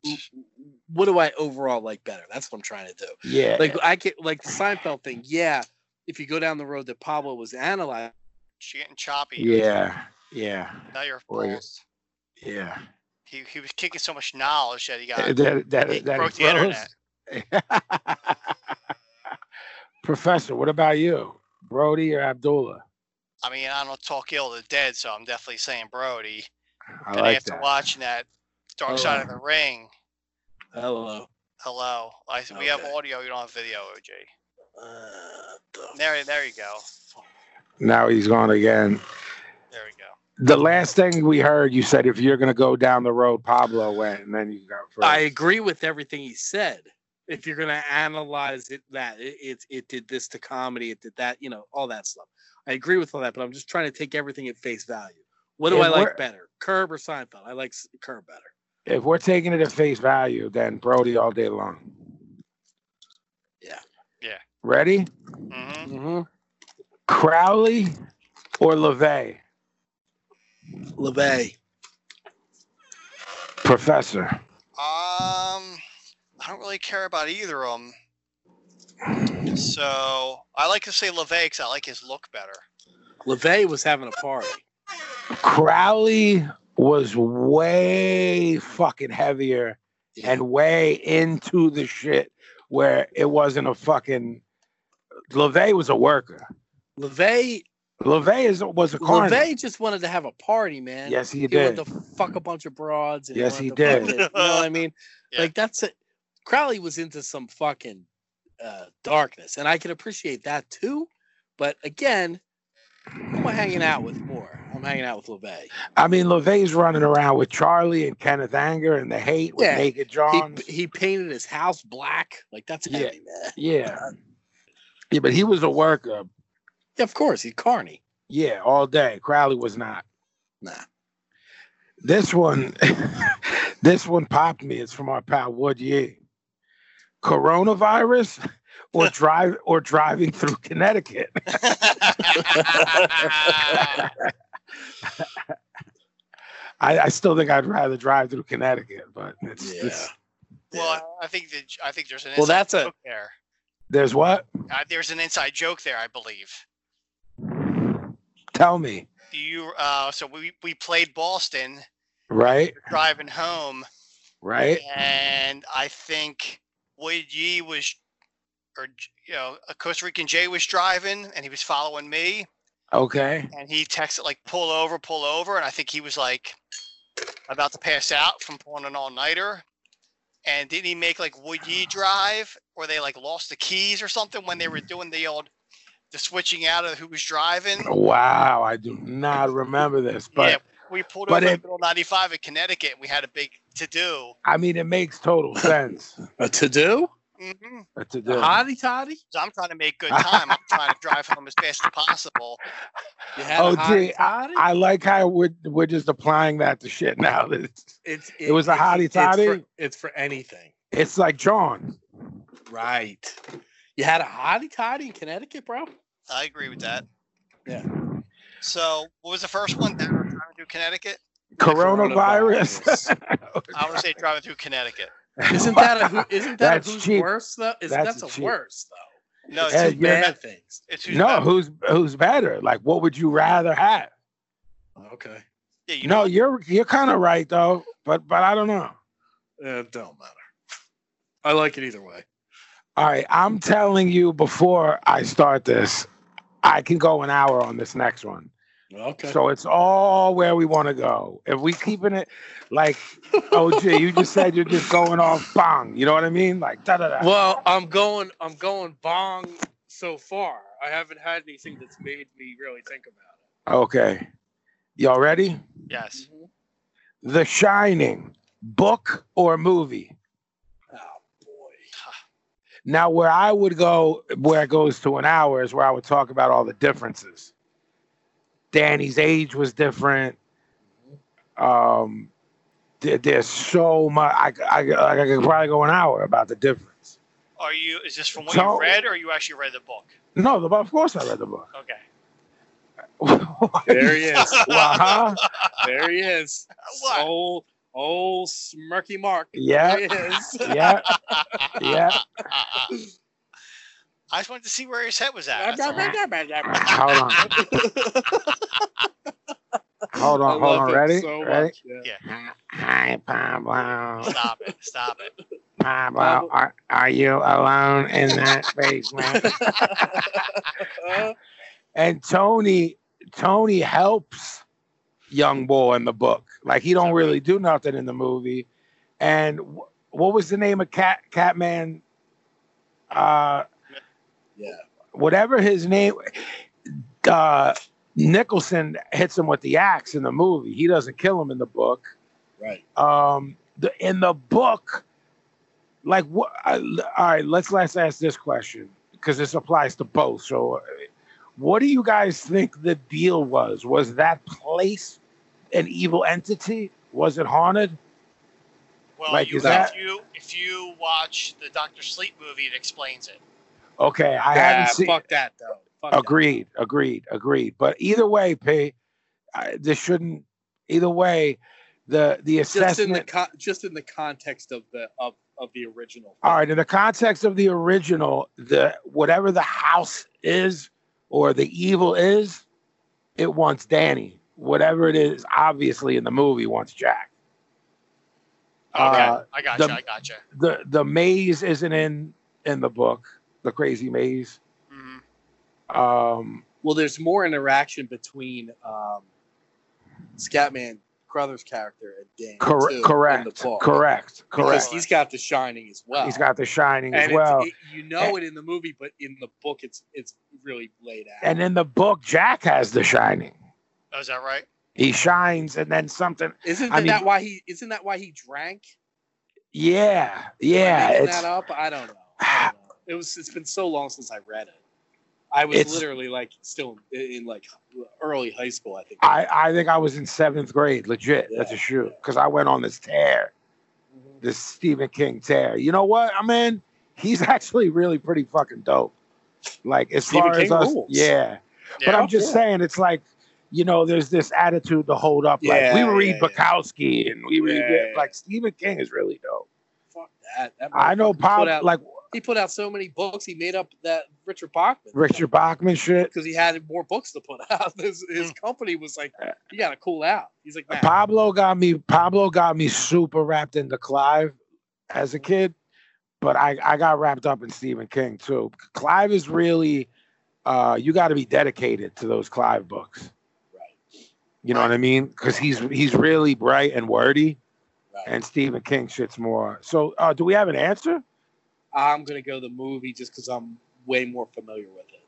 F: What do I overall like better? That's what I'm trying to do.
D: yeah.
F: Like I can like the Seinfeld thing. Yeah, if you go down the road that Pablo was analyzing,
C: She getting choppy.
D: yeah. Yeah.
C: Now you're
D: Or you-
C: paused.
D: Yeah.
C: He, he was kicking so much knowledge that he got.
D: Uh, that that,
C: It
D: that
C: broke the
D: exposed- Professor, what about you, Brody or Abdullah?
C: I mean, I don't talk ill of the dead, so I'm definitely saying Brody.
D: I
C: And
D: like
C: after
D: that.
C: watching that Dark Side of the Ring.
F: Hello.
C: Hello. I we have audio. You don't have video, OG. there, there you go.
D: Now he's gone again.
C: There we go.
D: The last thing we heard, you said if you're going to go down the road, Pablo went, and then you got first.
F: I agree with everything he said. If you're gonna analyze it, that it, it it did this to comedy, it did that, you know, all that stuff. I agree with all that, but I'm just trying to take everything at face value. What do
D: Yeah,
F: I like
D: we're-
F: better, Curb or Seinfeld? I like S- Curb better.
D: If we're taking it at face value, then Brody all day long.
C: Yeah.
D: Ready?
C: Mm-hmm.
D: Crowley or LeVay?
F: LeVay.
D: Professor.
C: Um, I don't really care about either of them. So I like to say LeVay because I like his look better.
F: LeVay was having a party.
D: Crowley was way fucking heavier and way into the shit where it wasn't a fucking. LeVay was a worker.
F: LeVay
D: LeVay is, was a carnal.
F: LeVay just wanted to have a party, man.
D: Yes, he
F: wanted
D: did.
F: to fuck a bunch of broads. And
D: Yes, he
F: wanted to
D: did.
F: fucking- you know what I mean? Like that's it. Crowley was into some fucking uh, darkness, and I can appreciate that too. But again, who am I hanging out with more? I'm hanging out with LeVay.
D: I mean, LeVay's running around with Charlie and Kenneth Anger and the hate with Naked John.
F: He, he painted his house black. Like that's
D: Yeah.
F: heavy, man.
D: Yeah. Yeah, but he was a worker.
F: Yeah, of course. He's carny.
D: Yeah, all day. Crowley was not.
F: Nah.
D: This one, this one popped me. It's from our pal Wood Yee. Coronavirus or drive or driving through Connecticut. I, I still think I'd rather drive through Connecticut, but it's, it's
C: Well, I I think that I think there's an
D: Well,
C: inside
D: that's a-
C: joke there.
D: there's what?
C: Uh, there's an inside joke there, I believe.
D: Tell me,
C: Do you? Uh, so we we played Boston,
D: right?
C: driving home,
D: Right?
C: and I think Wood Yee was, or you know, a Costa Rican Jay was driving, and he was following me,
D: Okay.
C: and he texted like "pull over, pull over," and I think he was like about to pass out from pulling an all nighter. And didn't he make like Wood Yee drive, or they like lost the keys or something when they were doing the old the switching out of who was driving?
D: Wow, I do not remember this, but
C: yeah, we pulled
D: but
C: over
D: it-
C: in Middle 95 in Connecticut. And we had a big to do.
D: I mean, it makes total sense.
F: A to do?
C: Mm-hmm.
D: A to do.
F: toddy?
C: So I'm trying to make good time. I'm trying to drive home as fast as possible.
F: You
D: Oh, gee, I, I like how we're, we're just applying that to shit now. It's,
F: It's,
D: it was a hottie
F: it's for-
D: toddy.
F: It's for anything.
D: It's like John.
F: Right. You had a hottie toddy in Connecticut, bro?
C: I agree with that.
F: Yeah.
C: So what was the first one? Down or driving through Connecticut?
D: Coronavirus.
C: I want to say driving through Connecticut.
F: Isn't that a who, isn't that
D: That's
F: a who's
D: cheap.
F: worse though? Is
D: That's
F: that's, a
D: cheap.
F: worse though?
C: No,
F: It's
D: Yeah,
F: two
D: yeah.
F: bad things.
C: It's who's
D: no,
C: better.
D: who's who's better? Like, what would you rather have?
F: Oh, Okay.
C: Yeah, you
D: no,
C: know,
D: you're you're kind of right though, but but I don't know.
F: Uh, it don't matter. I like it either way.
D: All right, I'm telling you before I start this, I can go an hour on this next one.
F: Okay.
D: So it's all where we want to go. If we keeping it like, OG, you just said you're just going off bang. You know what I mean? Like da da da.
F: well, I'm going I'm going bong so far. I haven't had anything that's made me really think about
D: Okay, y'all ready?
C: yes.
D: The Shining, book or movie? Now, where I would go, where it goes to an hour, is where I would talk about all the differences. Danny's age was different. Um, there- there's so much. I, I, I could probably go an hour about the difference.
C: Are you? Is this from what
D: So-
C: you read, or you actually read the book?
D: No, the, of course I read the book.
C: Okay.
F: it. There he is.
D: Well, huh?
F: there he is. Old old smirky Mark.
D: Yeah.
F: There he is.
D: Yeah, yeah.
C: I just wanted to see where his head was at. That's all.
D: Hold on. Hold
F: I
D: on, hold
F: love
D: on.
F: him
D: Ready?
F: so much,
D: ready?
F: yeah.
D: Hi, Pablo.
C: Stop it! Stop it!
D: Pablo, are, are you alone in that basement?
F: Uh,
D: and Tony, Tony helps young boy in the book. Like he don't really do nothing in the movie. And wh- what was the name of Cat Catman? Uh,
F: Yeah.
D: whatever his name. Uh, Nicholson hits him with the axe in the movie. He doesn't kill him in the book.
F: Right.
D: Um, the, in the book, like what? I, all right, let's let's ask this question because this applies to both. So, uh, what do you guys think the deal was? Was that place an evil entity? Was it haunted?
C: Well,
D: Like,
C: you,
D: is that-
C: if you if you watch the Doctor Sleep movie, it explains it.
D: Okay, I haven't seen.
E: Fuck that though. Fuck that.
D: Agreed, agreed, agreed. But either way, P, I, this shouldn't. Either way, the the
E: Just in the
D: assessment.
E: con- just in the context of the of, of the original.
D: All right, in the context of the original, the whatever the house is or the evil is, it wants Danny. Whatever it is, obviously in the movie wants Jack.
C: Okay,
D: Uh,
C: I gotcha,
D: the-
C: I gotcha.
D: the The maze isn't in in the book. The crazy maze.
C: hmm
D: Um,
F: Well, there's more interaction between um, Scatman Crothers' character and Dan.
D: cor-
F: too, in the
D: correct,
F: book.
D: correct,
F: Because
D: correct.
F: he's got The Shining as well.
D: He's got the shining as
F: and
D: well.
F: It's, it, you know it in the movie, but in the book, it's it's really laid out.
D: And in the book, Jack has the shining.
C: Oh, is that right?
D: He shines, and then something.
F: isn't
D: I mean-
F: that why he? Isn't that why he drank?
D: Yeah,
F: Am I
D: yeah.
F: making
D: It's
F: that up. I don't know. I don't know. It was. It's been so long since I read it. I was
D: It's-
F: literally like still in, in like early high school. I think.
D: I, I think I was in seventh grade, legit. That's a
F: Yeah, Mm-hmm.
D: shoot because I went on this tear, this Stephen King tear. You know what? I mean, he's actually really pretty fucking dope. Like as
F: Stephen
D: far as
F: King
D: us,
F: rules.
D: yeah. But
C: Yeah.
D: I'm just saying, it's like you know, there's this attitude to hold up.
F: Yeah,
D: like we read
F: yeah,
D: Bukowski and we read
F: Yeah, yeah.
D: like Stephen King is really dope.
F: Fuck that. that
D: I know,
F: motherfucker
D: Pop,
F: Put out,
D: like
F: he put out so many books. He made up that Richard Bachman.
D: Richard Bachman shit.
F: Because he had more books to put out. His, his
D: Mm.
F: company was like, you gotta cool out. He's like, nah,
D: Pablo got me. Pablo got me super wrapped into Clive as a kid, but I I got wrapped up in Stephen King too. Clive is really, uh, you got to be dedicated to those Clive books. You know what I mean? Because he's he's really bright and wordy,
F: Right.
D: and Stephen King shits more. So, uh, do we have an answer,
F: I'm gonna go the movie just because I'm way more familiar with it.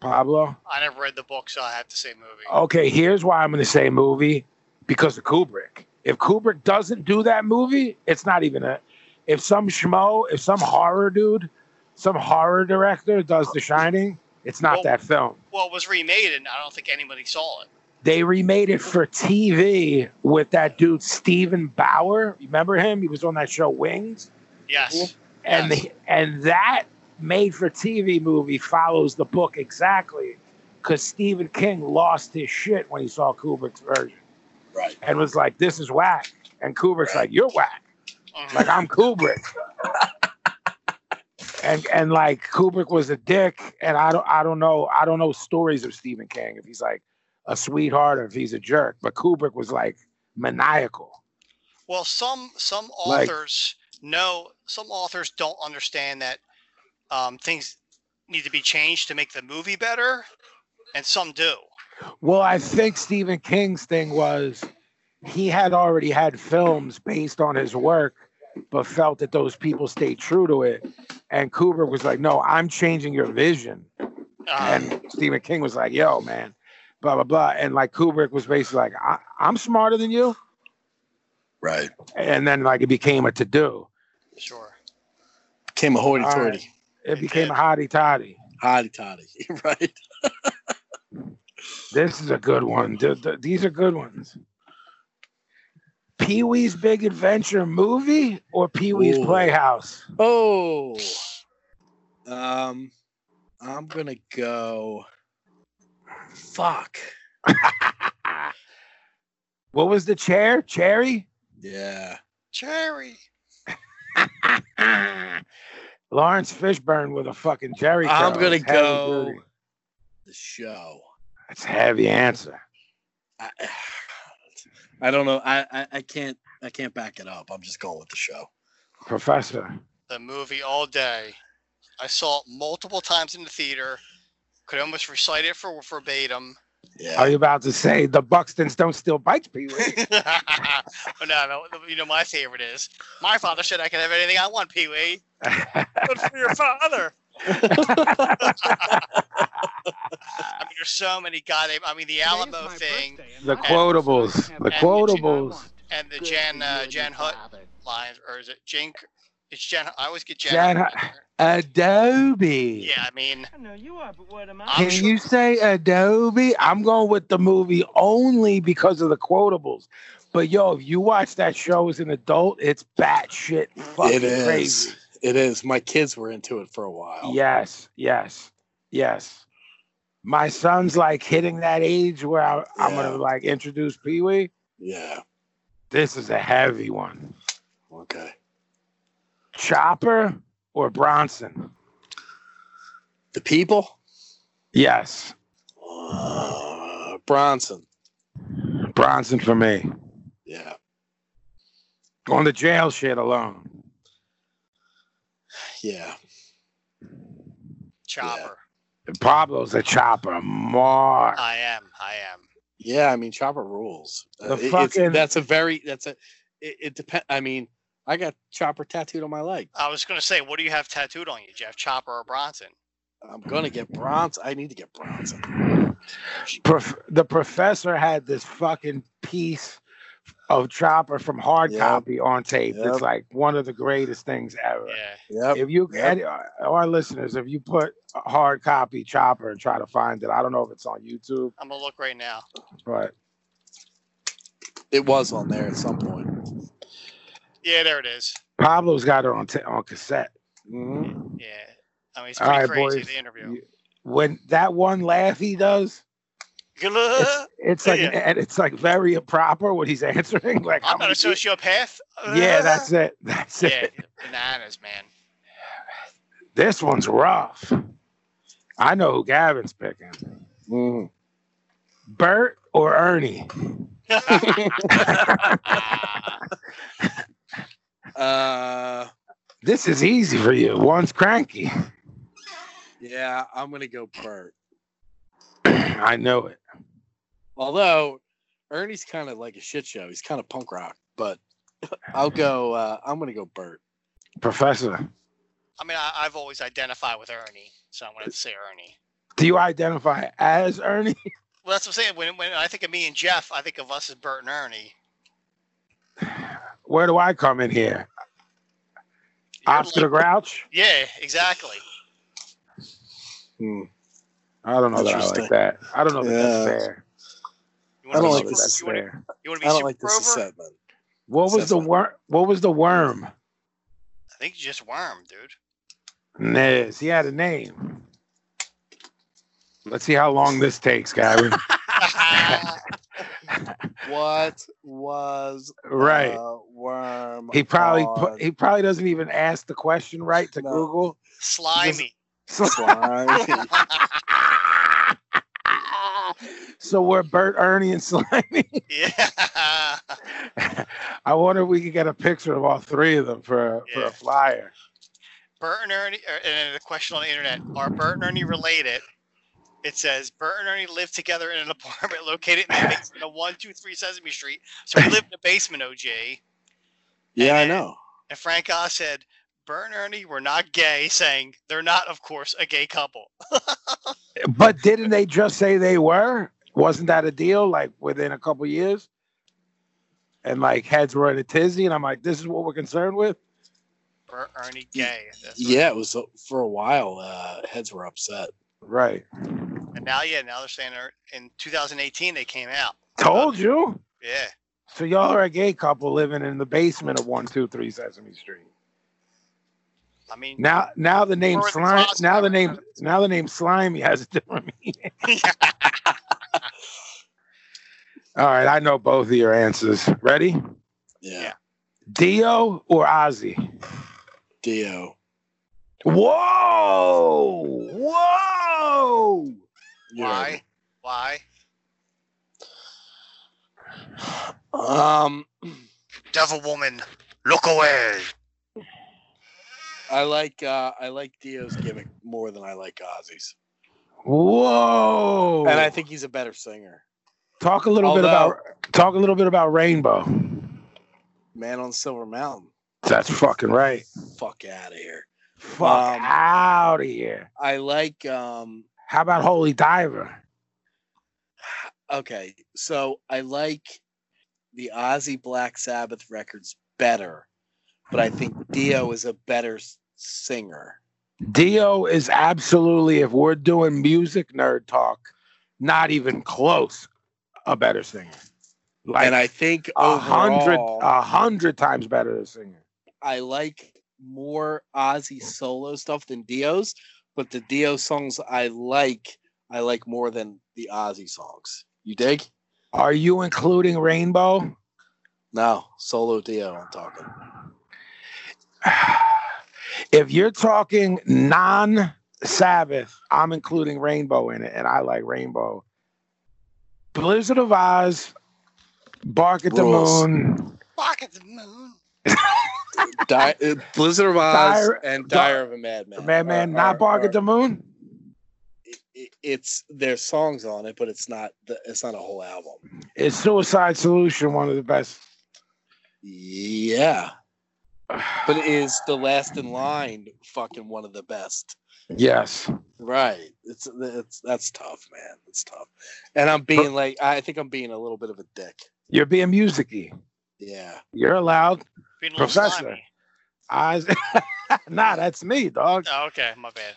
D: Pablo?
C: I never read the book, so I have to say movie.
D: Okay, here's why I'm going to say movie because of Kubrick. If Kubrick doesn't do that movie, it's not even a. If some schmo, if some horror dude, some horror director does The Shining, it's not
C: Well-
D: that film.
C: Well, it was remade, and I don't think anybody saw it.
D: They remade it for TV with that dude Steven Bauer. Remember him? He was on that show Wings,
C: Yes.
D: and the, and that made for TV movie follows the book exactly because Stephen King lost his shit when he saw Kubrick's version.
F: Right.
D: and was like, "This is whack," and Kubrick's like, "You're whack."
C: Mhm.
D: Like I'm Kubrick, and and like Kubrick was a dick, and I don't I don't know I don't know stories of Stephen King if he's like a sweetheart or if he's a jerk, but Kubrick was like maniacal.
C: Well, some some
D: Like-
C: authors know some authors don't understand that um, things need to be changed to make the movie better, and some do.
D: Well, I think Stephen King's thing was he had already had films based on his work, but felt that those people stayed true to it. And Kubrick was like, "No, I'm changing your vision."
C: Um,
D: and Stephen King was like, "Yo, man, blah blah blah," and like Kubrick was basically like, I- "I'm smarter than you,"
F: Right.
D: and then like it became a to do.
C: sure.
F: Became a hoity
D: All
F: toity.
D: It became a hottie toddy.
F: Hotty toddy. right.
D: This is a good one. Th- th- These are good ones. Pee Wee's Big Adventure movie or Pee Wee's
F: Ooh.
D: Playhouse?
F: Oh.
E: Um, I'm gonna go. Fuck.
D: What was the chair? Cherry?
F: Yeah.
C: Cherry.
D: Lawrence Fishburne with a fucking Jerry.
E: I'm
D: curl.
E: gonna
D: It's heavy
E: go-
D: duty.
F: The show.
D: That's a heavy answer.
F: I,
E: I don't know. I, I I can't I can't back it up. I'm just going with the show.
D: Professor.
C: The movie all day. I saw it multiple times in the theater. Could almost recite it for verbatim.
D: Yeah. Are you about to say the Buxtons don't steal bikes, Pee Wee?
C: But Oh, no, no, you know my favorite is my father said I could have anything I want, Pee Wee. Good for your father. I mean, there's so many goddamn. I mean, the Alamo thing
D: the quotables. The quotables.
C: and the Jan uh, Jan Hut line, or is it Jink? It's Jan. I always get Jan.
D: Jan,
C: Hut.
D: Adobe.
C: Yeah, I mean,
D: Can you say Adobe? I'm going with the movie only because of the quotables. But yo, if you watch that show as an adult, it's batshit fucking
F: it is.
D: crazy.
F: It is. My kids were into it for a while.
D: Yes, yes, yes. My son's like hitting that age where I, I'm gonna like introduce Pee Wee.
F: Yeah.
D: This is a heavy one.
F: Okay.
D: Chopper or Bronson?
F: The people?
D: Yes.
F: Uh, Bronson.
D: Bronson for me.
F: Yeah.
D: On the jail shit alone.
F: Yeah.
C: Chopper.
D: Pablo's a chopper. Mar.
C: I am. I am.
F: Yeah, I mean Chopper rules.
D: The
F: Uh, it- it's-
D: fucking-
F: that's a very that's a it, it depends. I mean, I got Chopper tattooed on my leg.
C: I was gonna say, what do you have tattooed on you, Jeff? Chopper or Bronson?
F: I'm gonna get Bronson. I need to get Bronson.
D: Prof- the professor had this fucking piece of chopper from hard
F: Yep.
D: copy on tape.
F: Yep.
D: It's like one of the greatest things ever.
F: Yeah.
D: If you,
F: Yep.
D: any, our listeners, if you put hard copy chopper and try to find it, I don't know if it's on YouTube,
C: I'm gonna look right now.
D: but
F: It was on there at some point.
C: Yeah, there it is.
D: Pablo's got it on ta- on cassette.
F: Mm-hmm.
C: Yeah. I mean, it's
D: All
C: pretty
D: right,
C: crazy
D: boys.
C: the interview.
D: When that one laugh he does,
C: Gah.
D: it's like
C: Yeah.
D: and it's like very improper when he's answering. Like
C: I'm
D: how
C: not a
D: many peo-
C: sociopath.
D: Yeah, that's it. That's it.
C: yeah, bananas, man.
D: This one's rough. I know who Gavin's picking.
F: Mm-hmm.
D: Bert or Ernie?
F: Uh,
D: This is easy for you. One's cranky.
F: yeah, I'm gonna go Bert.
D: I know it.
F: Although Ernie's kind of like a shit show. He's kind of punk rock, but I'll go. Uh, I'm gonna go Bert.
D: Professor,
C: I mean, I, I've always identified with Ernie, so I'm gonna have to say Ernie.
D: do you identify as Ernie?
C: Well, that's what I'm saying. When, when I think of me and Jeff, I think of us as Bert and Ernie.
D: Where do I come in here? Oscar the Grouch?
C: Yeah, exactly.
D: I don't know that I
F: Interesting.
D: like that. I don't know that that's
F: Hmm. Yeah.
D: fair.
C: You
F: I
C: wanna
F: don't
C: be
F: like
C: super-
F: this.
C: You want to
D: fair.
C: you wanna
F: I
C: be
F: don't
C: super
F: like this
C: over?
F: assessment.
D: What was the worm? What was the worm?
C: I think you're just worm, dude.
D: Yes, he had a name. Let's see how long this takes, Gavin.
F: What was
D: right.
F: the worm?
D: He probably
F: on
D: put, he probably doesn't even ask the question right to
F: No.
D: Google.
C: Slimy.
D: So,
F: slime?
D: so we're Bert, Ernie, and Slimy.
C: Yeah.
D: I wonder if we could get a picture of all three of them for a, for
C: Yeah.
D: a flyer.
C: Bert and Ernie, er, and then the question on the internet: Are Bert and Ernie related? It says Bert and Ernie live together in an apartment located in the basement of one two three Sesame Street. So we live in the basement, OJ.
F: yeah, I know.
C: And Frank Oz said, Bert and Ernie were not gay, saying they're not, of course, a gay couple.
D: But didn't they just say they were? Wasn't that a deal? Like within a couple years, and like heads were in a tizzy, and I'm like, this is what we're concerned with.
C: Bert Ernie gay. That's what-
F: Yeah, it was uh, for a while. Uh, heads were upset.
D: Right.
C: And now, yeah, now they're saying they're, in 2018 they came out.
D: Told you.
C: Yeah.
D: So y'all are a gay couple living in the basement of one two three Sesame Street.
C: I mean,
D: Now, now the name
C: Or the
D: slime.
C: closet.
D: Now the name. Now the name slimy has a different meaning. All right, I know both of your answers. Ready?
F: Yeah.
C: Yeah.
D: Dio or Ozzy?
F: Dio.
D: Whoa! Whoa!
F: You're
C: why? Why?
F: right. Um,
C: Devil woman, look away.
F: I like uh, I like Dio's gimmick more than I like Ozzy's.
D: Whoa.
F: And I think he's a better singer.
D: talk a little bit
F: Although-
D: about talk a little bit about Rainbow.
F: Man on Silver Mountain.
D: That's fucking right.
F: Fuck out of here.
D: Fuck
F: Um,
D: out of here.
F: I like um
D: How about Holy Diver?
F: okay, so I like the Ozzy Black Sabbath records better, but I think Dio is a better s- singer.
D: Dio is absolutely, if we're doing music nerd talk, not even close a better singer. Like
F: and I think
D: a hundred
F: overall,
D: a hundred times better than singer.
F: I like more Ozzy solo stuff than Dio's, but the Dio songs I like, I like more than the Ozzy songs. You dig?
D: Are you including Rainbow?
F: No, solo Dio. I'm talking.
D: If you're talking non Sabbath, I'm including Rainbow in it, and I like Rainbow. Blizzard of Oz, Bark at
F: Rules.
D: the Moon,
C: Rock at the moon.
F: Di- uh, Blizzard of Oz
D: Dire-
F: and
D: Dire-
F: Dire uh, of a Madman.
D: Madman,
F: are-
D: not
F: are-
D: Bark
F: are-
D: at the Moon.
F: it- it's there's songs on it, but it's not the, it's not a whole album.
D: Is Suicide Solution one of the best?
F: Yeah, but is the last in line fucking one of the best?
D: Yes.
F: Right. It's it's that's tough, man. It's tough. And I'm being like I think I'm being a little bit of a dick.
D: You're being musicy.
F: Yeah.
D: You're allowed.
C: Being a little
D: Professor.
C: slimy.
D: I nah, that's me, dog.
C: Oh, okay, my bad.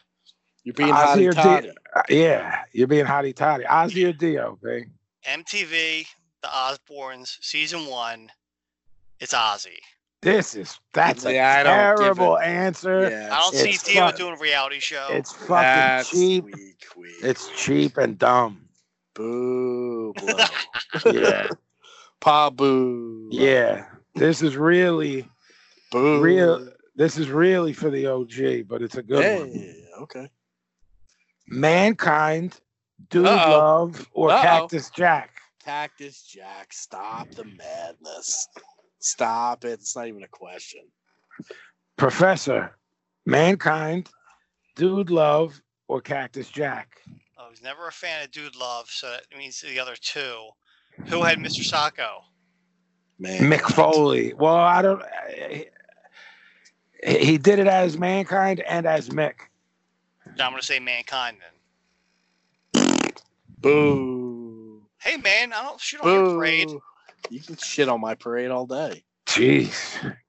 F: You're being hot
D: I see
F: and
D: your dick.
F: toddy.
D: Uh, Yeah, you're being hotty toddy. Ozzy or Dio, babe.
C: MTV, The Osbournes, season one. It's Ozzy.
D: This is that's a
F: Yeah, I don't give
D: terrible
F: it-
D: answer.
F: Yeah.
C: I don't
F: it's-
C: see
D: It's
C: Dio
D: fun.
C: doing a reality show.
D: It's fucking
F: that's
D: cheap.
F: weak, weak.
D: It's cheap and dumb.
F: boo blow.
D: Yeah,
F: Pa boo.
D: yeah. This is really
F: Boo.
D: real. This is really for the OG, but it's a good one.
F: Hey, okay.
D: Mankind, Dude
F: Uh-oh.
D: Love, or
F: Uh-oh.
D: Cactus Jack.
F: Cactus Jack, stop the madness. Stop it. It's not even a question.
D: Professor, Mankind, Dude Love, or Cactus Jack?
C: I was Oh, never a fan of Dude Love, so that means the other two. Who had Mr. Sacco?
F: Man.
D: Mick Foley. Well, I don't. I- He he did it as Mankind and as Mick.
C: Now I'm gonna say Mankind then.
F: Boo.
C: Hey man, I don't shoot on your
F: Boo.
C: parade.
F: You can shit on my parade all day.
D: Jeez,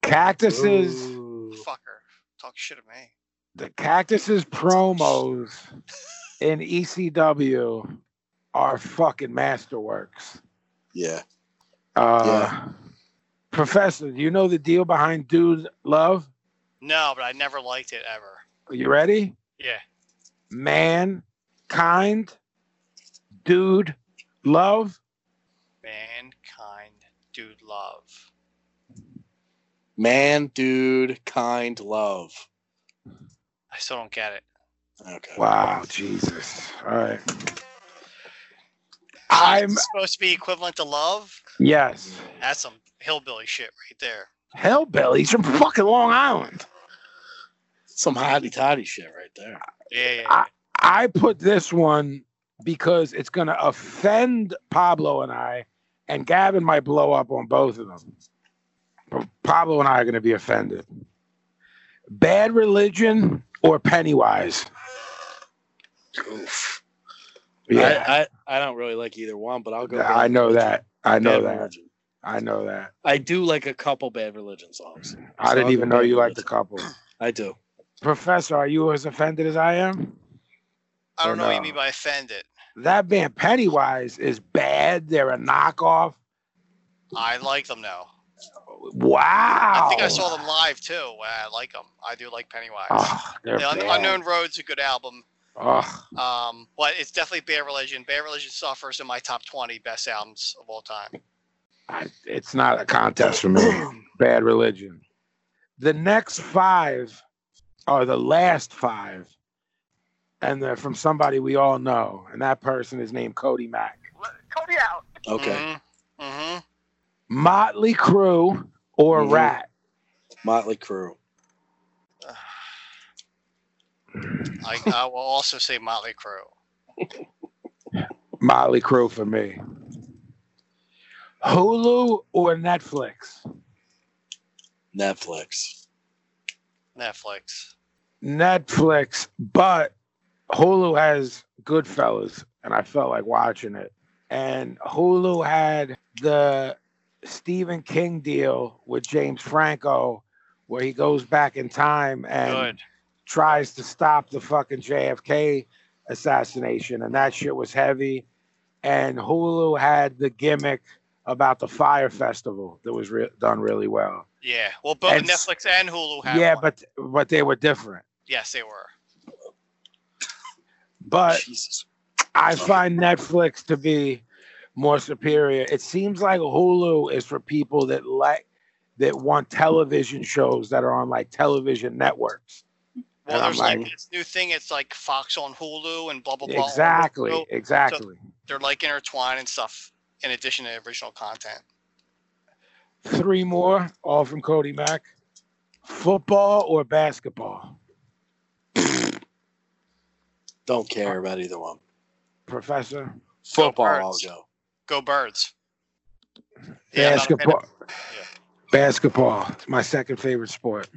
D: cactuses.
F: Boo.
C: Fucker, talk shit of me.
D: The cactuses promos in ECW are fucking masterworks.
F: Yeah.
D: Uh, Professor, do you know the deal behind Dude Love?
C: No, but I never liked it ever.
D: Are you ready?
C: Yeah.
D: Man, kind, dude, love,
C: Mankind, Dude Love.
F: Man, dude, kind love.
C: I still don't get it.
F: Okay.
D: Wow, Jesus. All right.
C: Is
D: I'm
C: it supposed to be equivalent to love.
D: yes.
C: That's some hillbilly shit right there.
D: Hellbillies from fucking Long Island.
F: Some hotty toddy shit right there.
C: Yeah, yeah. yeah.
D: I- I put this one because it's gonna offend Pablo and I, and Gavin might blow up on both of them. But Pablo and I are gonna be offended. Bad religion or Pennywise?
F: Oof.
D: Yeah,
F: I, I, I don't really like either one, but I'll go.
D: I, know that. I know
F: Bad
D: that.
F: Religion.
D: I know that.
F: I do like a couple bad religion songs.
D: I
F: So
D: didn't
F: I'll
D: even
F: go
D: know
F: Bad
D: you liked the
F: Religion.
D: couple.
F: I do.
D: Professor, are you as offended as I am?
C: I don't know what you
D: no.
C: mean by offended.
D: That band Pennywise is bad. They're a knockoff.
C: I like them though.
D: Wow.
C: I think I saw them live too. Uh, I like them. I do like Pennywise.
D: Oh, they're
C: the Un-
D: bad. Ah.
C: Unknown Road's a good album.
D: Ugh.
C: Um, but it's definitely Bad Religion. Bad Religion suffers in my top 20 best albums of all time.
D: I, it's not a contest for me. bad religion. The next five are the last five, and they're from somebody we all know, and that person is named Cody Mack.
M: Cody out.
F: Okay.
C: hmm hmm
D: Motley Crue or
C: Mm-hmm.
F: Mhm.
D: Rat?
F: Motley Crue.
C: I, I will also say Motley Crue.
D: Molly Crew for me. Hulu or Netflix?
F: Netflix.
C: Netflix.
D: Netflix, but Hulu has Goodfellas, and I felt like watching it. And Hulu had the Stephen King deal with James Franco, where he goes back in time and
C: Good.
D: tries to stop the fucking JFK assassination, and that shit was heavy. And Hulu had the gimmick about the fire festival that was re- done really well.
C: Yeah. Well, both
D: And s-
C: Netflix and Hulu have.
D: yeah,
C: one.
D: but but they were different.
C: yes, they were.
D: But I find Netflix to be more superior. It seems like Hulu is for people that like that want television shows that are on like television networks.
C: Well,
D: And I'm
C: there's like,
D: like-
C: this new thing. It's like Fox on Hulu and blah blah blah. on
D: Exactly,
C: Hulu. So
D: exactly.
C: they're like intertwined and stuff. In addition to original content.
D: Three more, all from Cody Mack. Football or basketball?
F: Don't care about either one.
D: Professor?
F: Football, I'll go.
C: Go birds. Yeah, I'm not a fan
D: Basketball.
C: of-
D: Basketball. It's my second favorite sport.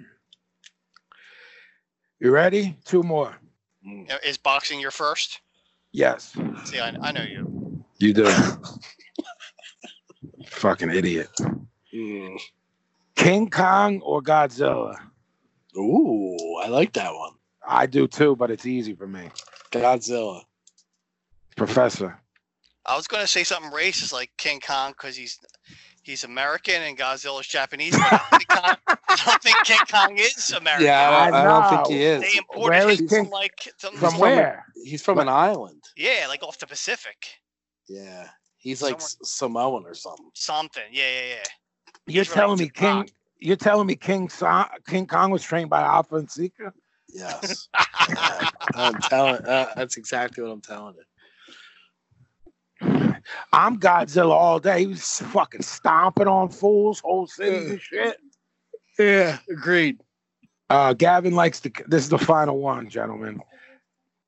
D: You ready? Two more.
C: you know, Is boxing your first?
D: Yes.
C: See, I, I know you.
D: You do. Fucking idiot.
F: Mm.
D: King Kong or Godzilla?
F: Ooh, I like that one.
D: I do too, but it's easy for me.
F: Godzilla.
D: Professor.
C: I was going to say something racist like King Kong because he's he's American and Godzilla's Japanese. but I don't think Kong- I don't think King Kong is American.
F: Yeah, I don't, I don't think he is.
C: They imported
D: Where is
C: him
D: King-
C: from like some-
D: From where?
F: He's from an island.
C: Yeah, like off the Pacific.
F: Yeah. He's like S- Samoan or something.
C: Something. Yeah, yeah, yeah.
D: You're
C: He's
D: telling me
C: related to
D: King you're telling me King Son- King Kong was trained by Alpha and Seeker?
F: Yes. Yeah, I'm telling uh, that's exactly what I'm telling you.
D: I'm Godzilla all day. He was fucking stomping on fools, whole cities and shit.
F: Yeah, agreed.
D: Uh, Gavin likes to. This is the final one, gentlemen.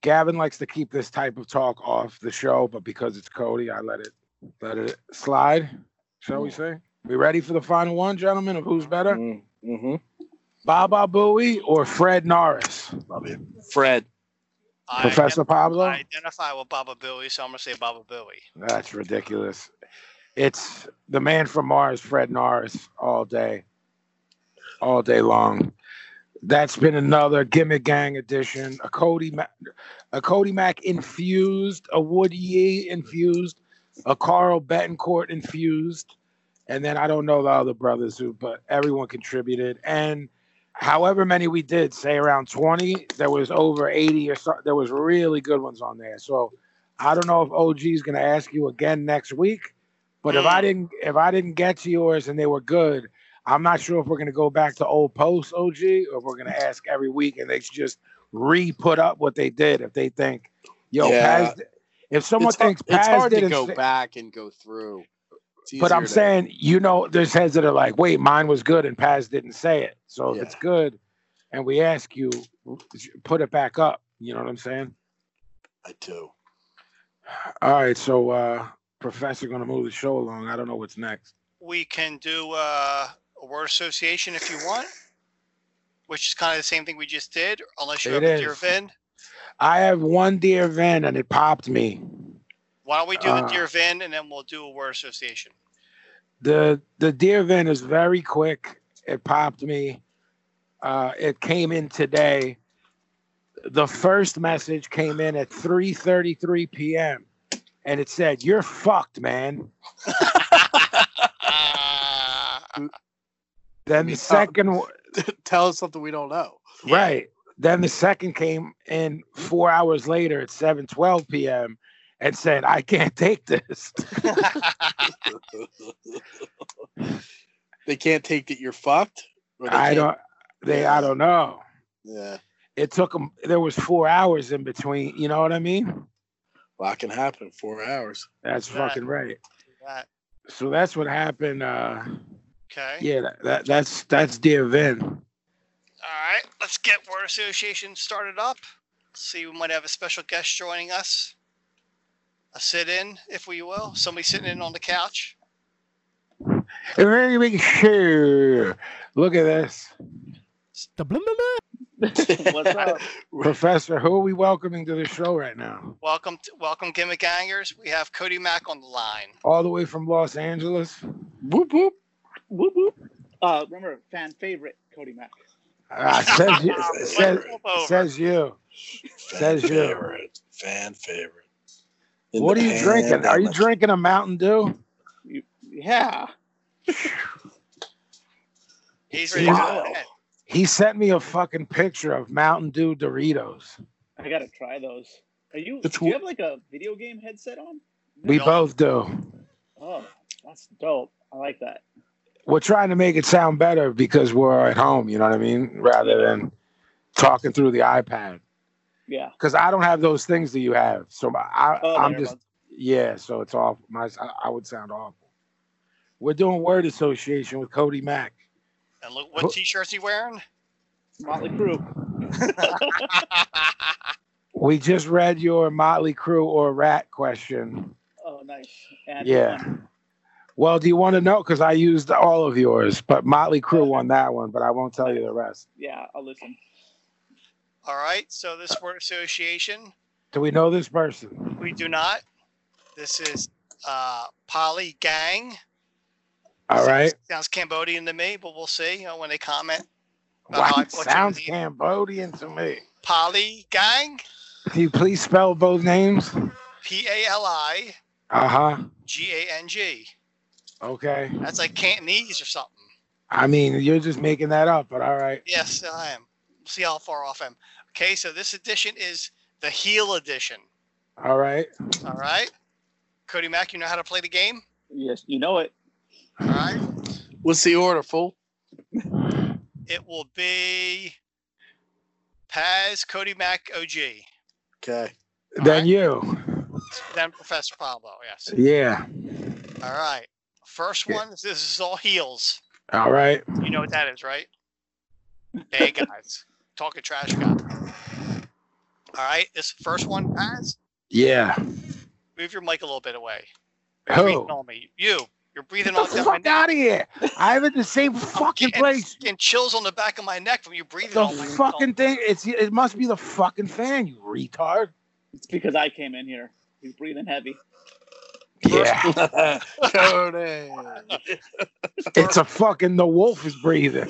D: Gavin likes to keep this type of talk off the show, but because it's Cody, I let it let it slide. Shall we say? We ready for the final one, gentlemen? Of who's better,
F: Mm-hmm.
D: Baba Booey or Fred Norris?
F: Love you. Fred.
C: I
D: Professor
C: ident-
D: Pablo?
C: I identify with Baba Billy, so I'm going to say Baba Billy.
D: That's ridiculous. It's the man from Mars, Fred Norris, all day, all day long. That's been another gimmick gang edition. A Cody, Ma- a Cody Mac infused, a Woody Yee infused, a Carl Betancourt infused, and then I don't know the other brothers who, but everyone contributed. And however many we did, say around twenty, there was over eighty or so. There was really good ones on there. So I don't know if OG is going to ask you again next week, but if I didn't if I didn't get to yours and they were good, I'm not sure if we're going to go back to old posts, OG, or if we're going to ask every week and they should just re put up what they did if they think, yo,
F: Yeah.
D: Paz, if someone
F: it's, har-
D: thinks
F: it's
D: Paz
F: hard to
D: didn't
F: go
D: say-
F: back and go through. It's
D: but I'm
F: easier to-
D: saying, you know, there's heads that are like, wait, mine was good and Paz didn't say it. So
F: Yeah.
D: if it's good and we ask you, put it back up. You know what I'm saying?
F: I do.
D: All right. So, uh, Professor, going to move the show along. I don't know what's next.
C: We can do uh, a word association if you want, which is kind of the same thing we just did, unless you
D: It
C: have a dear
D: is.
C: Vin.
D: I have one Dear Van and it popped me.
C: Why don't we do the
D: Ah.
C: Dear Vin and then we'll do a word association?
D: The the Dear Van is very quick. It popped me. Uh, it came in today. The first message came in at 3:33 p.m. and it said, "You're fucked, man." Then the second one-
F: Tell us something we don't know.
D: Right. Then the second came in four hours later at 7 12 p.m. and said, I can't take this.
F: they can't take that you're fucked. or they
D: I
F: can't-
D: don't, they, I don't know.
F: Yeah,
D: It took them, there was four hours in between. You know what I mean?
F: a lot can happen. in Four hours.
D: That's
C: Right.
D: fucking right.
C: Right.
D: So that's what happened. Uh,
C: Okay.
D: yeah, that, that, that's, that's Dear Vin.
C: All right, let's get word association started up. See, we might have a special guest joining us. a sit in, if we will. Somebody sitting in on the couch.
D: Ready to make sure. Look at this.
J: The
C: What's up?
D: Professor, who are we welcoming to the show right now?
C: Welcome, to, welcome, gimmick hangers. We have Cody Mack on the line.
D: All the way from Los Angeles. Whoop whoop.
N: Whoop whoop. Uh, remember, fan favorite Cody Mack.
D: Ah, says you. says, says you. Says you.
F: Favorite. Fan favorite. In
D: What are
F: the
D: you drinking? Are you
F: pandemic.
D: drinking a Mountain Dew?
N: Yeah.
C: He's
N: ready to go. ahead.
D: He sent me a fucking picture of Mountain Dew Doritos.
N: I gotta try those. Are you?
D: It's
N: do you
D: wh-
N: have like a video game headset on?
D: We both do.
N: Oh, that's dope. I like that.
D: We're trying to make it sound better because we're at home, you know what I mean? Rather than talking through the iPad.
N: Yeah.
D: Because I don't have those things that you have. So my- I,
N: Oh,
D: I'm
N: never
D: just,
N: mind.
D: yeah, so it's awful. My, I, I would sound awful. We're doing word association with Cody Mack.
C: And look what t-shirts he wearing.
N: Motley Crue.
D: We just read your Motley Crew or Rat question.
N: Oh, nice. And
D: Yeah. Well, do you want to know? Because I used all of yours, but Motley Crue won that one, but I won't tell you the rest.
N: Yeah, I'll listen.
C: All right. So this word association
D: Do we know this person?
C: we do not. This is uh, Polly Gang.
D: All right.
C: Sounds Cambodian to me, but we'll see you know, when they comment.
D: Wow,
C: how I
D: it
C: butchered
D: sounds
C: the-
D: Cambodian to me.
C: Polly Gang.
D: Can you please spell both names?
C: P A L I
D: Uh huh.
C: G A N G.
D: Okay.
C: That's like Cantonese or something.
D: I mean, you're just making that up, but all right.
C: Yes, I am. We'll see how far off I am. Okay, so this edition is the heel edition.
D: All right.
C: All right. Cody Mack, you know how to play the game?
N: Yes, you know it.
C: All right.
F: What's the order, fool?
C: It will be Paz, Cody Mack, OG,
F: Okay.
D: then you.
C: then Professor Pablo. Yes.
D: Yeah.
C: All right. First one, this is all heels.
D: All right.
C: You know what that is, right? Hey, guys. Talking trash, guys. All right. This first one, Paz,
D: Yeah.
C: move your mic a little bit away. You're
D: Who?
C: breathing on me. You. You're breathing
D: Oh.
C: on down
D: Get the
C: my
D: fuck out of here. I'm in the same fucking place.
C: Getting chills on the back of my neck from you breathing
D: The
C: on Oh my
D: fucking thing. It's It must be the fucking fan, you retard.
N: It's because I came in here. He's breathing heavy.
D: Yeah.
F: Cody.
D: it's a fucking, the wolf is breathing.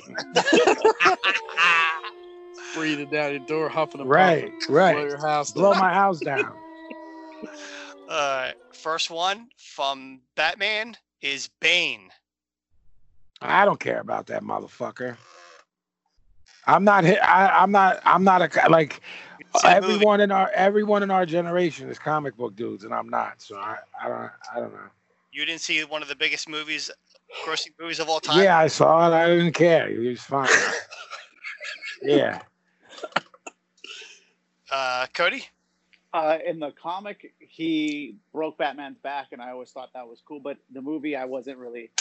F: Breathing down your door, huffing and
D: Right,
F: puffing.
D: right.
F: Blow your house down.
D: Blow my house down.
C: Uh, first one from Batman is Bane.
D: I don't care about that motherfucker. I'm not. hi- I, I'm not. I'm not a like
C: It's a movie.
D: everyone in our everyone in our generation is comic book dudes, and I'm not. So I, I don't. I don't know.
C: You didn't see one of the biggest movies, grossing movies of all time.
D: Yeah, I saw it. I didn't care. It was fine. yeah.
C: Uh, Cody,
N: Uh, in the comic, he broke Batman's back, and I always thought that was cool. But the movie, I wasn't really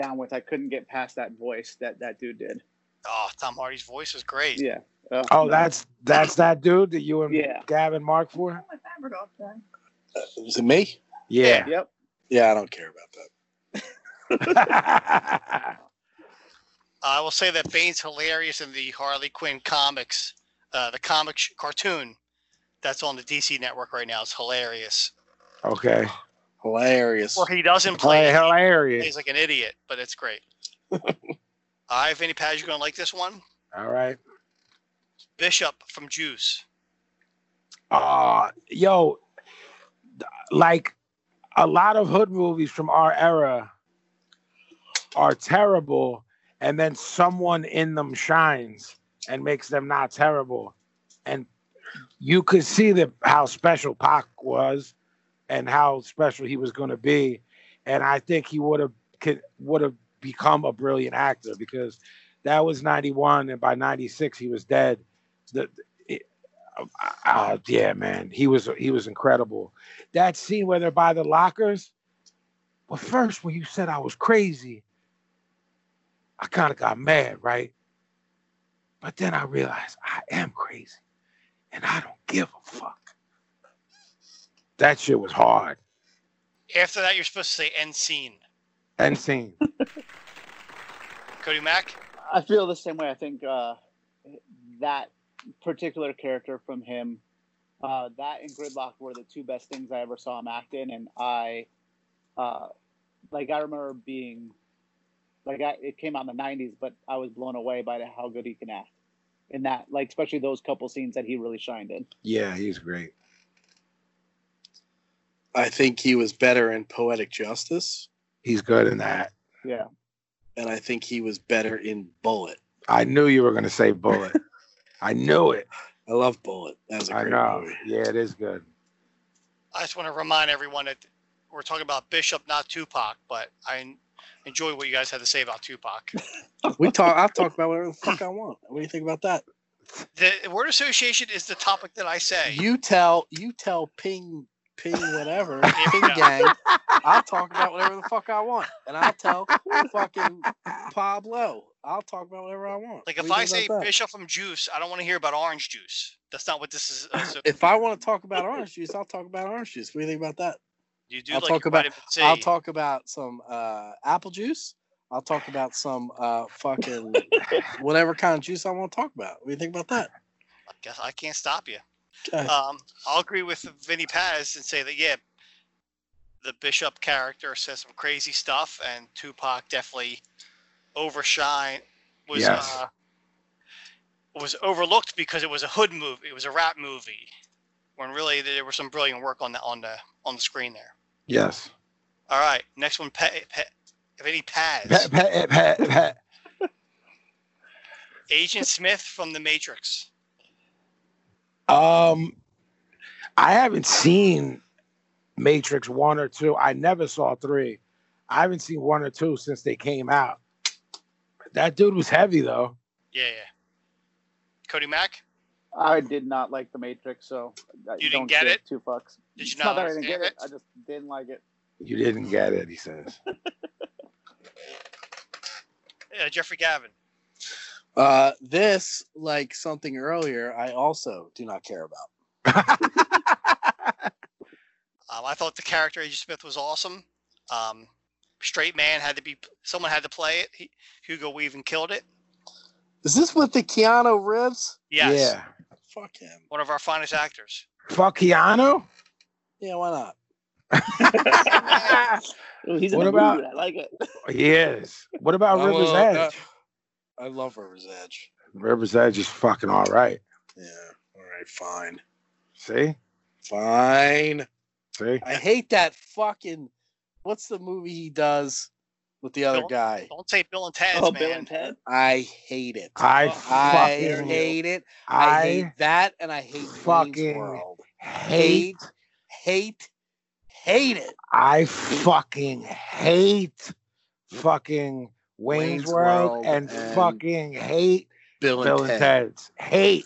N: down with. I couldn't get past that voice that that dude did.
C: oh, Tom Hardy's voice is great.
N: Yeah. Uh,
D: Oh, that's that's that dude that you and
N: Yeah.
D: Gavin Mark for.
F: Is it me?
D: Yeah.
N: Yep.
F: Yeah, I don't care about that.
C: I will say that Bane's hilarious in the Harley Quinn comics, uh, the comic sh- cartoon that's on the DC network right now. is hilarious.
D: okay.
F: Hilarious.
C: Well, he doesn't
D: Play
C: play.
D: hilarious.
C: He's like an idiot, but it's great. Uh, All right, Vinny Paz, you're gonna like this one.
D: All right.
C: Bishop from Juice.
D: Ah, yo, th- like a lot of hood movies from our era are terrible, and then someone in them shines and makes them not terrible. And you could see that how special Pac was and how special he was going to be. And I think he would have would have become a brilliant actor because that was 91 and by 96 he was dead. The, uh, yeah, man, he was he was incredible. That scene where they're by the lockers. Well, first when you said I was crazy, I kind of got mad, right? But then I realized I am crazy, and I don't give a fuck. That shit was hard.
C: After that, you're supposed to say end scene.
D: End scene.
C: Cody Mack.
N: I feel the same way. I think uh, that particular character from him, uh, that and Gridlock were the two best things I ever saw him act in, and I, uh, like, I remember being, like, I, it came out in the '90s, but I was blown away by the, how good he can act in that, like, especially those couple scenes that he really shined in.
D: Yeah, he's great.
F: I think he was better in Poetic Justice,
D: He's good in that.
N: Yeah.
F: and I think he was better in Bullet.
D: I knew you were going to say Bullet. I knew it.
F: I love Bullet. That was a
D: I
F: great
D: know.
F: movie.
D: Yeah, it is good.
C: I just want to remind everyone that we're talking about Bishop, not Tupac, but I en- enjoy what you guys had to say about Tupac.
F: We talk. I'll talk about whatever the fuck I want. What do you think about that?
C: The word association is the topic that I say.
F: You tell. You tell. Ping. Ping. Whatever.
C: Here we
F: Ping
C: go.
F: gang. I'll talk about whatever the fuck I want, and I'll tell fucking Pablo. I'll talk about whatever I want.
C: Like
F: What
C: if
F: do you
C: I say
F: think about that?
C: Bishop from Juice, I don't want to hear about orange juice. That's not what this is. Uh, so
F: if I want to talk about orange juice, I'll talk about orange juice. What do you think about that?
C: you do
F: I'll
C: like
F: talk
C: your
F: about-
C: vitamin C.
F: I'll talk about some uh, apple juice. I'll talk about some uh, fucking whatever kind of juice I want to talk about. What do you think about that?
C: I guess I can't stop you.
F: Okay.
C: Um, I'll agree with Vinny Paz and say that yeah, the Bishop character says some crazy stuff, and Tupac definitely overshine was
D: Yes.
C: uh, was overlooked because it was a hood movie. It was a rap movie, when really there was some brilliant work on the on the on the screen there.
D: Yes.
C: All right, next one, pa- pa- Vinny Paz,
D: Pat, pat, pat, pat.
C: Agent Smith from The Matrix.
D: Um, I haven't seen Matrix one or two. I never saw three. I haven't seen one or two since they came out. That dude was heavy though.
C: Yeah, yeah. Cody Mack,
N: I did not like The Matrix, so I
C: You didn't
N: don't
C: get
N: give
C: it?
N: Two fucks.
C: did you
N: It's
C: not
N: not that I didn't
C: understand
N: get
C: it?
N: it. I just didn't like it.
D: You didn't get it, he says.
C: Uh, Jeffrey Gavin.
F: Uh, this, like something earlier, I also do not care about.
C: Um, I thought the character Agent Smith was awesome. Um, straight man had to be someone had to play it. He, Hugo Weaving killed it.
F: Is this with the Keanu Reeves?
C: Yes,
D: Yeah.
F: Fuck him.
C: one of our finest actors.
D: Fuck Keanu?
F: Yeah, why not?
N: He's in
D: What
N: the
D: about-
N: mood. I like it.
D: Yes. What about
F: I
D: River's
F: will-
D: Edge?
F: uh, I love River's Edge.
D: River's Edge is fucking all right.
F: Yeah. All right. Fine.
D: See?
F: Fine.
D: See?
F: I hate that fucking. What's the movie he does with the other
C: Bill-
F: guy?
C: Don't say Bill and Ted's
N: Oh,
C: man.
N: Bill and Ted.
F: I hate it.
N: Oh,
D: I
F: I
D: fucking
F: hate it. I,
D: I
F: hate that, and I hate
D: fucking
F: Wayne's World.
D: hate
F: hate, hate it.
D: I fucking hate fucking Wayne's,
F: Wayne's
D: World,
F: World
D: and,
F: and
D: fucking hate
F: Bill,
D: Bill
F: and Ted.
D: and Ted's. Hate.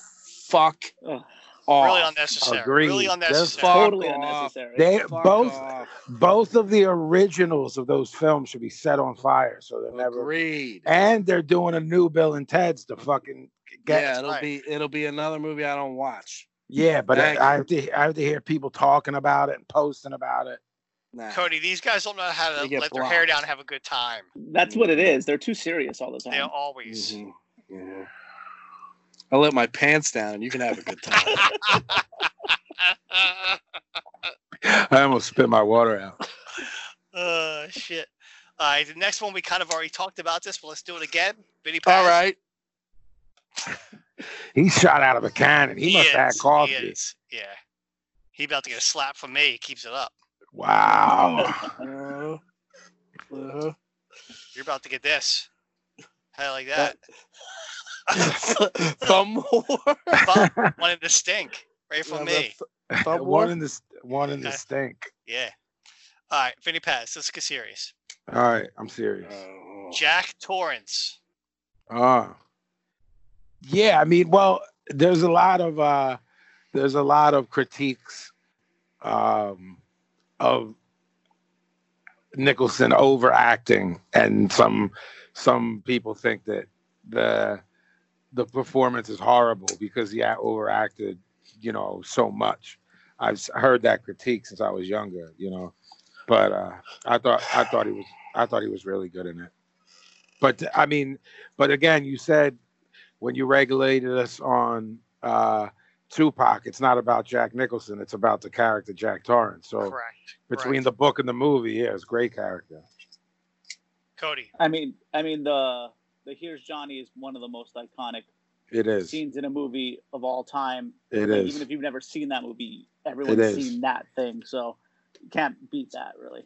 F: Fuck
N: Ugh,
F: off.
C: Really unnecessary.
D: Oh, Agreed.
C: Really
D: They're
C: unnecessary.
F: fuck
N: totally
F: off.
N: unnecessary.
D: They
F: Fuck
D: both
F: off.
D: both of the originals of those films should be set on fire, so they're never.
F: Agreed.
D: And they're doing a new Bill and Ted's to fucking get.
F: yeah, it'll
C: right.
F: be it'll be another movie I don't watch.
D: Yeah, but I,
F: Thank
D: I have to I have to hear people talking about it and posting about it.
F: Nah.
C: Cody, these guys don't know how to
F: They
C: let
F: get
C: their hair
F: blocked.
C: down and have a good time.
N: That's what it is. They're too serious all the time.
C: They always.
F: Mhm. Yeah. I let my pants down, and you can have a good time.
D: I almost spit my water out.
C: uh, shit. All right, the next one we kind of already talked about this, but let's do it again. Vinny Paz.
F: All right.
D: He shot out of a cannon. He, must have
C: is,
D: had coffee.
C: He is. Yeah. He about to get a slap from me. He keeps it up.
D: Wow.
F: Uh, uh,
C: You're about to get this. How do you like
F: Uh,
C: that?
F: thumb war.
C: Fuck, wanted to stink right from
F: Yeah,
C: me.
F: Thumb
D: one
F: war.
D: in the s- one in the
C: Okay.
D: stink.
C: Yeah. All right, Vinny Paz. Let's get serious.
D: All right, I'm serious.
F: Oh.
C: Jack Torrance.
D: Uh, yeah, I mean, well, there's a lot of uh there's a lot of critiques um of Nicholson overacting and some some people think that the the performance is horrible because he a- overacted, you know, so much. I've s- heard that critique since I was younger, you know. But uh, I thought I thought he was I thought he was really good in it. But I mean, but again, you said when you regulated us on uh, Tupac, it's not about Jack Nicholson; it's about the character Jack Torrance. So
C: Correct.
D: between
C: correct.
D: the book and the movie, yeah, it's great character.
C: Cody.
N: I mean, I mean the the Here's Johnny is one of the most iconic
D: It is.
N: scenes in a movie of all time.
D: It
N: Like,
D: is.
N: Even if you've never seen that movie, everyone's
D: is.
N: seen that thing. So you can't beat that, really.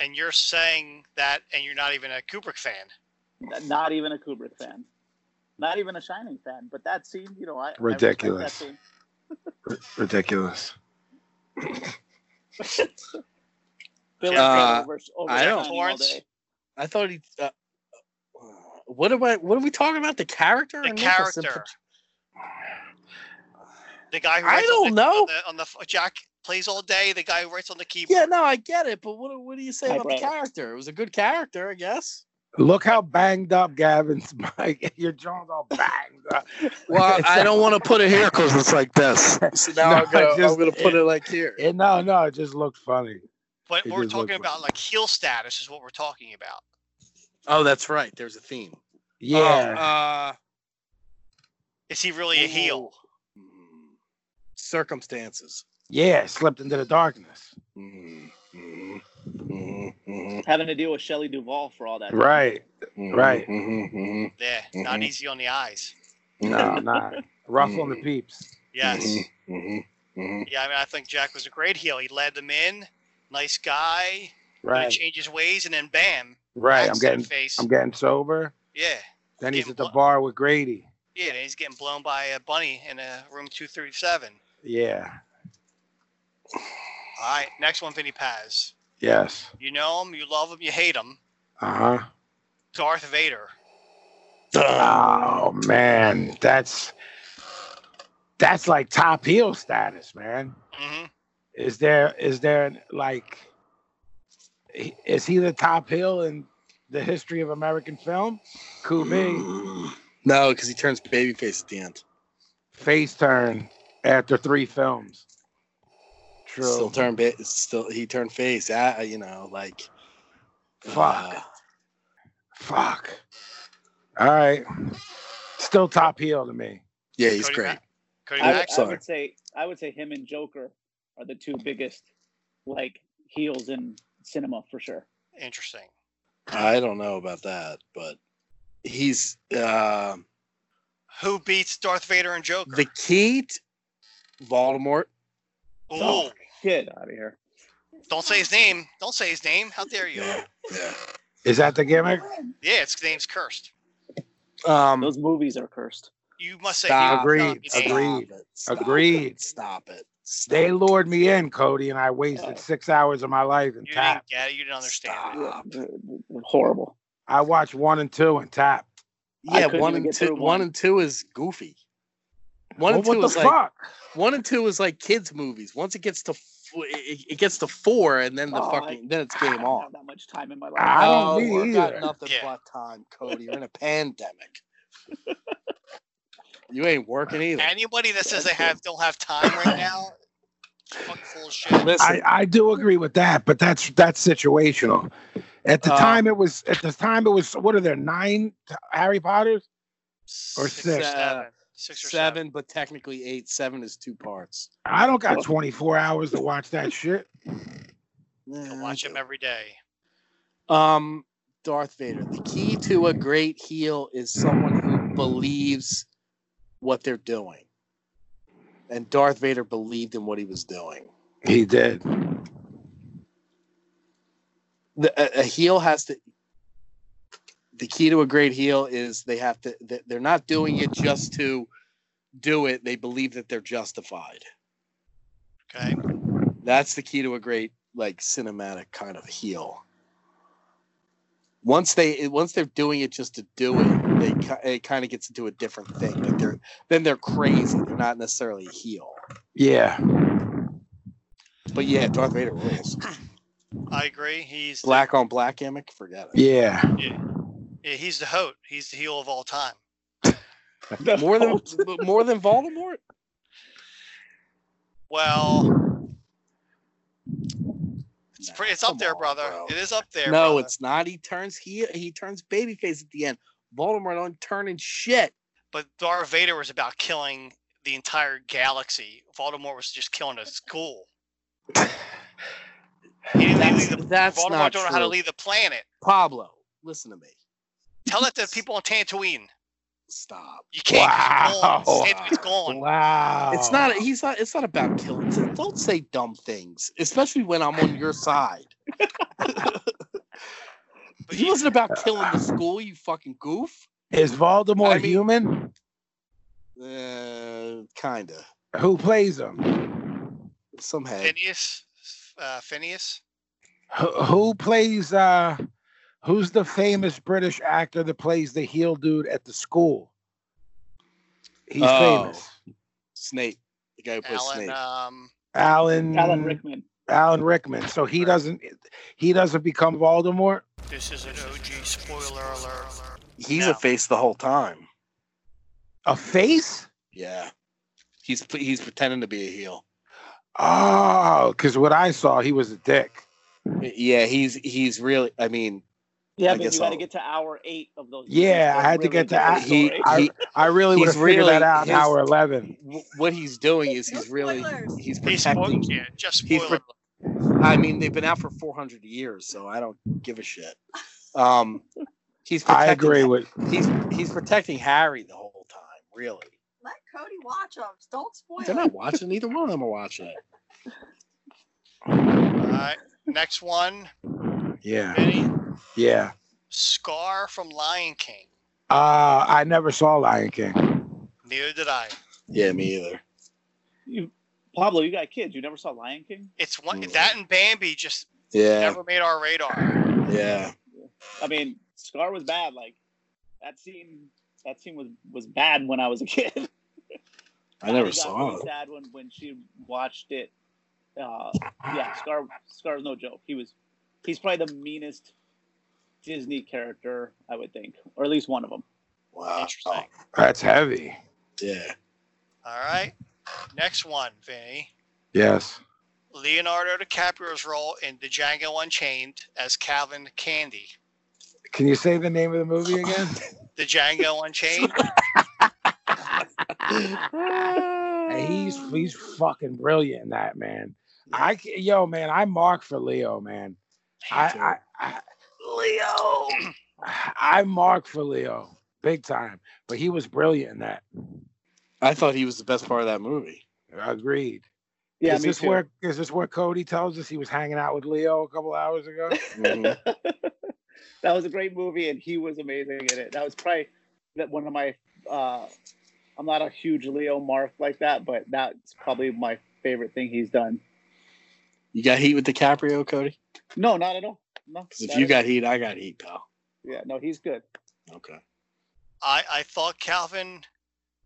C: And you're saying that, and you're not even a Kubrick fan.
N: Not even a Kubrick fan. Not even a Shining fan. But that scene, you know, I I respect
D: Ridiculous.
N: that scene.
D: R- ridiculous.
N: Bill
F: Uh,
N: over, over
F: I
N: Shining
F: don't.
N: all
F: Torrance,
N: day.
F: I thought he. Uh, what am I? What are we talking about? The character?
C: The
F: or Nicholson?
C: character. The guy who
F: I
C: writes
F: don't
C: on the,
F: know.
C: on the, on the f- Jack plays all day. The guy who writes on the keyboard.
F: Yeah, no, I get it, but what what do you say about the
N: Typewriter.
F: character? It was a good character, I guess.
D: Look how banged up Gavin's mic. Your jaw's all banged up.
F: Well, I don't want to put it here because it's like this. So now
D: No,
F: I'm gonna
D: just-
F: I'm gonna put it, like here.
D: It, no, no, it just looked funny.
C: But
D: It
C: we're
D: just
C: talking
D: looked-
C: about like heel status is what we're talking about.
F: Oh, that's right. There's a theme.
D: Yeah.
F: Oh, uh,
C: Is he really a heel?
F: Oh. circumstances.
D: Yeah, slipped into the darkness.
C: Mm-hmm.
N: Having to deal with Shelley Duvall for all that. time.
D: Right.
F: Mm-hmm,
D: Right.
C: Yeah, not easy on the eyes.
D: No,
F: mm-hmm.
D: not rough on the peeps.
C: Yes.
F: mm-hmm,
C: Yeah, I mean, I think Jack was a great heel. He led them in, nice guy. Right.
D: Right.
C: Change his ways, and then bam.
D: Right. I'm
C: axe to the
D: getting
C: Face.
D: I'm getting sober.
C: Yeah.
D: Then he's
C: Getting
D: at the
C: blo-
D: bar with Grady.
C: Yeah, and he's getting blown by a bunny in uh, room 237.
D: Yeah.
C: All right, next one, Vinny Paz.
D: Yes.
C: You know him, you love him, you hate him.
D: Uh huh.
C: Darth Vader.
D: Oh man, that's that's like top heel status, man.
N: Mm-hmm.
C: hmm
D: Is there is there like is he the top heel in the history of American film? Could be.
F: No, because he turns babyface at the end.
D: Face turn after three films. True.
F: Still turn ba- still he turned face. Uh, you know, like uh,
D: Fuck. Fuck. All right. Still top heel to me.
F: yeah, he's
C: Cody
F: great.
C: Ma- Cody
N: I,
C: Mack.
N: would- I would say I would say him and Joker are the two biggest like heels in cinema for sure.
C: Interesting.
F: I don't know about that, but he's uh,
C: Who beats Darth Vader and Joker?
F: the key. t- Voldemort.
C: Ooh,
N: Oh. Get out of here.
C: Don't say his name. Don't say his name. How dare you? Yeah,
D: Is that the gimmick?
C: its name's cursed.
F: Um,
N: Those movies are cursed.
C: You must say
F: Stop.
C: he was not
D: Agreed.
C: his name.
F: Stop
D: Agreed.
F: it, stop
D: Agreed.
F: It, stop it. Stop
D: They lured me in, Cody, and I wasted six hours of my life in
C: You
D: tap.
C: didn't get it. You didn't understand. it.
F: Stop.
N: Horrible.
D: I watched one and two and tapped.
N: I
F: Yeah,
N: couldn't
F: one
N: even
F: and
N: get
F: two.
N: through
F: One.
N: one.
F: and two is goofy. One
D: Well,
F: and
D: what
F: two
D: the
F: is like
D: fuck?
F: one and two is like kids movies. Once it gets to f- it, it gets to four, and then the
N: Oh,
F: fucking then it's
N: I
F: game
N: haven't
F: on.
N: had that much time in my
D: Ah.
N: life.
D: I don't
F: Oh,
D: need
F: we've
D: either.
F: got nothing
C: Yeah.
F: but time, Cody. You're in a pandemic. you ain't working either.
C: Anybody that says they have don't have time right now, fucking full of shit.
F: Listen,
D: I, I do agree with that, but that's that's situational. At the
F: Um,
D: time, it was at the time it was what are there nine t- Harry Potters? or six.
C: seven. uh, Six or
F: seven,
C: seven.
F: but technically eight. Seven is two parts.
D: I don't got 24 hours to watch that shit.
C: You watch him every day.
F: Um, Darth Vader. The key to a great heel is someone who believes what they're doing. And Darth Vader believed in what he was doing.
D: He did.
F: The, a, a heel has to. The key to a great heel is they have to. they- They're not doing it just to do it. They believe that they're justified.
C: Okay.
F: That's the key to a great like cinematic kind of heel. Once they once they're doing it just to do it, they ki- it kind of gets into a different thing. Like they're then they're crazy. They're not necessarily a heel.
D: Yeah.
F: But yeah, Darth Vader rules.
C: I agree. He's the-
F: Black on black gimmick, forget it.
D: Yeah.
C: yeah, he's the hoat. He's the heel of all time.
F: More than more than Voldemort.
C: Well, It's, pre- it's up there, brother. It is up there.
F: no,
C: brother.
F: it's not. He turns he he turns babyface at the end. Voldemort on turning shit.
C: But Darth Vader was about killing the entire galaxy. Voldemort was just killing a school.
F: That's, that's
C: Voldemort
F: not
C: don't
F: true.
C: know how to leave the planet.
F: Pablo, listen to me.
C: Tell that to people on Tatooine.
F: Stop.
C: You can't. 'cause It's
F: Wow.
C: gone. Tatooine's gone.
D: Wow.
F: It's not. He's not. It's not about killing. Don't- Don't say dumb things, especially when I'm on your side. he wasn't about killing the school. You fucking goof.
D: Is Voldemort
F: I mean-
D: human?
F: Uh, kinda.
D: Who plays him?
F: Somehow.
C: Phineas. Uh, Phineas.
D: Who, who plays? uh Who's the famous British actor that plays the heel dude at the school? He's
F: Oh.
D: famous.
F: Snape. The guy who plays
C: Alan.
F: Snape.
C: Um,
D: Alan.
N: Alan Rickman.
D: Alan Rickman. So he doesn't. He doesn't become Voldemort.
C: this is an OG spoiler alert.
F: He's
C: No.
F: a face the whole time.
D: A face?
F: Yeah. He's p- he's pretending to be a heel.
D: Oh, because what I saw, he was a dick.
F: Yeah, he's he's really. I mean,
N: Yeah,
F: I
N: but
F: guess
N: you got to
F: I'll-
N: get to hour eight of those.
D: Yeah,
N: those
D: I had to
N: really
D: get to.
N: good
D: I,
F: he,
N: stories.
D: I,
F: he
D: I really would
F: he's
D: have figured
F: really-
D: that out in
F: his-
D: hour eleven.
F: wh- what he's doing is he's really he's
C: Hey, spoil-
F: protecting.
C: yeah, just
F: He's
C: spoiler.
F: pro- I mean, they've been out for 400 years, so I don't give a shit. Um, he's
D: I
F: protecting,
D: agree with.
F: He's he's protecting Harry the whole time. Really,
K: Let Cody watch them. Don't spoil
F: they're not watching. Neither one of them are watching it.
C: All right. Next one.
D: Yeah,
C: Vinny.
D: yeah.
C: Scar from Lion King.
D: Uh, I never saw Lion King.
C: Neither did I.
F: Yeah, me either.
N: You, Pablo, you got kids. You never saw Lion King?
C: It's one
F: Mm.
C: that and Bambi just
F: Yeah,
C: never made our radar.
F: yeah.
N: I mean, Scar was bad. Like that scene, that scene was was bad when I was a kid.
F: I never
N: got
F: saw
N: really
F: it.
N: Sad when when she watched it. Uh, yeah, Scar Scar's no joke. He was he's probably the meanest Disney character I would think, or at least one of them.
F: Wow.
C: Interesting.
D: That's heavy.
F: Yeah.
C: All right. Next one, Vinny.
D: Yes.
C: Leonardo DiCaprio's role in The Django Unchained as Calvin Candy.
D: Can you say the name of the movie again?
C: The Django Unchained.
D: And he's he's fucking brilliant in that man. I ca- yo man, I mark for Leo man. I, I, I Leo. I mark for Leo big time, but he was brilliant in that.
F: I thought he was the best part of that movie.
D: Agreed.
N: Yeah,
D: is
N: me
D: this
N: too.
D: where is this where Cody tells us he was hanging out with Leo a couple hours ago?
F: Mhm.
N: that was a great movie, and he was amazing in it. That was probably that one of my. Uh, I'm not a huge Leo Mark like that, but that's probably my favorite thing he's done.
F: You got heat with DiCaprio, Cody?
N: No, not at all. No,
F: Because if
N: not
F: you
N: at-
F: got heat, I got heat, pal.
N: yeah, no, he's good.
F: Okay.
C: I, I thought Calvin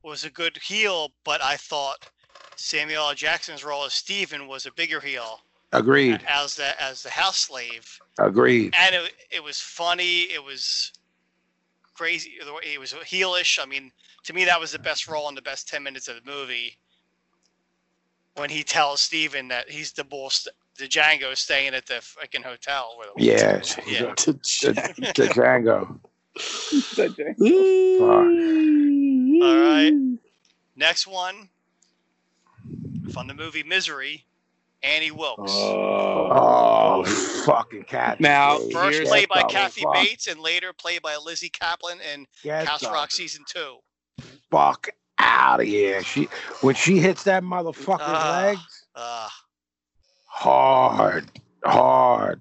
C: was a good heel, but I thought Samuel L. Jackson's role as Stephen was a bigger heel
D: Agreed.
C: as the as the house slave.
D: Agreed.
C: and it, it was funny. It was crazy. the way- It was heelish. I mean, to me, that was the best role in the best ten minutes of the movie. When he tells Steven that he's the bull, st- the Django staying at the freaking hotel. Where the,
D: Yeah.
C: Yeah.
D: The, the Django.
N: Good, Jay.
D: Fuck.
C: All right. Next one from the movie Misery, Annie Wilkes.
D: Oh, fucking cat.
F: Now,
C: First
F: here's-
C: played by
D: the
C: Kathy
D: fuck-
C: Bates and later played by Lizzie Kaplan in
D: Get
C: House
D: the
C: Rock season two.
D: fuck out of here. She when she hits that motherfucker's
C: Ah.
D: legs,
C: Uh,
D: hard, hard.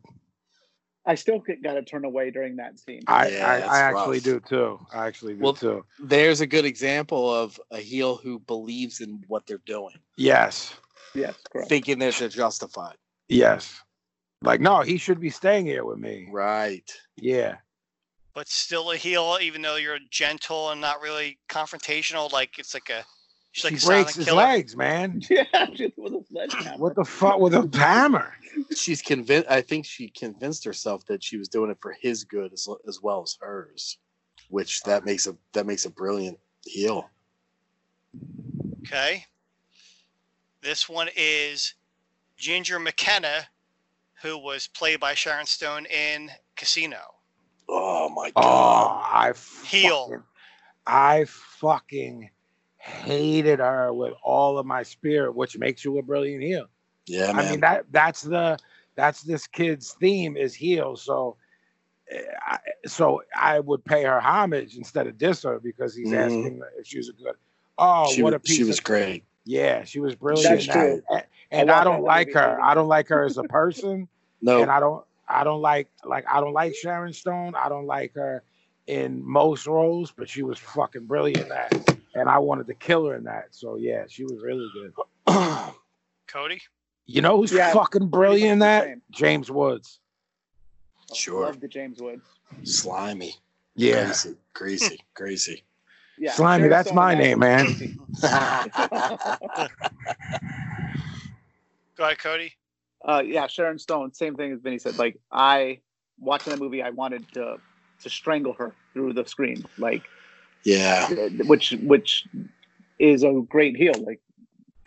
N: I still got to turn away during that scene.
D: I
F: Yeah,
D: I,
F: that's
D: I actually
F: rough.
D: do too. I actually do
F: Well-
D: too.
F: There's a good example of a heel who believes in what they're doing,
D: Yes,
N: Yes, correct.
F: thinking that they're justified.
D: yes. Like no, he should be staying here with me.
F: Right.
D: Yeah,
C: but still a heel, even though you're gentle and not really confrontational. Like it's like a she's like
D: he
C: a
D: breaks
C: silent
D: his
C: killer.
D: legs, man.
N: Yeah, just with a sledgehammer.
D: What the fuck with a hammer?
F: She's convinced. I think she convinced herself that she was doing it for his good as, as well as hers, which that makes a that makes a brilliant heel.
C: Okay. This one is Ginger McKenna, who was played by Sharon Stone in Casino.
F: Oh my
D: god. Oh, I
C: Heel.
D: fucking- I fucking hated her with all of my spirit, which makes you a brilliant heel.
F: Yeah,
D: I mean that that's the that's this kid's theme is heel. So, eh, I, so I would pay her homage instead of diss her because he's
F: Mhm.
D: asking if she was a good. Oh,
F: she,
D: what
F: wa-
D: a piece!
F: she was
D: of,
F: great.
D: Yeah, she was brilliant.
F: That's
D: in that.
F: true. I
D: And, and
F: love
D: I
F: that
D: don't like
F: movie,
D: her.
F: Peter.
D: I don't like her as a person.
F: No.
D: and I don't. I don't like like I don't like Sharon Stone. I don't like her in most roles, but she was fucking brilliant in that. And I wanted to kill her in that. So yeah, she was really good.
C: Cody?
D: You know who's
N: Yeah,
D: fucking brilliant in
N: the
D: that?
N: same.
D: James Woods.
F: Sure.
N: Love the James Woods.
F: Slimy.
D: Yeah.
F: Greasy. Greasy. greasy.
N: Yeah, Sharon
D: Slimy, that's
N: Stone
D: my
N: and
D: name, man.
C: Go ahead, Cody.
N: uh, yeah, Sharon Stone. Same thing as Vinny said. Like I watching the movie, I wanted to to strangle her through the screen. Like
F: Yeah.
N: which which is a great heel. Like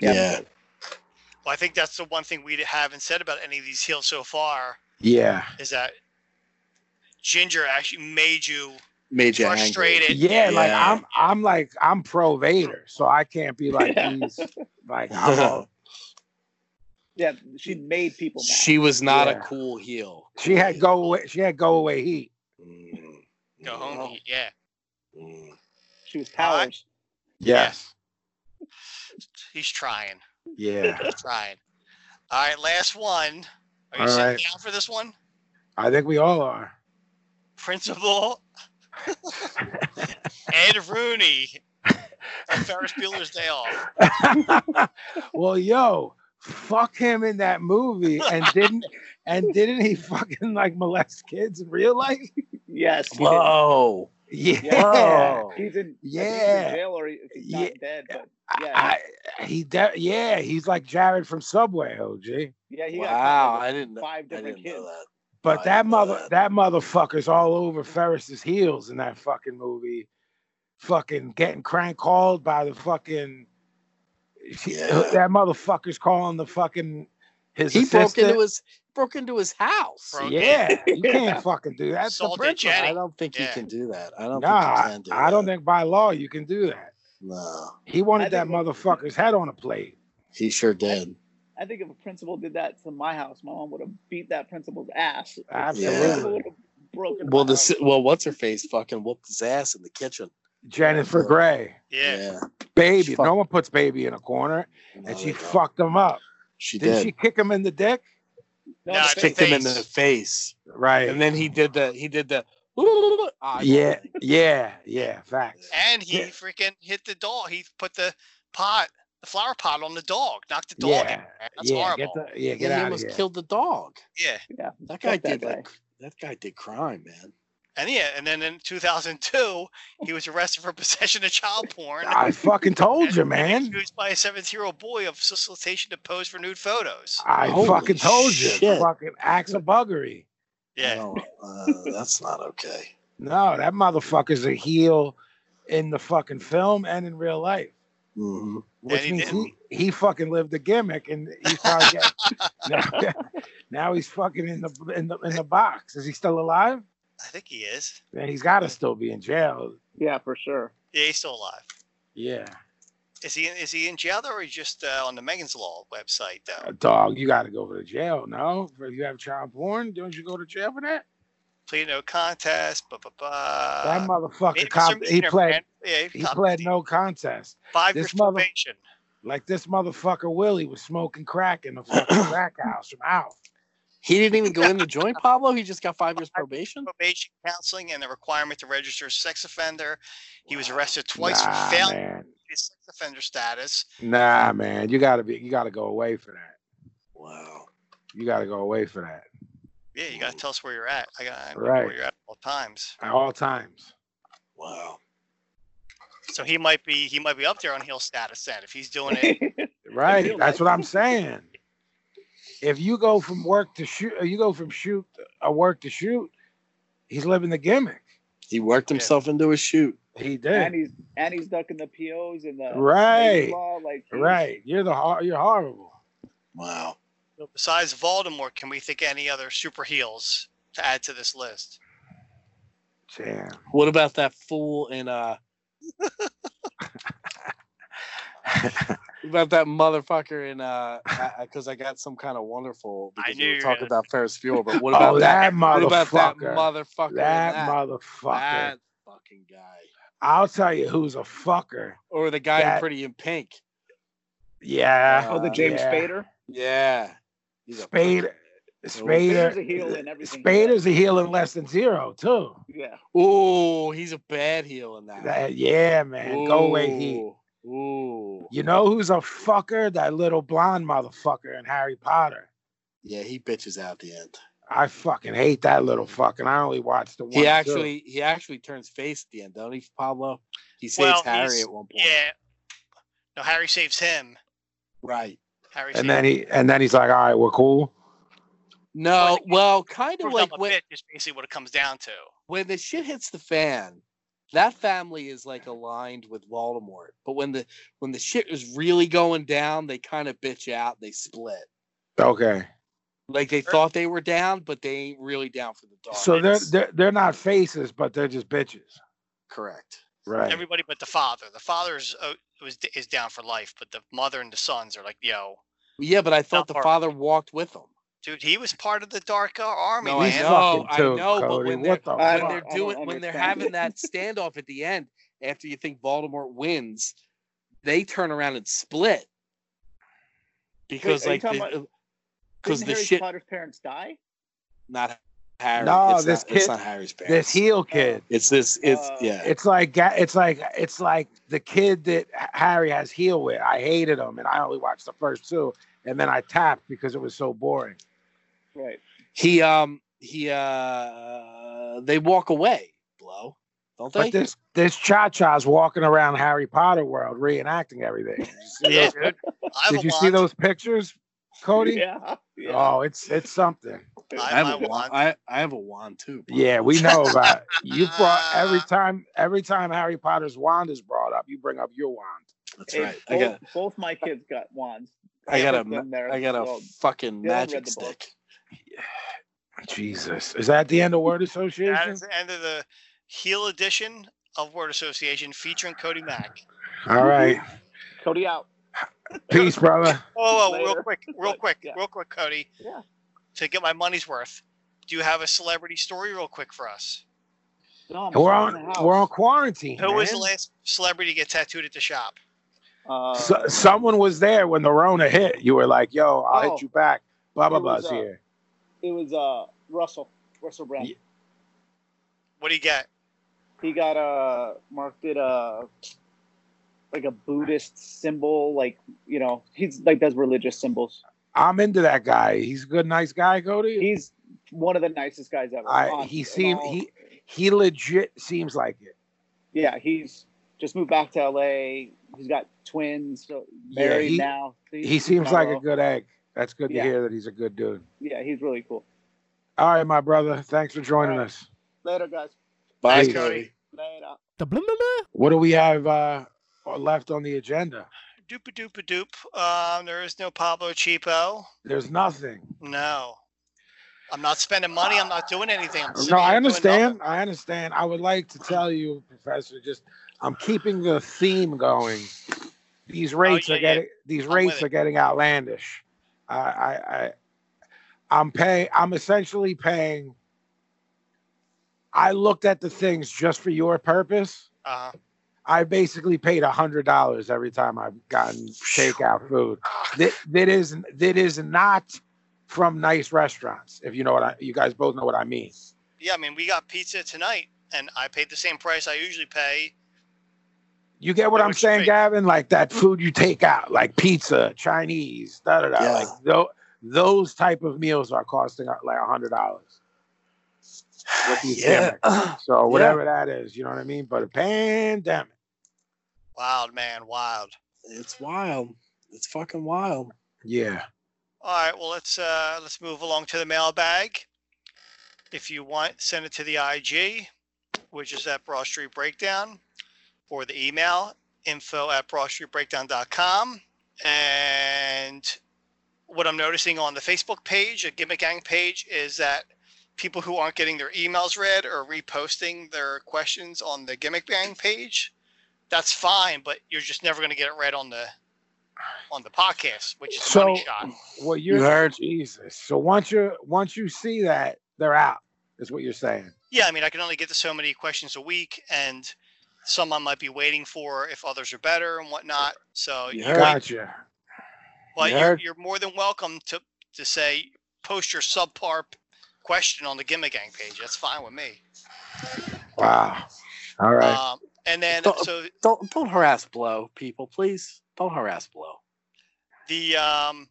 F: Yeah.
C: Well, I think that's the one thing we haven't said about any of these heels so far
D: Yeah.
C: is that Ginger actually made you
F: Made you angry.
C: frustrated.
D: Yeah, like I'm I'm like I'm pro Vader, so I can't be like these like I'm all,
N: yeah, she made people. Mad.
E: She was not
D: Yeah.
E: a cool heel.
D: she had go away she had go away heat.
C: Go home. Yeah.
F: Mm.
N: She was powers.
D: Yes.
C: He's trying.
D: Yeah.
C: He's trying. All right, last one. Are you
D: All
C: sitting
D: right.
C: down for this one?
D: I think we all are.
C: Principal Ed Rooney of Ferris Bueller's Day Off.
D: well, yo, fuck him in that movie and didn't and didn't he fucking like molest kids in real life?
N: Yes. he did.
F: Whoa.
D: Yeah.
F: Whoa.
N: He's in, I think he's
D: Yeah.
N: in jail or he, if he's not
D: Yeah.
N: dead. But yeah,
D: I, he de- yeah, he's like Jared from Subway, OG.
N: yeah, he
F: Wow,
N: got
F: I didn't know-
N: five different kids.
D: But that mother that motherfucker's all over Ferris's heels in that fucking movie. Fucking getting crank called by the fucking she-
F: Yeah.
D: that motherfucker's calling the fucking his
E: he broke
D: assistant.
E: into his broke into his house.
D: yeah, you can't fucking do that. That's the
E: Assaulted
D: principle.
E: Jenny.
F: I don't think
E: Yeah.
F: you can do that. I don't
D: Nah,
F: think you can do
D: I don't think by law you can do that.
F: No.
D: He wanted that motherfucker's head on a plate.
F: He sure did.
N: I think if a principal did that to my house, my mom would have beat that principal's ass.
D: Absolutely.
N: The principal would have broken.
F: Well, the well, what's her face? Fucking whooped his ass in the kitchen.
D: Jennifer Grey,
F: Yeah.
D: baby. No one puts baby in a corner, and she fucked him up.
F: She
D: did.
F: did.
D: She kick him in the dick.
F: No, kicked him in the face.
D: Right.
F: And then he did the he did the Ah,
D: yeah, yeah, yeah. Facts.
C: And he freaking hit the dog. He put the pot, the flower pot on the dog, knocked the dog
D: Yeah,
C: out. That's
D: yeah,
C: horrible.
D: get the- yeah,
F: he
D: get out of
F: almost
D: here.
F: killed the dog.
C: yeah.
N: Yeah.
F: That guy did like that guy did crime, man.
C: And yeah, and then in 2002, he was arrested for possession of child porn.
D: I fucking told you, man.
C: Accused by a 17-year-old boy of solicitation to pose for nude photos.
D: I
F: Holy
D: fucking told you.
F: shit.
D: Fucking acts of buggery.
C: Yeah.
F: uh, that's not okay.
D: No, that motherfucker's a heel in the fucking film and in real life. Which
F: And he
D: means
F: didn't.
D: he, he fucking lived the gimmick, and he's probably get, now, now he's fucking in the in the in the box. Is he still alive?
C: I think he is.
D: Then he's got to still be in jail.
N: Yeah, for sure.
C: Yeah, he's still alive.
D: Yeah,
C: Is he is he in jail though, or he's just uh, on the Megan's Law website though?
D: Uh, dog, you got to go to jail. No, if you have child porn, don't you go to jail for that?
C: Plead no contest. Blah blah blah.
D: That
C: Uh, maybe
D: motherfucker,
C: it's
D: cop,
C: a
D: he
C: misdemeanor,
D: pled,
C: man. Yeah,
D: he pled no contest.
C: Five
D: This
C: years
D: mother-
C: probation.
D: Like this motherfucker Willie was smoking crack in the fucking crack house from out.
F: He didn't even go in the joint, Pablo. He just got five years probation.
C: Probation counseling and the requirement to register as a sex offender. He was arrested twice
D: Nah,
C: for failing
D: man.
C: his sex offender status.
D: Nah, man, you gotta be, you gotta go away for that. Wow. You gotta go away for that
C: Yeah, you gotta tell us where you're at. I gotta know
D: Right.
C: where you're at at all times.
D: at all times.
F: Wow.
C: So he might be he might be up there on heel status then if he's doing it.
D: Right. That's what I'm saying. If you go from work to shoot, uh, you go from shoot a work to shoot. He's living the gimmick.
F: He worked himself into a shoot.
D: He
N: And
D: did.
N: he's and he's ducking the POs and the
D: Right.
N: law, like he-
D: Right. You're the hor- you're horrible.
F: Wow.
C: Besides Voldemort, can we think any other super heels to add to this list?
D: Damn.
F: What about that fool in uh What about that motherfucker in uh because I, got some kind of wonderful because
C: knew
F: we
C: you
F: were
C: were
F: talking
C: gonna-
F: about Ferris Bueller, but what
D: Oh,
F: about
D: that
F: What about that
D: motherfucker.
F: motherfucker? in
D: That
F: that?
D: motherfucker.
F: That-
D: I'll tell you who's a fucker.
F: or the guy in
D: That-
F: Pretty in Pink.
D: Yeah.
F: Oh, the James
D: yeah.
F: Spader? Yeah. He's a
D: Spader. Spader.
F: Spader's a heel in everything.
D: Spader's a heel in less than zero too.
F: Yeah. Ooh, he's a bad heel in that.
D: That- yeah, man. Go away heat.
F: Ooh. Ooh.
D: You know who's a fucker? That little blonde motherfucker in Harry Potter.
F: Yeah, he bitches out the end.
D: I fucking hate that little fucking. I only watched the one.
F: He
D: too.
F: actually he actually turns face at the end, don't he, Pablo? He saves Harry
C: he's-
F: at one point.
C: Yeah. No, Harry saves him.
F: Right.
C: Harry saves
D: And then he and then he's like, "All right, we're cool."
F: No, well, kind of
C: Proves
F: like
C: I'm a
F: when,
C: bit is basically what it comes down to.
F: when the shit hits the fan, that family is like aligned with Voldemort. But when the when the shit is really going down, they kind of bitch out. They split.
D: Okay.
F: Like they thought they were down, but they ain't really down for the dark.
D: So they're they're they're not faces, but they're just bitches,
F: correct.
D: right?
C: Everybody but the father. The father is uh, was is down for life, but the mother and the sons are like, yo,
F: Yeah, but I thought the
C: part-
F: father walked with them.
C: dude, he was part of the Dark Army.
F: No,
C: man.
F: I know, I
D: too,
F: know, but
D: Cody.
F: when they're
D: What
F: when
D: the fuck?
F: they're
D: I don't
F: doing when they're
D: understand.
F: having that standoff at the end after you think Voldemort wins, they turn around and split because
N: Wait, are you talking
F: like
N: about-
F: because
N: Didn't
F: the
N: Harry
F: shit
N: Potter's parents die?
F: uh, not Harry.
D: No,
F: it's
D: this
F: not,
D: kid,
F: it's not Harry's
D: this
F: parents.
N: Oh.
D: heel kid.
F: It's this. It's yeah.
D: It's like ga- it's like it's like the kid that H- Harry has heel with. I hated him, and I only watched the first two, and then I tapped because it was so boring.
N: Right.
F: He um he uh they walk away. Blow, don't they?
D: But this this cha cha's walking around Harry Potter world reenacting everything. Did you see those-
C: I
D: Did you see those pictures, Cody?
N: Yeah.
D: Oh, it's it's something.
F: I have a wand. I, I have a wand too.
D: Yeah, we know about it. you brought every time every time Harry Potter's wand is brought up, you bring up your wand.
F: That's
N: Hey,
F: right. I
N: Both,
F: got
N: both my kids got wands.
F: I got a
N: Both of them
F: ma-
N: there
F: I got a
N: well.
F: fucking
N: Dylan read
F: magic
N: the book.
F: stick.
D: Jesus. Is that the end of word association?
C: That is the end of the heel edition of Word Association featuring Cody Mack.
D: All right.
N: Cody out.
D: Peace, brother.
C: Oh,
N: Later.
C: real quick, real quick, real quick, Cody.
N: Yeah.
C: To get my money's worth, do you have a celebrity story real quick for us?
N: No, I'm
D: We're
N: sitting
D: on
N: in the house.
D: we're on quarantine.
C: Who was the
D: man.
C: last celebrity to get tattooed at the shop?
N: Uh,
D: So- someone was there when the Rona hit. You were like, yo, I'll
N: Oh.
D: hit you back. Blah blah
N: It was,
D: blah's
N: uh,
D: here.
N: It was uh Russell Russell Brand.
C: What do you get?
N: He got uh marked it uh like a Buddhist symbol, like you know he's like does religious symbols.
D: I'm into that guy. He's a good, nice guy, Cody.
N: He's one of the nicest guys ever.
D: I
N: Honestly,
D: he
N: in
D: seemed
N: all-
D: he he legit seems like it.
N: yeah he's just moved back to L.A. He's got twins, so
D: Yeah,
N: married
D: he-
N: now. He's
D: He seems like a
N: mellow.
D: good egg. That's good
N: Yeah.
D: to hear that he's a good dude.
N: yeah. He's really cool.
D: All right, my brother. Thanks for joining us.
N: Later, guys.
D: Bye,
N: Peace.
D: Cody.
N: Later.
D: What do we have uh, left on the agenda?
C: Doopa doopa doop. Um, there is no Pablo Chipo.
D: There's nothing.
C: No. I'm not spending money. I'm not doing anything. I'm sitting
D: No,
C: here
D: I
C: doing
D: understand. I understand. I would like to tell you, Professor, just I'm keeping the theme going. These rates
C: Oh, yeah,
D: are
C: yeah.
D: getting these
C: I'm with
D: rates
C: it.
D: are getting outlandish. I, I, I I'm paying. I'm essentially paying. I looked at the things just for your purpose.
C: Uh-huh.
D: I basically paid a hundred dollars every time I've gotten takeout food. That that is that is not from nice restaurants. If you know what I, you guys both know what I mean.
C: Yeah, I mean, we got pizza tonight, and I paid the same price I usually pay.
D: You Mm. get what I'm saying, Gavin? Like that food you take out, like pizza, Chinese, da da da.
F: Yeah.
D: Like tho- those type of meals are costing uh, like a hundred dollars. With these
F: Yeah.
D: gimmicks. So whatever that is, you know what I mean? But a pandemic.
C: Wild, man, wild.
F: It's wild. It's fucking wild.
D: Yeah.
C: All right, well let's uh, let's move along to the mailbag. If you want, send it to the IG, which is at Broad Street Breakdown, or the email info at broadstreetbreakdown.com. And what I'm noticing on the Facebook page, a Gimmick Gang page, is that people who aren't getting their emails read or reposting their questions on the Gimmick Gang page, that's fine, but you're just never going to get it read on the on the podcast, which is the
D: So,
C: money shot.
D: well, you're,
C: You
D: heard Jesus. So once you once you see that, they're out. Is what you're saying.
C: Yeah, I mean, I can only get to so many questions a week, and some I might be waiting for if others are better and whatnot. So
D: You
C: you might-
D: gotcha.
C: But
D: You
C: you're,
D: heard-
C: you're more than welcome to to say post your subpar p- question on the Gimmick Gang page. That's fine with me.
D: Wow. All right.
F: Uh,
C: Um, and then
F: Don't-
C: so
F: don't don't harass Blow people, please. Don't harass Blow.
C: the um,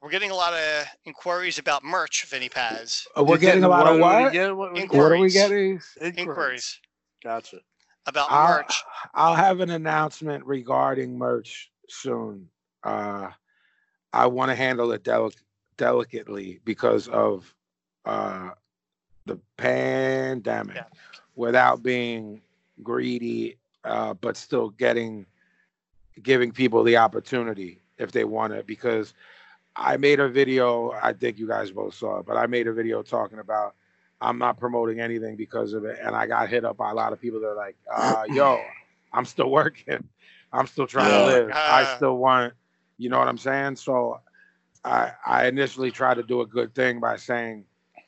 C: we're getting a lot of inquiries about merch, Vinny Paz.
D: Uh, we're getting a lot of what? What are we getting?
C: Inquiries
F: Gotcha.
C: about
D: I'll,
C: merch.
D: I'll have an announcement regarding merch soon. Uh, I want to handle it delic delicately because of uh, the pandemic without being greedy, uh, but still getting giving people the opportunity if they want it. Because I made a video, I think you guys both saw it, but I made a video talking about I'm not promoting anything because of it. And I got hit up by a lot of people that are like, uh, yo, I'm still working. I'm still trying
F: Yeah.
D: to live. I
F: Ah.
D: still want, you know what I'm saying? So I, I initially tried to do a good thing by saying,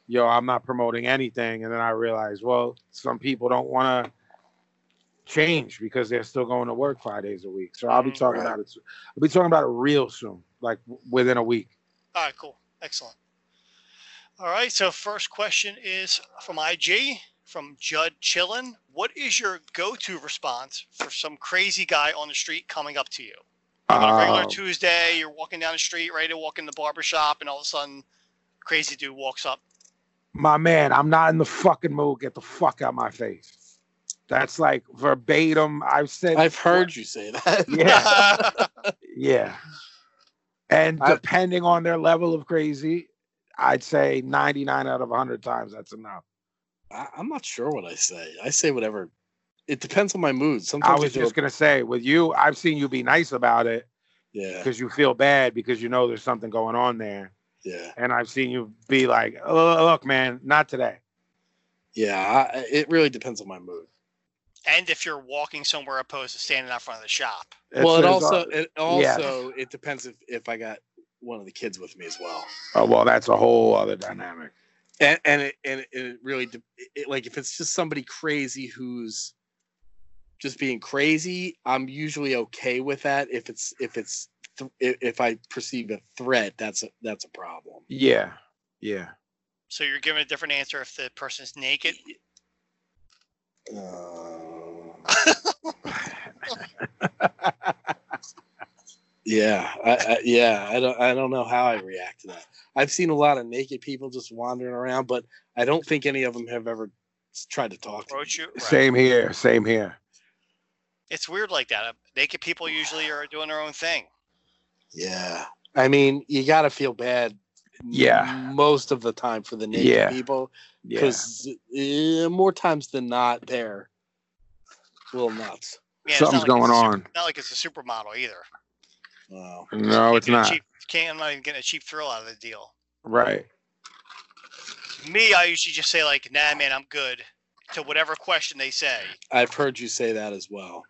D: yo, I'm not promoting anything. And then I realized, well, some people don't want to change because they're still going to work five days a week. So I'll be
F: Mm,
C: Mhm.
D: talking
C: Right.
D: about it. soon. I'll be talking about it real soon, like w- within a week.
C: All right, cool. Excellent. All right, so first question is from IG, from Judd Chillin. What is your go to response for some crazy guy on the street coming up to you? Like on a regular
D: Um,
C: Tuesday, you're walking down the street, ready to walk in the barber shop, and all of a sudden, crazy dude walks up.
D: my man, I'm not in the fucking mood. Get the fuck out my face. That's like verbatim. I've said.
F: I've heard you say that.
D: Yeah. yeah. And depending on their level of crazy, I'd say 99 out of 100 times that's enough.
F: I, I'm not sure what I say. I say whatever. It depends on my mood.
D: I
F: Sometimes
D: was
F: do
D: just
F: a-
D: gonna say with you, I've seen you be nice about it
F: Yeah.
D: because you feel bad because you know there's something going on there.
F: Yeah.
D: And I've seen you be like, oh, look, man, not today.
F: Yeah. I, it really depends on my mood.
C: And if you're walking somewhere opposed to standing out front of the shop.
F: well, it
D: there's
F: also
D: al-
F: it
D: Yes.
F: also it depends if if I got one of the kids with me as well.
D: Oh well, that's a whole other dynamic.
F: and and it, and it- it really de- it, like if it's just somebody crazy who's just being crazy i'm usually okay with that if it's if it's th- if if i perceive a threat that's a that's a problem
D: Yeah. Yeah.
C: So you're giving a different answer if the person's naked.
F: yeah I, I yeah i don't i don't know how i react to that i've seen a lot of naked people just wandering around but i don't think any of them have ever s- tried to talk to
C: Approach you. right.
D: Same here. Same here.
C: It's weird like that. Naked people usually are doing their own thing.
F: Yeah. I mean, you got to feel bad.
D: Yeah.
F: Most of the time for the naked
D: Yeah.
F: people.
D: Yeah.
F: Because more times than not, they're a little nuts.
C: Yeah, it's not like it's
D: Something's going
C: a super-
D: on.
C: Not like it's a supermodel either.
F: Wow.
D: No, it's
C: Get a
D: not.
C: cheap- can't, I'm not even getting a cheap thrill out of the deal.
D: Right.
C: Me, I usually just say like, "Nah, man, I'm good." To whatever question they say.
F: I've heard you say that as well.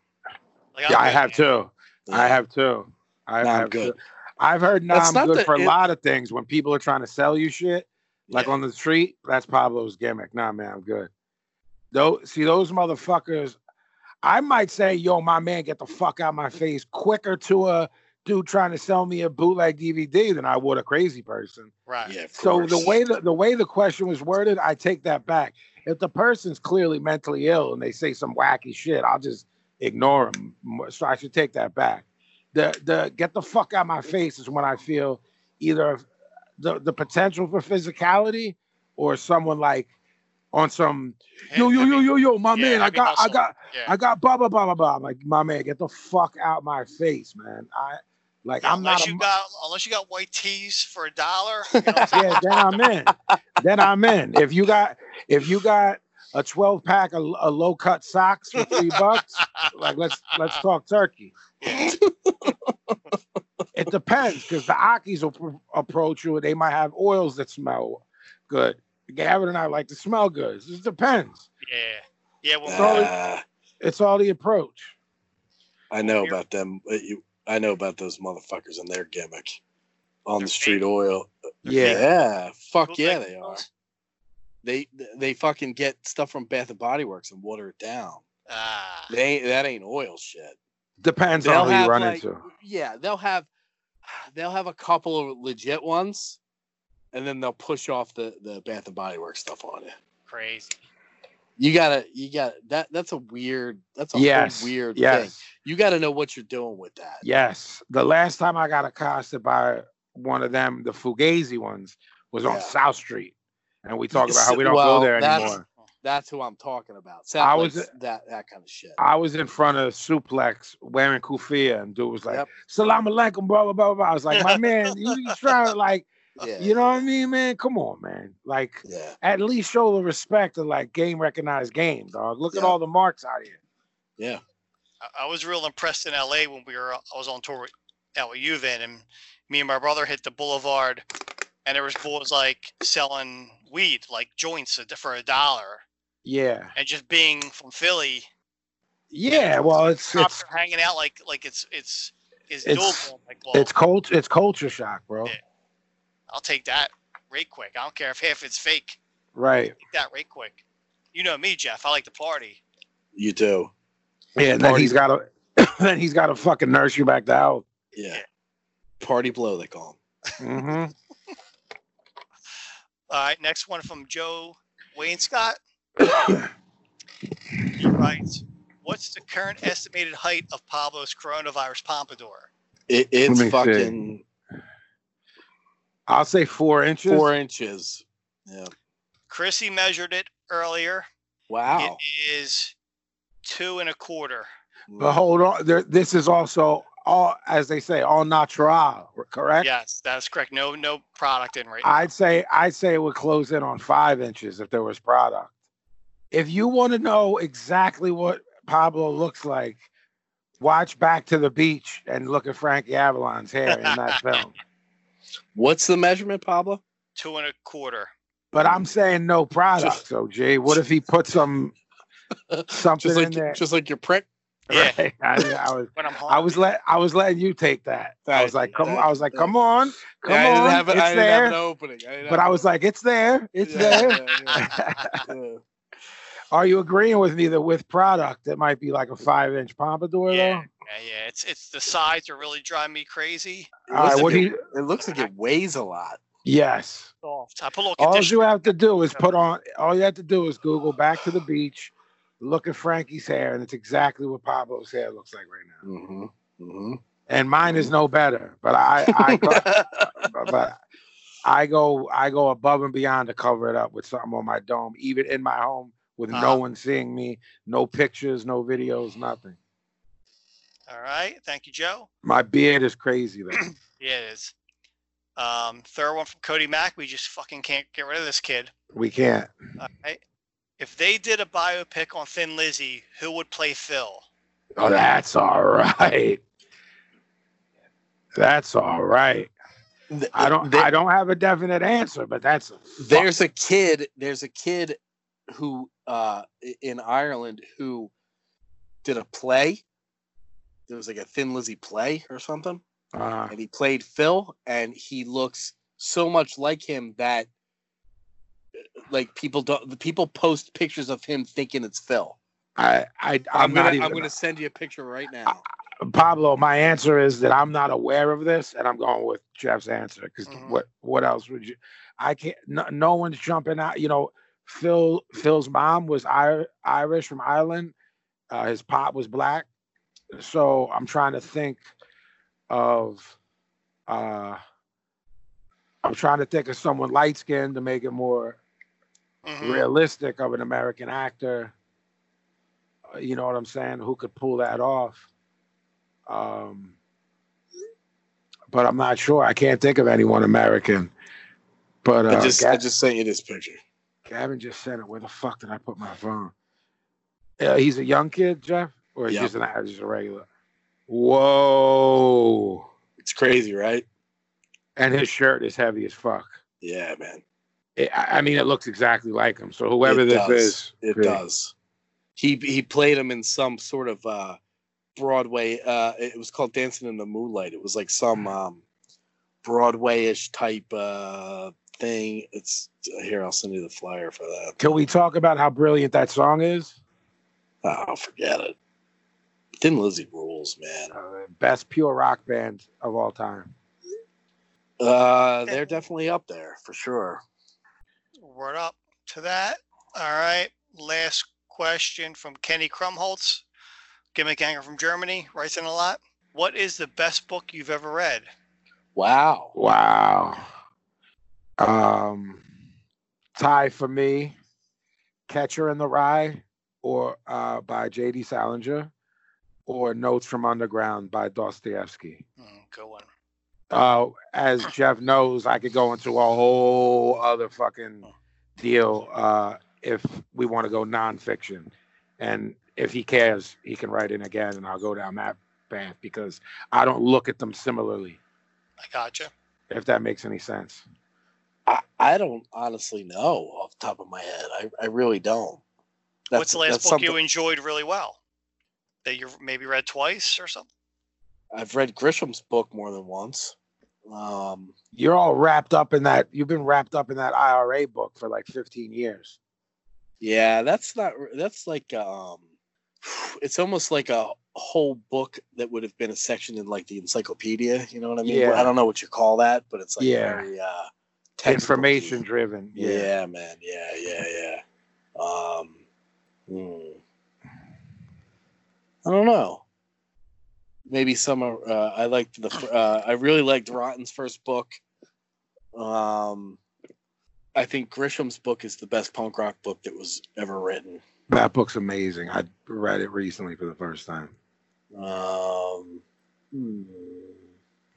C: Like,
D: Yeah, I
C: I'm
D: have too. I have too. I,
F: Nah, I'm
D: have
F: good.
D: Too. I've heard nah,
F: That's
D: I'm
F: not
D: good
F: the-
D: for a
F: it-
D: lot of things. When people are trying to sell you shit, like on the street, that's Pablo's gimmick. Nah, man, I'm good. Though, see those motherfuckers. I might say, yo, my man, get the fuck out my face quicker to a dude trying to sell me a bootleg DVD than I would a crazy person.
C: Right.
F: Yeah. of
D: So the
F: course.
D: way the, the way the question was worded, I take that back. If the person's clearly mentally ill and they say some wacky shit, I'll just ignore them. So I should take that back. The the get the fuck out of my face is when I feel either the the potential for physicality or someone like on some yo yo yo yo yo my
O: yeah,
D: man I
O: heavy
D: got I
O: hustle.
D: got
O: Yeah.
D: I got blah blah blah blah blah I'm like my man get the fuck out my face man I like I'm
C: unless
D: not a
C: you
D: mu-
C: got unless you got white tees for a dollar.
D: yeah, then I'm in. Then I'm in. If you got if you got a 12 pack of, of low cut socks for three bucks, like let's let's talk turkey. It depends because the Akis will pr- approach you. They might have oils that smell good. Gavin and I like to smell good. It just depends.
C: Yeah. Yeah. Well,
D: It's all, it's all the approach.
F: I know about them. uh, you- I know about those motherfuckers and their gimmick on the street oil.
D: Yeah.
F: yeah, fuck yeah, they are. They they fucking get stuff from Bath and Body Works and water it down.
C: Ah.
F: They that ain't oil shit.
D: Depends on who you run into.
F: Yeah, they'll have they'll have a couple of legit ones, and then they'll push off the the Bath and Body Works stuff on you.
C: Crazy.
F: You gotta you got that. That's a weird. That's a whole
D: Yes,
F: weird thing.
D: yes.
F: You gotta know what you're doing with that.
D: Yes. The last time I got accosted by one of them, the Fugazi ones, was on
F: Yeah.
D: South Street. And we talk about how we don't
F: Well,
D: go there
F: that's-
D: anymore.
F: That's who I'm talking about.
D: I
F: I was
D: was-
F: that that kind of shit.
D: I was in front of Suplex wearing kufia, and dude was like, "Salam alaikum, blah blah blah blah." I was like, "My man, you you trying to like, you know what I mean, man? Come on, man. Like, at least show the respect of like game recognized game, dog. Look at all the marks out here.
F: Yeah,
C: I, I was real impressed in LA when we were I was on tour with, out with you then and me and my brother hit the boulevard and there was bulls like selling weed like joints a- for a dollar
D: yeah,
C: and just being from Philly
D: yeah. Well, it's
C: cops
D: it's
C: are hanging out like like it's it's it's,
D: it's
C: doable. Like, well,
D: it's culture it's culture shock, bro.
C: I'll take that right quick. I don't care if half it's fake.
D: Right?
C: Take that right quick. You know me, Jeff. I like to party.
F: You do.
D: Yeah. And then he's got to then he's got to fucking nurse you back to health.
F: Yeah. Party blow, they call
D: hmm
C: All right, next one from Joe Wayne Scott. he writes, "What's the current estimated height of Pablo's coronavirus pompadour?"
F: It, it's
D: Let me see.
F: fucking
D: I'll say four inches.
F: four inches. Yeah.
C: Chrissy measured it earlier.
F: Wow.
C: It is two and a quarter.
D: But hold on, there, this is also all as they say, all natural, correct?
C: Yes, that is correct. No, no product in right.
D: I'd say I'd say it would close in on five inches if there was product. If you want to know exactly what Pablo looks like, watch Back to the Beach and look at Frankie Avalon's hair in that film.
F: What's the measurement, Pablo?
C: Two and a quarter.
D: But I'm saying no product, so Jay. What if he put some something
F: Just like-
D: in there?
F: just like your prick.
D: Right. I, I was
C: when I'm
D: I was let I was letting you take that. I was like, come I was like, come on, come
F: Yeah, I
D: on.
F: didn't have, a-
D: it's
F: I didn't
D: there.
F: have an opening. I didn't
D: but
F: have
D: I was like, it's there. It's there. Are you agreeing with me that with product, it might be like a five inch pompadour,
C: Yeah, yeah, yeah. It's it's the sides are really driving me crazy.
D: though? All right, what do
F: it,
D: you,
F: it looks like it weighs a lot.
D: yes.
C: Soft. I put a little
D: All
C: conditioner.
D: you have to do is put on, all you have to do is Google back to the beach, look at Frankie's hair, and it's exactly what Pablo's hair looks like right now. And mine is no better, but I, I, go, but I go, I go above and beyond to cover it up with something on my dome, even in my home with no
C: Uh-huh.
D: one seeing me, no pictures, no videos, nothing.
C: All right, thank you, Joe.
D: My beard is crazy though.
C: Yeah, it is. Um, third one from Cody Mack. We just fucking can't get rid of this kid.
D: we can't.
C: All right. If they did a biopic on Thin Lizzy, who would play Phil?
D: Oh, that's all right. That's all right. I don't. I don't have a definite answer, but that's
F: There's a kid. There's a kid who uh, i- in Ireland who did a play. There was like a Thin Lizzy play or something,
D: uh,
F: and he played Phil, and he looks so much like him that uh, like people don't. The people post pictures of him thinking it's Phil.
D: I. I I'm,
F: gonna,
D: not even.
F: I'm gonna send you a picture right now.
D: Pablo, my answer is that I'm not aware of this, and I'm going with Jeff's answer because what what else would you? I can't. No, no one's jumping out. You know, Phil Phil's mom was Ir- Irish from Ireland. Uh, his pop was black, so I'm trying to think of. uh I'm trying to think of someone light skinned to make it more
F: Mm-hmm.
D: realistic of an American actor. Uh, You know what I'm saying? Who could pull that off? Um, but I'm not sure. I can't think of anyone American. But uh,
F: I just I
D: Ga-
F: just sent you this picture.
D: Gavin just sent it. Where the fuck did I put my phone? Uh, he's a young kid, Jeff, or he's
F: Yeah.
D: just an he's just a regular. Whoa!
F: It's crazy, right?
D: And his shirt is heavy as fuck.
F: Yeah, man.
D: It, I I mean, it looks exactly like him. So whoever this
F: does.
D: is,
F: It
D: great.
F: does. He he played him in some sort of uh Broadway uh it was called Dancing in the Moonlight. It was like some
D: Mm.
F: um Broadway-ish type uh thing. It's here, I'll send you the flyer for that.
D: Can we talk about how brilliant that song is?
F: Oh, forget it. Thin Lizzy rules, man.
D: Best pure rock band of all time.
F: Uh they're definitely up there for sure.
C: Word up to that. All right. Last question from Kenny Krumholtz, gimmick hanger from Germany, writes in a lot. What is the best book you've ever read?
F: Wow.
D: Wow. Um, tie for me, Catcher in the Rye, or uh, by J.D. Salinger, or Notes from Underground by Dostoevsky.
C: Mm, good one.
D: Uh, as Jeff knows, I could go into a whole other fucking deal uh, if we want to go nonfiction. And if he cares, he can write in again, and I'll go down that path because I don't look at them similarly,
C: I gotcha.
D: if that makes any sense.
F: I, I don't honestly know off the top of my head. I, I really don't.
C: What's the last book you enjoyed really well that you maybe read twice or something?
F: I've read Grisham's book more than once. Um,
D: You're all wrapped up in that. You've been wrapped up in that IRA book for like 15 years.
F: yeah, that's not. That's like um, it's almost like a whole book that would have been a section in like the encyclopedia. You know what I mean?
D: Yeah.
F: I don't know what you call that, but it's like
D: Yeah.
F: very uh,
D: Information driven.
F: Yeah. man. Yeah, yeah, yeah. Um, hmm. I don't know. Maybe some. are- Uh, I liked the. fir- Uh, I really liked Rotten's first book. Um, I think Grisham's book is the best punk rock book that was ever written.
D: That book's amazing. I read it recently for the first time.
F: Um, hmm.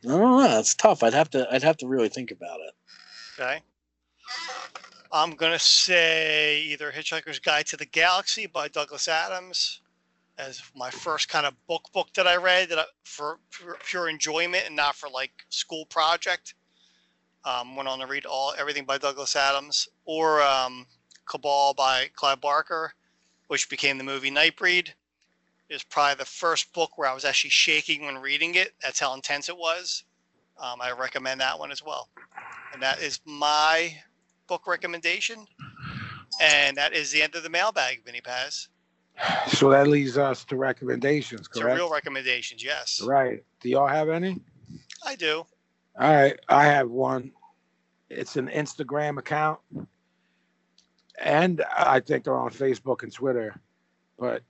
F: I don't know. It's tough. I'd have to. I'd have to really think about it.
C: Okay. I'm going to say either Hitchhiker's Guide to the Galaxy by Douglas Adams as my first kind of book book that I read that I, for pure, pure enjoyment and not for like school project. Um, went on to read all everything by Douglas Adams or um, Cabal by Clive Barker, which became the movie Nightbreed. Is probably the first book where I was actually shaking when reading it. That's how intense it was. Um, I recommend that one as well. And that is my book recommendation. And that is the end of the mailbag, Vinny Paz.
D: So that leads us to recommendations,
C: To
D: correct?
C: real recommendations, yes.
D: Right. Do y'all have any?
C: I do.
D: All right, I have one. It's an Instagram account, and I think they're on Facebook and Twitter, but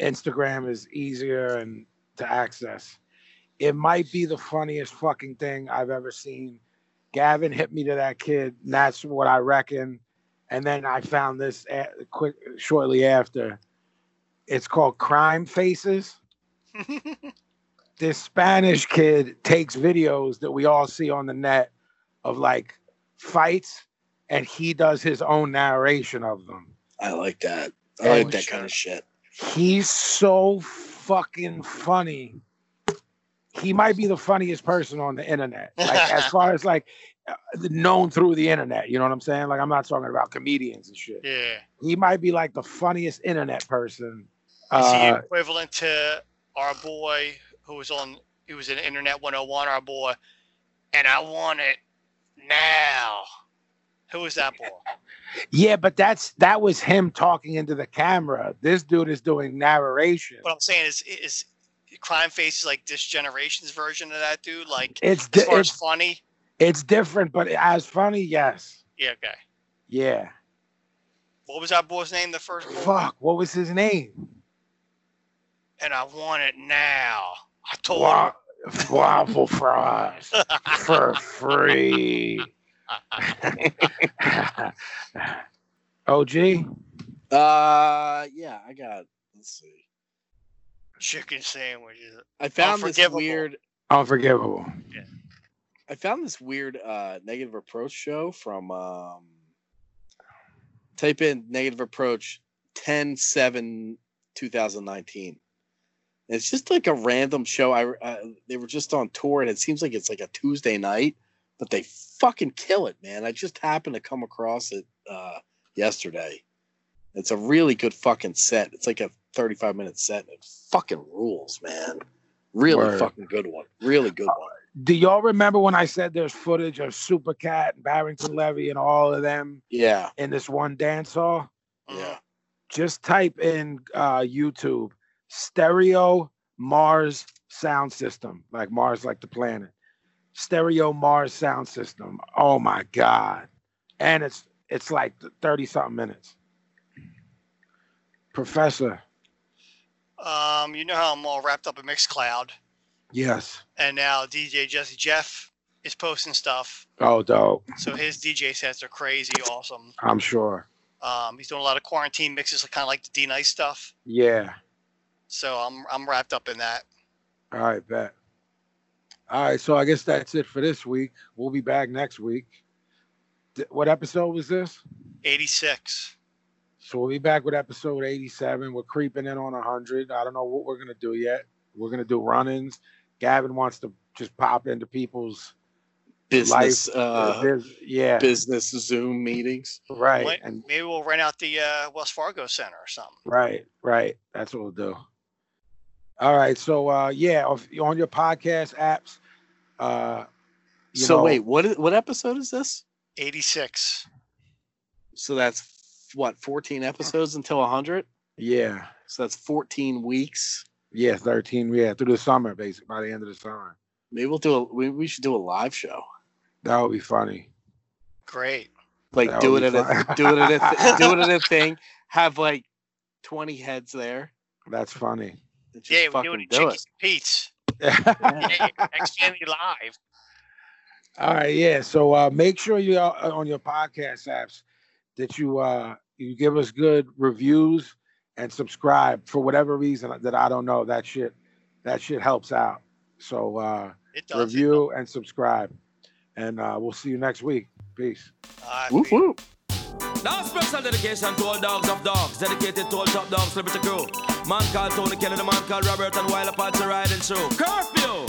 D: Instagram is easier and to access. It might be the funniest fucking thing I've ever seen. Gavin hit me to that kid. And that's what I reckon. And then I found this a- quick shortly after. It's called Crime Faces this Spanish kid takes videos that we all see on the net of like fights, and he does his own narration of them.
F: I like that. I
D: Yeah,
F: like
D: we
F: that kind of shit.
D: He's so fucking funny. He might be the funniest person on the internet, like as far as like uh, known through the internet. You know what I'm saying? Like I'm not talking about comedians and shit.
C: Yeah.
D: He might be like the funniest internet person.
C: Is he
D: Uh,
C: equivalent to our boy who was on he was in Internet 101, our boy, and I want it now. Who is that boy?
D: yeah, but that's that was him talking into the camera. This dude is doing narration.
C: What I'm saying is is Crime Face is like this generation's version of that dude, like
D: It's
C: as
D: di-
C: far as
D: it's-
C: funny.
D: It's different, but as funny, yes.
C: Yeah, okay.
D: Yeah.
C: What was that boy's name the first boy?
D: Fuck, what was his name?
C: And I want it now. I told
D: Wa- waffle fries for free. OG,
F: Uh, yeah, I got. Let's see.
C: chicken sandwiches.
F: I found this
C: Unforgivable.
F: weird.
D: unforgivable.
F: I found this weird uh, negative approach show from. Um, type in negative approach 10 7 2019. It's just like a random show. I uh, they were just on tour, and it seems like it's like a Tuesday night, but they fucking kill it, man. I just happened to come across it uh, yesterday. It's a really good fucking set. It's like a thirty-five minute set. and It fucking rules, man. Really
D: Word.
F: fucking good one. Really good one.
D: Do y'all remember when I said there's footage of Supercat and Barrington Levy and all of them
F: Yeah.
D: in this one dance hall?
F: Yeah.
D: Just type in uh, YouTube stereo Mars sound system, like Mars, like the planet. Stereo Mars sound system. Oh my god! And it's it's like thirty something minutes. Professor,
C: Um, you know how I'm all wrapped up in Mixcloud,
D: yes.
C: and now DJ Jesse Jeff is posting stuff.
D: Oh, dope.
C: So his DJ sets are crazy, awesome.
D: I'm sure.
C: Um, he's doing a lot of quarantine mixes, kind of like the D Nice stuff.
D: Yeah.
C: So I'm I'm wrapped up in that.
D: All right, bet. All right, so I guess that's it for this week. We'll be back next week. Th- What episode was this?
C: 86.
D: So we'll be back with episode 87. We're creeping in on 100. I don't know what we're going to do yet. We're going to do run ins. Gavin wants to just pop into people's
F: Business,
D: life.
F: uh,
D: Bus- yeah.
F: Business Zoom meetings.
D: Right.
C: Might-
D: and
C: maybe we'll rent out the uh, Wells Fargo Center or something.
D: Right, right. That's what we'll do. All right. So uh yeah, if you're on your podcast apps, uh you
F: so
D: know-
F: wait, what is, what episode is this?
C: 86.
F: So that's what 14 episodes until 100.
D: Yeah.
F: So that's 14 weeks.
D: Yeah, thirteen. Yeah, through the summer, basically by the end of the summer.
F: Maybe we'll do a we, we should do a live show.
D: That would be funny.
C: Great.
F: Like
D: That
F: do
D: would
F: it at
D: be
F: a
D: fun.
F: do it at a th- do it at a thing. Have like 20 heads there.
D: That's funny.
C: Yeah, we're
F: fucking
C: doing
F: do
C: Chicky
F: it.
C: Pete's.
D: Yeah.
C: X Family Live.
D: All right, yeah. So uh make sure you are on your podcast apps that you uh you give us good reviews and subscribe for whatever reason that I don't know. That shit that shit helps out. So uh
C: It does, it
D: review and subscribe. And uh we'll see you next week. Peace.
C: Whoop,
F: whoop.
O: Now special dedication to all dogs of dogs, dedicated to all top dogs, liberty crew. Man called Tony Kelly, the man called Robert, and while apart to riding through. Curfew!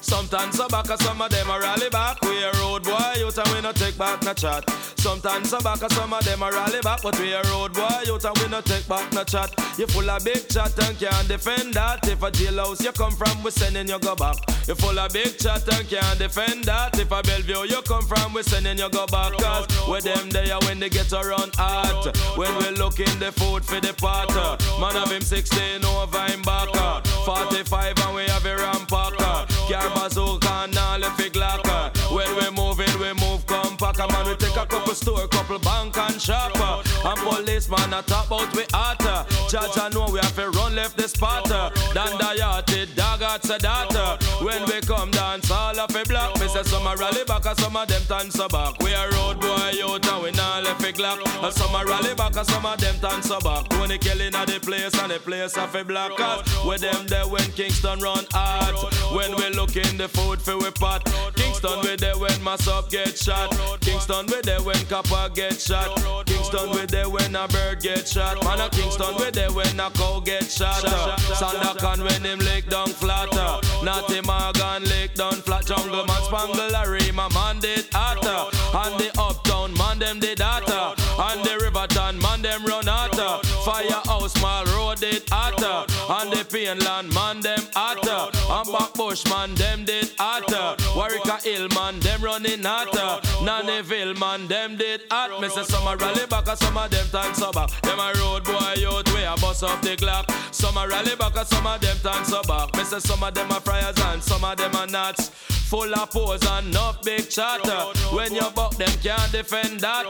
O: Sometimes I back, some of them are rally back. We a road boy, you and we no take back no chat. Sometimes I back, some of them are rally back, but we a road boy, you and we no take back no chat. You full of big chat and can't defend that. If a jailhouse you come from, we sending you go back. You full of big chat and can't defend that. If a Bellevue you come from, we sending you go back. Cause with them there when they get around hot. When we looking the food for the pot. Man of him 16 over him back. 45 and we have a rampack. Car bazooka and all the fig locker. When we move it, we move compact. And Man, we take a couple store, couple bank and shop. And policeman a top out we hot. Judge I know we have to run left the spot. Dan Dayati, dog at Sadat. When we come dance, all of a block. Me say some a rally back and some of them dance back. We a road boy out and we not left a glock. And some a rally back and some of them dance back. Tony killing at the place and the place off a block. Cause with them there when Kingston run hot. When we look in the food for we pot. Kingston we there when my sub get shot. Kingston we there when copper get shot. Kingston we there when a bird get shot. Man a Kingston we there when a cow get shot. Sandakan when him lick down flat. Natty Morgan lick down flat. Jungle man spangle a rima man did hotter. And the uptown man them did hotter. And the riverton man them run hotter. Firehouse mall road did hotter. And the Pineland man them hotter. And back bush man them did hotter. Warwick Hill man them running hotter. Nannyville man them did hot. Me say some a rally back and some of them time sober. Them a road boy out way a bust off the clock. Some a rally back and some of them time sober. Me say some of them are friars and some of them are nuts. Full of pose and enough big chatter. When you buck them can't defend that.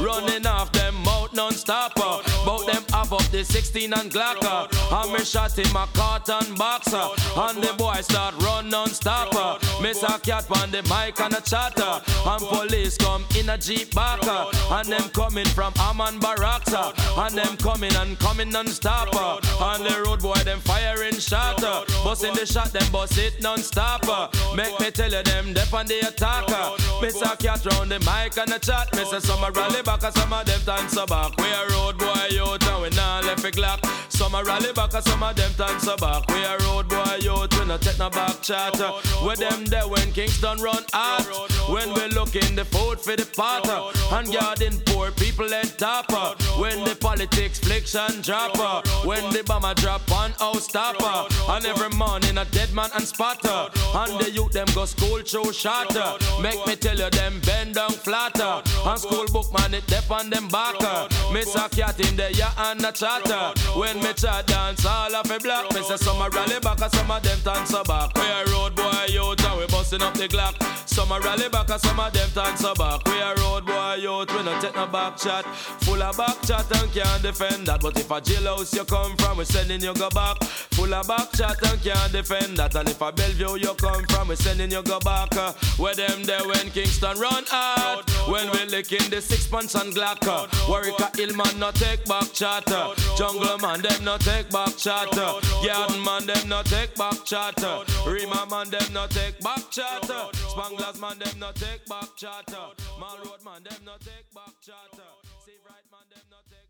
O: Running off them mouth non-stopper. Bout them have up the 16 and Glocker. And me shot him a cotton boxer. And the boy start run non-stopper. Miss a cat on the mic and a chatter. And police come in a jeep backer. And them coming from Amman Baraka. And them coming and coming non-stopper. On the road, boy, them firing shatter. Busting the shot, them bust it non-stopper. Make me tell you them, dep on the attacker. Mr. Cat round the mic and the chat. Mr. Summer rally back and some of them time so back. We a road boy out and we not left it clock. Some a rally back and some of them time so back. We a road boy out, we no take no back chatter. With them there when Kingston run hot. When we look in the food for the potter. And guarding poor people and topper. When the politics flicks and dropper. When the bomber drop on house stopper. And every morning a dead man and spotter. And the youth them go school through shatter. Make me tell you them bend down flatter. And school book man it dep on them backer. Miss a cat in the ya and a chatter. When me chat dance all of a block. Me say some a rally back and some of them dance a back. We a road boy out and we busting up the clock. Some a rally back and some of them dance a back. We a road boy out we no take no back chat. Full of back chat and can't defend that. But if a jailhouse you come from we sending you go back. Full of back chat and can't defend that. And if a Bellevue you come from we sending you go back. Uh, Where them there when Kingston run out. When we licking the sixpence and glock. uh, Warwick Hillman no take back chatter. Jungle man them no take back chatter. Garden man them no take back chatter. Rima man them no take back chatter. Spanglers man them uh, no take back chatter. Malroad man them no take back chatter. See right man them no take